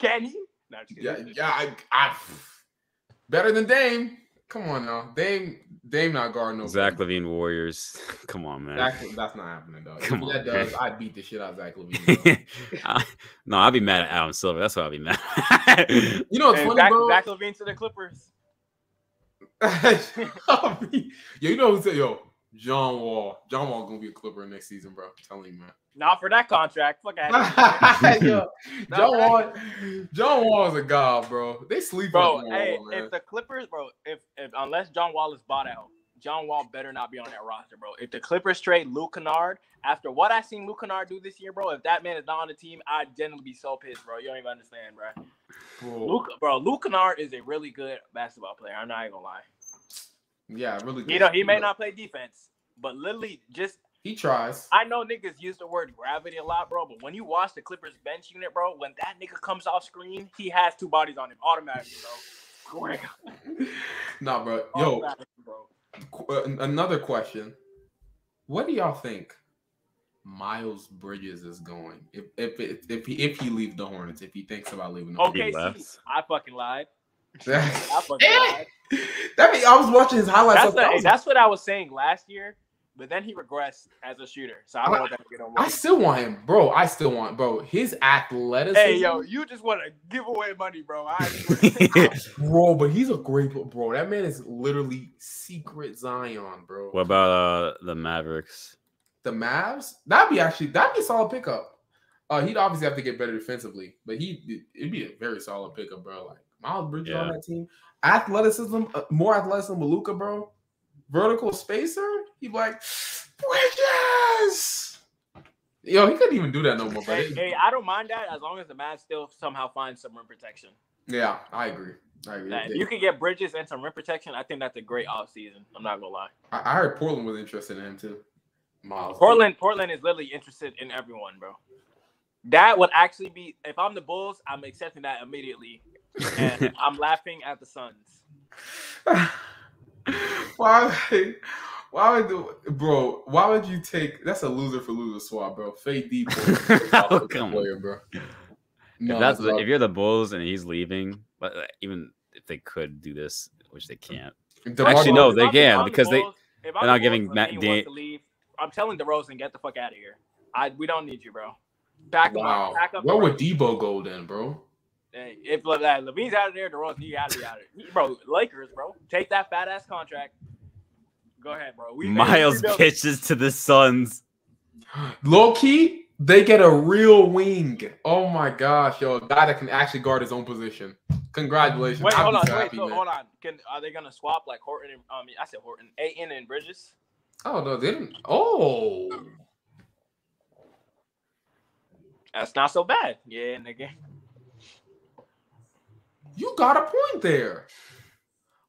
C: Can he? No, I'm just
B: Yeah,
C: kidding.
B: yeah, I, I better than Dame. Come on now, Dame, Dame not guarding no
A: Zach Levine Warriors. Come on, man.
B: Zach, that's not happening, dog.
A: Come
B: if that
A: on,
B: does,
A: man.
B: I'd beat the shit out of Zach Levine. dog.
A: I- no, I'll be mad at Adam Silver. That's what I'll be mad. at.
B: you know what's
C: Hey,
B: funny,
C: Zach,
B: bro?
C: Zach Levine to the Clippers.
B: I'll be- yo, you know who's yo John Wall. John Wall gonna be a Clipper next season, bro. I'm telling you, man.
C: Not for that contract. Fuck out.
B: Yo,
C: No,
B: John Wall, John Wall is a god, bro. They sleep
C: bro,
B: on John
C: hey,
B: Wall, man.
C: if the Clippers, bro, if, if unless John Wall is bought out, John Wall better not be on that roster, bro. If the Clippers trade Luke Kennard, after what I seen Luke Kennard do this year, bro, if that man is not on the team, I'd generally be so pissed, bro. You don't even understand, bro.
B: Bro,
C: Luke, bro, Luke Kennard is a really good basketball player. I'm not even gonna lie.
B: yeah, really. good.
C: You know, he may not play defense, but literally just
B: He tries.
C: I know niggas use the word gravity a lot, bro, but when you watch the Clippers bench unit, bro, when that nigga comes off screen, he has two bodies on him automatically, bro.
B: nah, bro. Yo,
C: Automatically, bro.
B: qu- uh, an- another question. What do y'all think Miles Bridges is going? If if if, if he if he leaves the Hornets, if he thinks about leaving the
C: Okay,
A: left.
C: see, I fucking lied.
B: Hornets.
C: I fucking lied.
B: that be, I was watching his highlights.
C: That's,
B: I
C: the-
B: was-
C: that's what I was saying last year, but then he regressed as a shooter, so I don't want that to get on.
B: I
C: record.
B: still want him, bro. I still want bro. His athleticism.
C: Hey, yo, you just want to give away money, bro. I
B: Bro, but he's a great bro. That man is literally secret Zion, bro.
A: what about uh, the Mavericks?
B: the Mavs, that'd be actually that'd be a solid pickup. Uh, he'd obviously have to get better defensively, but he it'd be a very solid pickup, bro. Like Miles Bridges on
A: Yeah.
B: that team, athleticism, uh, more athleticism than Luka, bro. Vertical spacer, he'd be like Bridges. Yo, he couldn't even do that no more, but
C: hey,
B: it-
C: hey, I don't mind that as long as the Mavs still somehow find some rim protection.
B: yeah, I agree. I agree.
C: That-
B: They-
C: you can get Bridges and some rim protection. I think that's a great offseason. I'm not gonna lie.
B: I, I heard Portland was interested in him too. Miles
C: Portland, Portland is literally interested in everyone, bro. That would actually be if I'm the Bulls, I'm accepting that immediately, and I'm laughing at the Suns.
B: Why? would- Why would do, bro? Why would you take? That's a loser for loser swap, bro. Fade deep,
E: Oh, come on.
B: player, bro.
E: if that's
B: not-
E: the, if you're the Bulls and he's leaving, but uh, even if they could do this, which they can't.
B: DeMar-
E: Actually, no, they
C: If I'm- if
E: can,
C: I'm the
E: because they-
C: Bulls- if I'm
E: they're
C: the
E: not
C: Bulls
E: giving
C: and
E: Matt
C: Levine wants
E: Dan-
C: to leave, I'm telling DeRozan, get the fuck out of here. I we don't need you, bro. Back him
B: Wow.
C: up, back up.
B: Where
C: DeRozan.
B: would Debo go then, bro?
C: Hey, if Le- Le- Levine's out of there, DeRozan, you gotta be out of there, bro. Lakers, bro, take that fat ass contract. Go ahead, bro. We
E: Miles
C: we know-
E: pitches to the Suns.
B: Low key, they get a real wing. Oh my gosh, yo, a guy that can actually guard his own position. Congratulations.
C: Wait,
B: I'd
C: hold
B: be
C: on,
B: so
C: wait,
B: happy,
C: so,
B: man.
C: hold on. Can are they gonna swap like Horton? And, I mean, I said Horton, Aiton and Bridges.
B: Oh no, they didn't. Oh,
C: That's not so bad. Yeah, nigga.
B: you got a point there.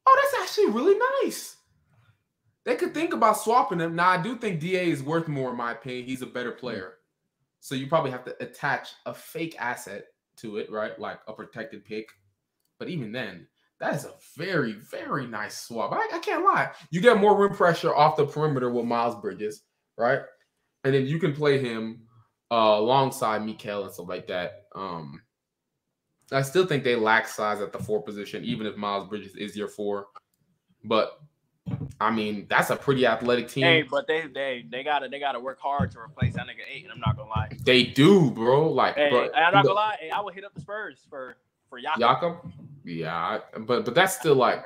B: Oh, that's actually really nice. They could think about swapping him. Now, I do think Da is worth more, in my opinion. He's a better player. So you probably have to attach a fake asset to it, right? Like a protected pick. But even then, that is a very, very nice swap. I, I can't lie. You get more rim pressure off the perimeter with Miles Bridges, right? And then you can play him uh, alongside Mikael and stuff like that. Um, I still think they lack size at the four position, even if Miles Bridges is your four. But I mean, that's a pretty athletic team.
C: Hey, but they they they gotta they gotta work hard to replace that nigga Aiton. I'm not gonna lie.
B: they do, bro. Like,
C: Hey,
B: bro,
C: I'm not gonna lie. Hey, I would hit up the Spurs for for Yaku.
B: Jakob? Yeah, I- but but that's still like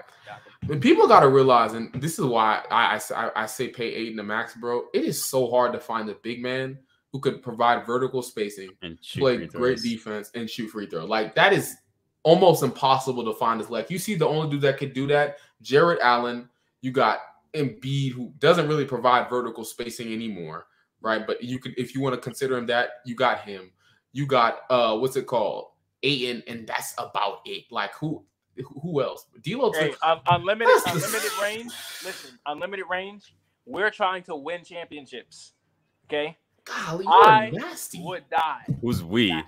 B: And people got to realize, and this is why I, I s- I- I say pay eight in the max, bro. It is so hard to find a big man who could provide vertical spacing,
E: And shoot
B: play
E: free
B: great
E: throws.
B: defense, and shoot free throw. Like that is almost impossible to find his left. You see, the only dude that could do that, Jared Allen. You got Embiid, who doesn't really provide vertical spacing anymore, right? But you could, if you want to consider him that, you got him. You got uh, what's it called, Aiton, and that's about it. Like who, who else? D'Lo took
C: Hey, un- unlimited unlimited range. Listen, unlimited range. We're trying to win championships. Okay,
B: Golly,
C: you're I
B: nasty.
C: would die.
E: Who's we?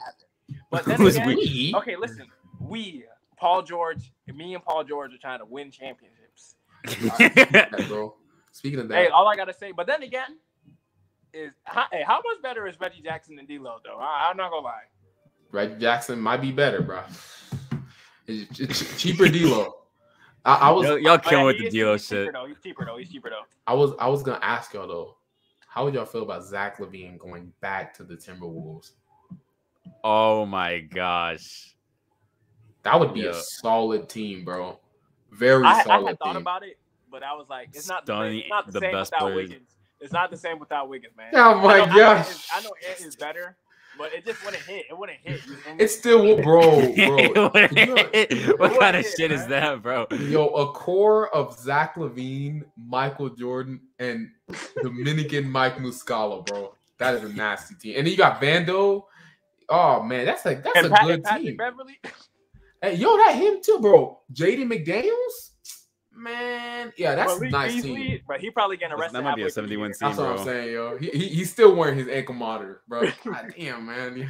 C: But then
E: Who's
C: again,
E: we?
C: okay, listen. We, Paul George, me and Paul George are trying to win championships.
B: bro. Speaking of
C: Hey,
B: that,
C: all I gotta say. But then again, is how, hey, how much better is Reggie Jackson than D'Lo though? I, I'm not gonna lie.
B: Reggie Jackson might be better, bro. It's- it's cheaper D'Lo. I, I was,
E: Y'all, y'all
C: Oh,
E: killing
C: yeah,
E: with
C: he
E: the
C: is-
E: D'Lo
C: he's cheaper
E: shit.
C: though. He's cheaper though. He's cheaper though.
B: I was, I was gonna ask y'all though. How would y'all feel about Zach Levine going back to the Timberwolves?
E: Oh my gosh.
B: That would be a
E: Yeah.
B: solid team, bro. Very
C: I, I
B: solid
C: had thought
B: team.
C: about it, but I was like, it's not the same,
E: Stunning,
C: it's not the
E: the
C: same
E: best
C: without
E: players.
C: Wiggins. It's not the same without Wiggins, man.
B: oh my
C: I
B: gosh,
C: know, I know, it, I know it is better, but it just wouldn't hit. It wouldn't hit. you feel me?
B: it's still bro, bro.
E: what
C: What
E: kind of
C: is,
E: shit is
C: man?
E: that, bro?
B: Yo, a core of Zach Levine, Michael Jordan, and Dominican Mike Muscala, bro. That is a nasty team. And then you got Vando. Oh man, that's a that's
C: and
B: a
C: Pat,
B: good
C: and Patrick
B: team.
C: Beverly.
B: Hey, yo, that him too, bro. JD McDaniels, man. Yeah, that's a
C: Malik
B: nice
C: Beasley,
B: team.
C: But he probably getting arrested.
E: That might be a
C: halfway through
E: 71
C: the year.
E: seed.
B: That's what
E: bro.
B: I'm saying, yo. He, he, he's still wearing his ankle monitor, bro. God damn, man.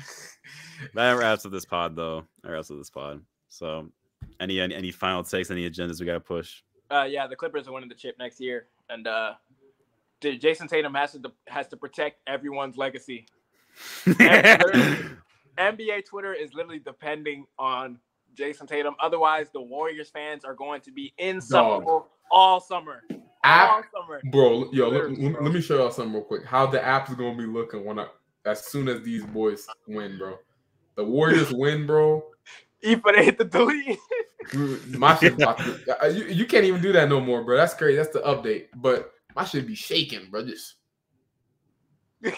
E: That wraps up this pod, though. That wraps up this pod. So, any any, any final takes, any agendas we got to push?
C: Uh, yeah, the Clippers are winning the chip next year, and uh, dude, Jason Tatum has to has to protect everyone's legacy. NBA Twitter is literally depending on Jason Tatum. Otherwise, the Warriors fans are going to be insufferable all summer.
B: App,
C: all summer.
B: bro. Yo, let, let- let me show y'all something real quick. How the app's gonna be looking when I, as soon as these boys win, bro. The Warriors win, bro.
C: If they hit the delete.
B: My shit about to, uh, you, you can't even do that no more, bro. That's crazy. That's the update. But my shit be shaking, bro. Just I'm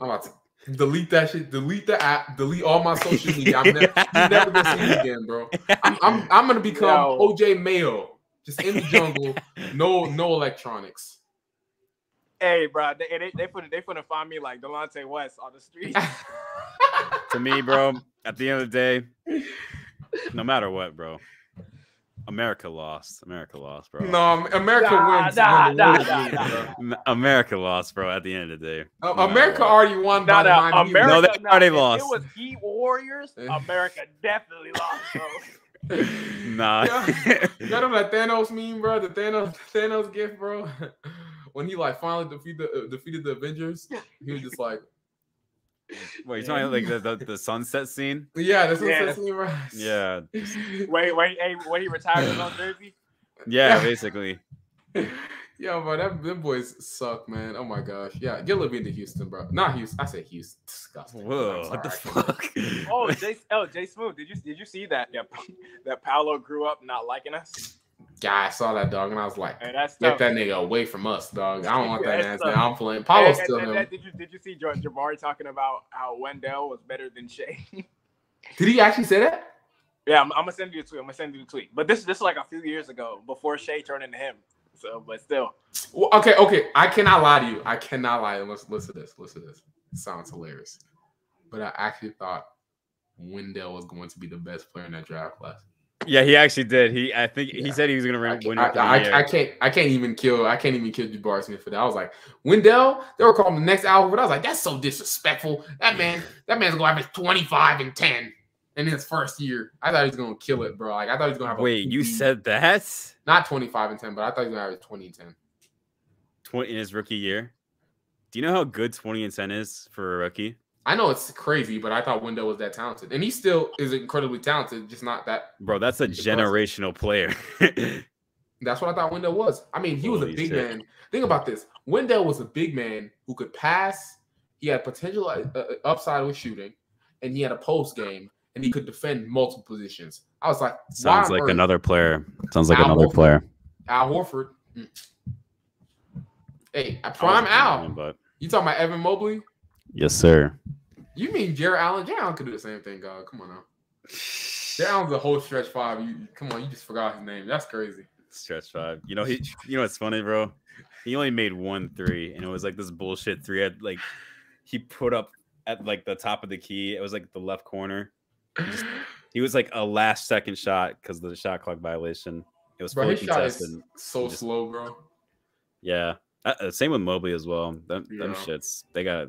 B: about to delete that shit. Delete the app. Delete all my social media. I'm never, you're never gonna see me again, bro. I'm I'm, I'm gonna become
C: Yo.
B: OJ Mayo, just in the jungle. No no electronics.
C: hey, bro, they they they finna, they finna find me like Delonte West on the street.
E: to me, bro, at the end of the day, no matter what, bro, America lost. America lost, bro.
B: No, Am- America
C: Nah,
B: wins.
C: nah,
B: when the
C: nah,
B: Warriors
C: nah,
B: win,
C: nah,
B: bro.
C: nah.
E: M- America lost, bro, at the end of the day.
B: Uh,
E: No matter
B: America
E: what.
B: already won
C: No,
B: by
C: no,
B: the Miami Heat.
C: uh, America.
E: No, they already
C: if
E: lost.
C: It was Heat Warriors.
B: Yeah.
C: America definitely lost, bro.
A: Nah.
B: Yeah. You know that Thanos meme, bro? The Thanos Thanos gift, bro. When he like finally defeated the, uh, defeated the Avengers, he was just like,
A: Wait, you talking about, like the, the, the sunset scene?
B: "Yeah, this is
C: Yeah.
B: yeah. scene, bro."
A: Yeah.
C: Wait, wait, hey, when he retired his own jersey.
A: Yeah, basically.
B: Yeah, bro, that them boys suck, man. Oh my gosh. Yeah, get Levine to Houston, bro. Not Houston. I said Houston. Disgusting. I'm
A: Whoa, what the
B: sorry.
A: fuck?
C: Oh, Jay, oh, Jay Smooth, did you did you see that? That, that Paolo grew up not liking us.
B: Yeah, I saw that dog and I was like,
C: Hey, that's
B: get
C: tough.
B: that nigga away from us, dog. I don't want that
C: That's
B: ass.
C: tough.
B: nigga. I'm playing. Paulo's
C: And-
B: still
C: and-
B: him.
C: and that- Did you did you see Ja- Jabari talking about how Wendell was better than Shea?
B: Did he actually say that?
C: yeah, I'm, I'm gonna send you a tweet. I'm gonna send you a tweet. But this this is like a few years ago before Shea turned into him. So, but still,
B: Well, okay, okay. I cannot lie to you. I cannot lie. Let's listen to this. Listen to this. It sounds hilarious. But I actually thought Wendell was going to be the best player in that draft class.
A: yeah, he actually did. He I think
B: Yeah.
A: he said he was gonna
B: I,
A: win. win
B: I,
A: Rookie of the
B: I-
A: Year.
B: I can't I can't even kill I can't even kill Jabari Smith for that. I was like, Wendell, they were calling him the next Al Horford. I was like, that's so disrespectful. That man, that man's gonna have 25 and 10 in his first year. I thought he was gonna kill it, bro. Like I thought he was gonna have a mm-hmm.
A: Wait, you
B: 50
A: said that
B: not 25 and 10, but I thought he was gonna have 20 and 10.
A: twenty in his rookie year? Do you know how good twenty and ten is for a rookie?
B: I know it's crazy, but I thought Wendell was that talented. And he still is incredibly talented, just not that.
A: Bro, that's a
B: Impressive.
A: generational player.
B: That's what I thought Wendell was. I mean, he was a
A: Holy
B: big
A: shit.
B: man. Think about this. Wendell was a big man who could pass. He had potential uh, uh, upside with shooting, and he had a post game, and he could defend multiple positions. I was like, why
A: Sounds
B: on
A: like
B: earth-
A: another player. Sounds like
B: Al
A: another
B: Horford.
A: player.
B: Al Horford. Mm. Hey, I
A: I wasn't
B: prime
A: thinking
B: Al.
A: of him, but
B: You talking about Evan Mobley?
A: yes, sir.
B: You mean Jared Allen? Jared Allen could do the same thing, God. Come on now. Jared Allen's a whole stretch five. You come on, you just forgot his name. That's crazy.
A: Stretch five. You know he. You know it's funny, bro. He only made one three, and it was like this bullshit three. At like, he put up at like the top of the key. It was like the left corner. He was like a last second shot because the shot clock violation. It was
B: Bro,
A: fully
B: his shot is
A: contested.
B: so
A: Just-
B: slow, bro.
A: Yeah. Uh, uh, same with Mobley as well. Them, them
B: Yeah.
A: shits, they got,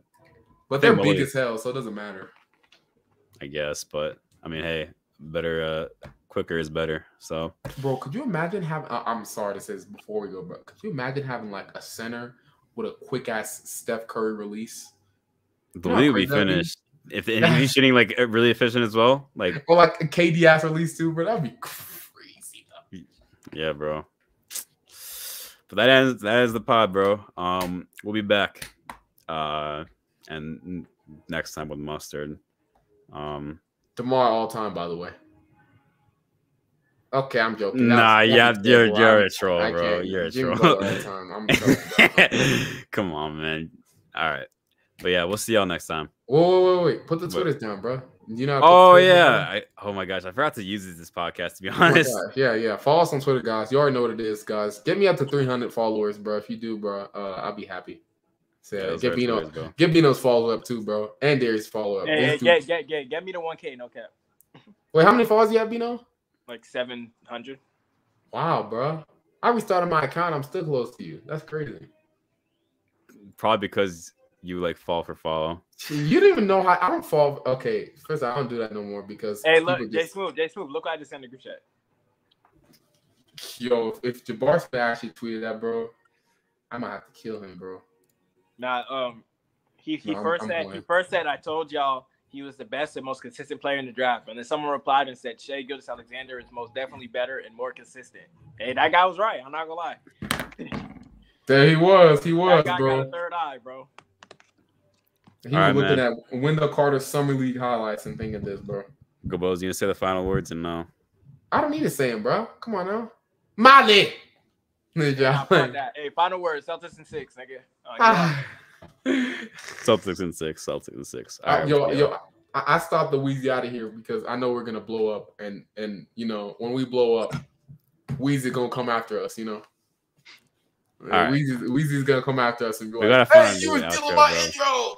B: But they're
A: Hey, Malik.
B: big as hell, so it doesn't matter.
A: I guess. But I mean, hey, better, uh, quicker is better. So
B: Bro, could you imagine having? I- I'm sorry to say this before we go, but could you imagine having like a center with a quick ass Steph Curry release,
A: the
B: Yeah,
A: league will be
B: crazy that'd be-
A: finished. If and he's shooting like uh, really efficient as well, like
B: or like a KD ass release too, bro? That'd be crazy. Though.
A: yeah, bro. But that ends that is the pod, bro. Um, we'll be back, uh, and n- next time with mustard. Um,
B: Demar all time, by the way. Okay, I'm joking. That was-
A: nah,
B: that
A: yeah,
B: was
A: you're
B: terrible.
A: you're
B: I'm-
A: a troll,
B: I
A: bro.
B: can't.
A: You're a
B: Jimmy
A: troll.
B: Butler all the time. I'm joking.
A: Come on, man. All right. But yeah, we'll see y'all next time.
B: Whoa, wait, wait, wait! Put the
A: What?
B: Twitters down, bro. You know. how to put
A: Oh
B: Twitters down?
A: yeah. I, oh my gosh, I forgot to use this podcast to be
B: Oh my
A: honest.
B: gosh, yeah, yeah. Follow us on Twitter, guys. You already know what it is, guys. Get me up to 300 followers, bro. If you do, bro, uh, I'll be happy. So,
A: Yeah,
B: yeah,
A: those are
B: get
A: our
B: Bino,
A: stories, bro.
B: get Bino's follow up too, bro, and Darius follow up.
C: yeah, yeah,
B: These two-
C: get, get, get, get me to 1K, no cap,
B: Wait, how many followers you have, Bino?
C: like 700.
B: Wow, bro. I restarted my account. I'm still close to you. That's crazy.
A: Probably because you like fall for follow.
B: You didn't even know how I don't fall. Okay, first I don't do that no more because
C: Hey, look,
B: people
C: Jay
B: just-
C: Smooth, Jay Smooth, look what I just sent the group chat.
B: yo, if Jabbar Smith actually tweeted that, bro, I might have to kill him, bro.
C: Nah, um, he, he
B: No, I'm-
C: 1st
B: I'm
C: said he
B: playing.
C: first said I told y'all he was the best and most consistent player in the draft, and then someone replied and said Shea Gildas Alexander is most definitely better and more consistent. Hey, that guy was right. I'm not gonna lie.
B: There he was. He was,
C: that guy
B: bro.
C: got a third eye, bro.
B: He
A: All right,
B: was looking at Wendell Carter's summer league highlights and thinking this, bro.
A: Gobo's, you gonna say the final words and no.
B: I don't need to say him, bro. Come on now. Molly. Good
C: Nah,
B: job.
C: fuck that. Hey, final word, Celtics and six, nigga. Uh,
B: Ah.
A: Celtics and six, Celtics and six. All
B: I-
A: right,
B: yo,
A: yeah.
B: yo, I, I stopped the Weezy out of here because I know we're gonna blow up, and and you know when we blow up, Weezy gonna come after us, you know.
A: right.
B: Weezy, Weezy's gonna come after us and be
A: We
B: like,
A: gotta find a new outro, bro.
B: intro."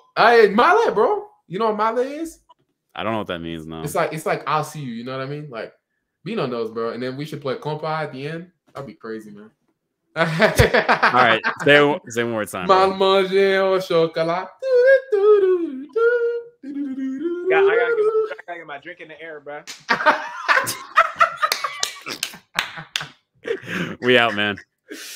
B: Hey, Mile, bro. You know what Mile is?
A: I don't know what that means now.
B: It's like it's like I'll see you. You know what I mean? Like Bino knows, bro. And then we should play compa at the end. That'd be crazy, man. All
A: All right, say it one- say it one more time. bro.
B: Man manger au chocolat.
C: Yeah, I gotta get my, I gotta get my drink in the air, bro.
A: we out, man.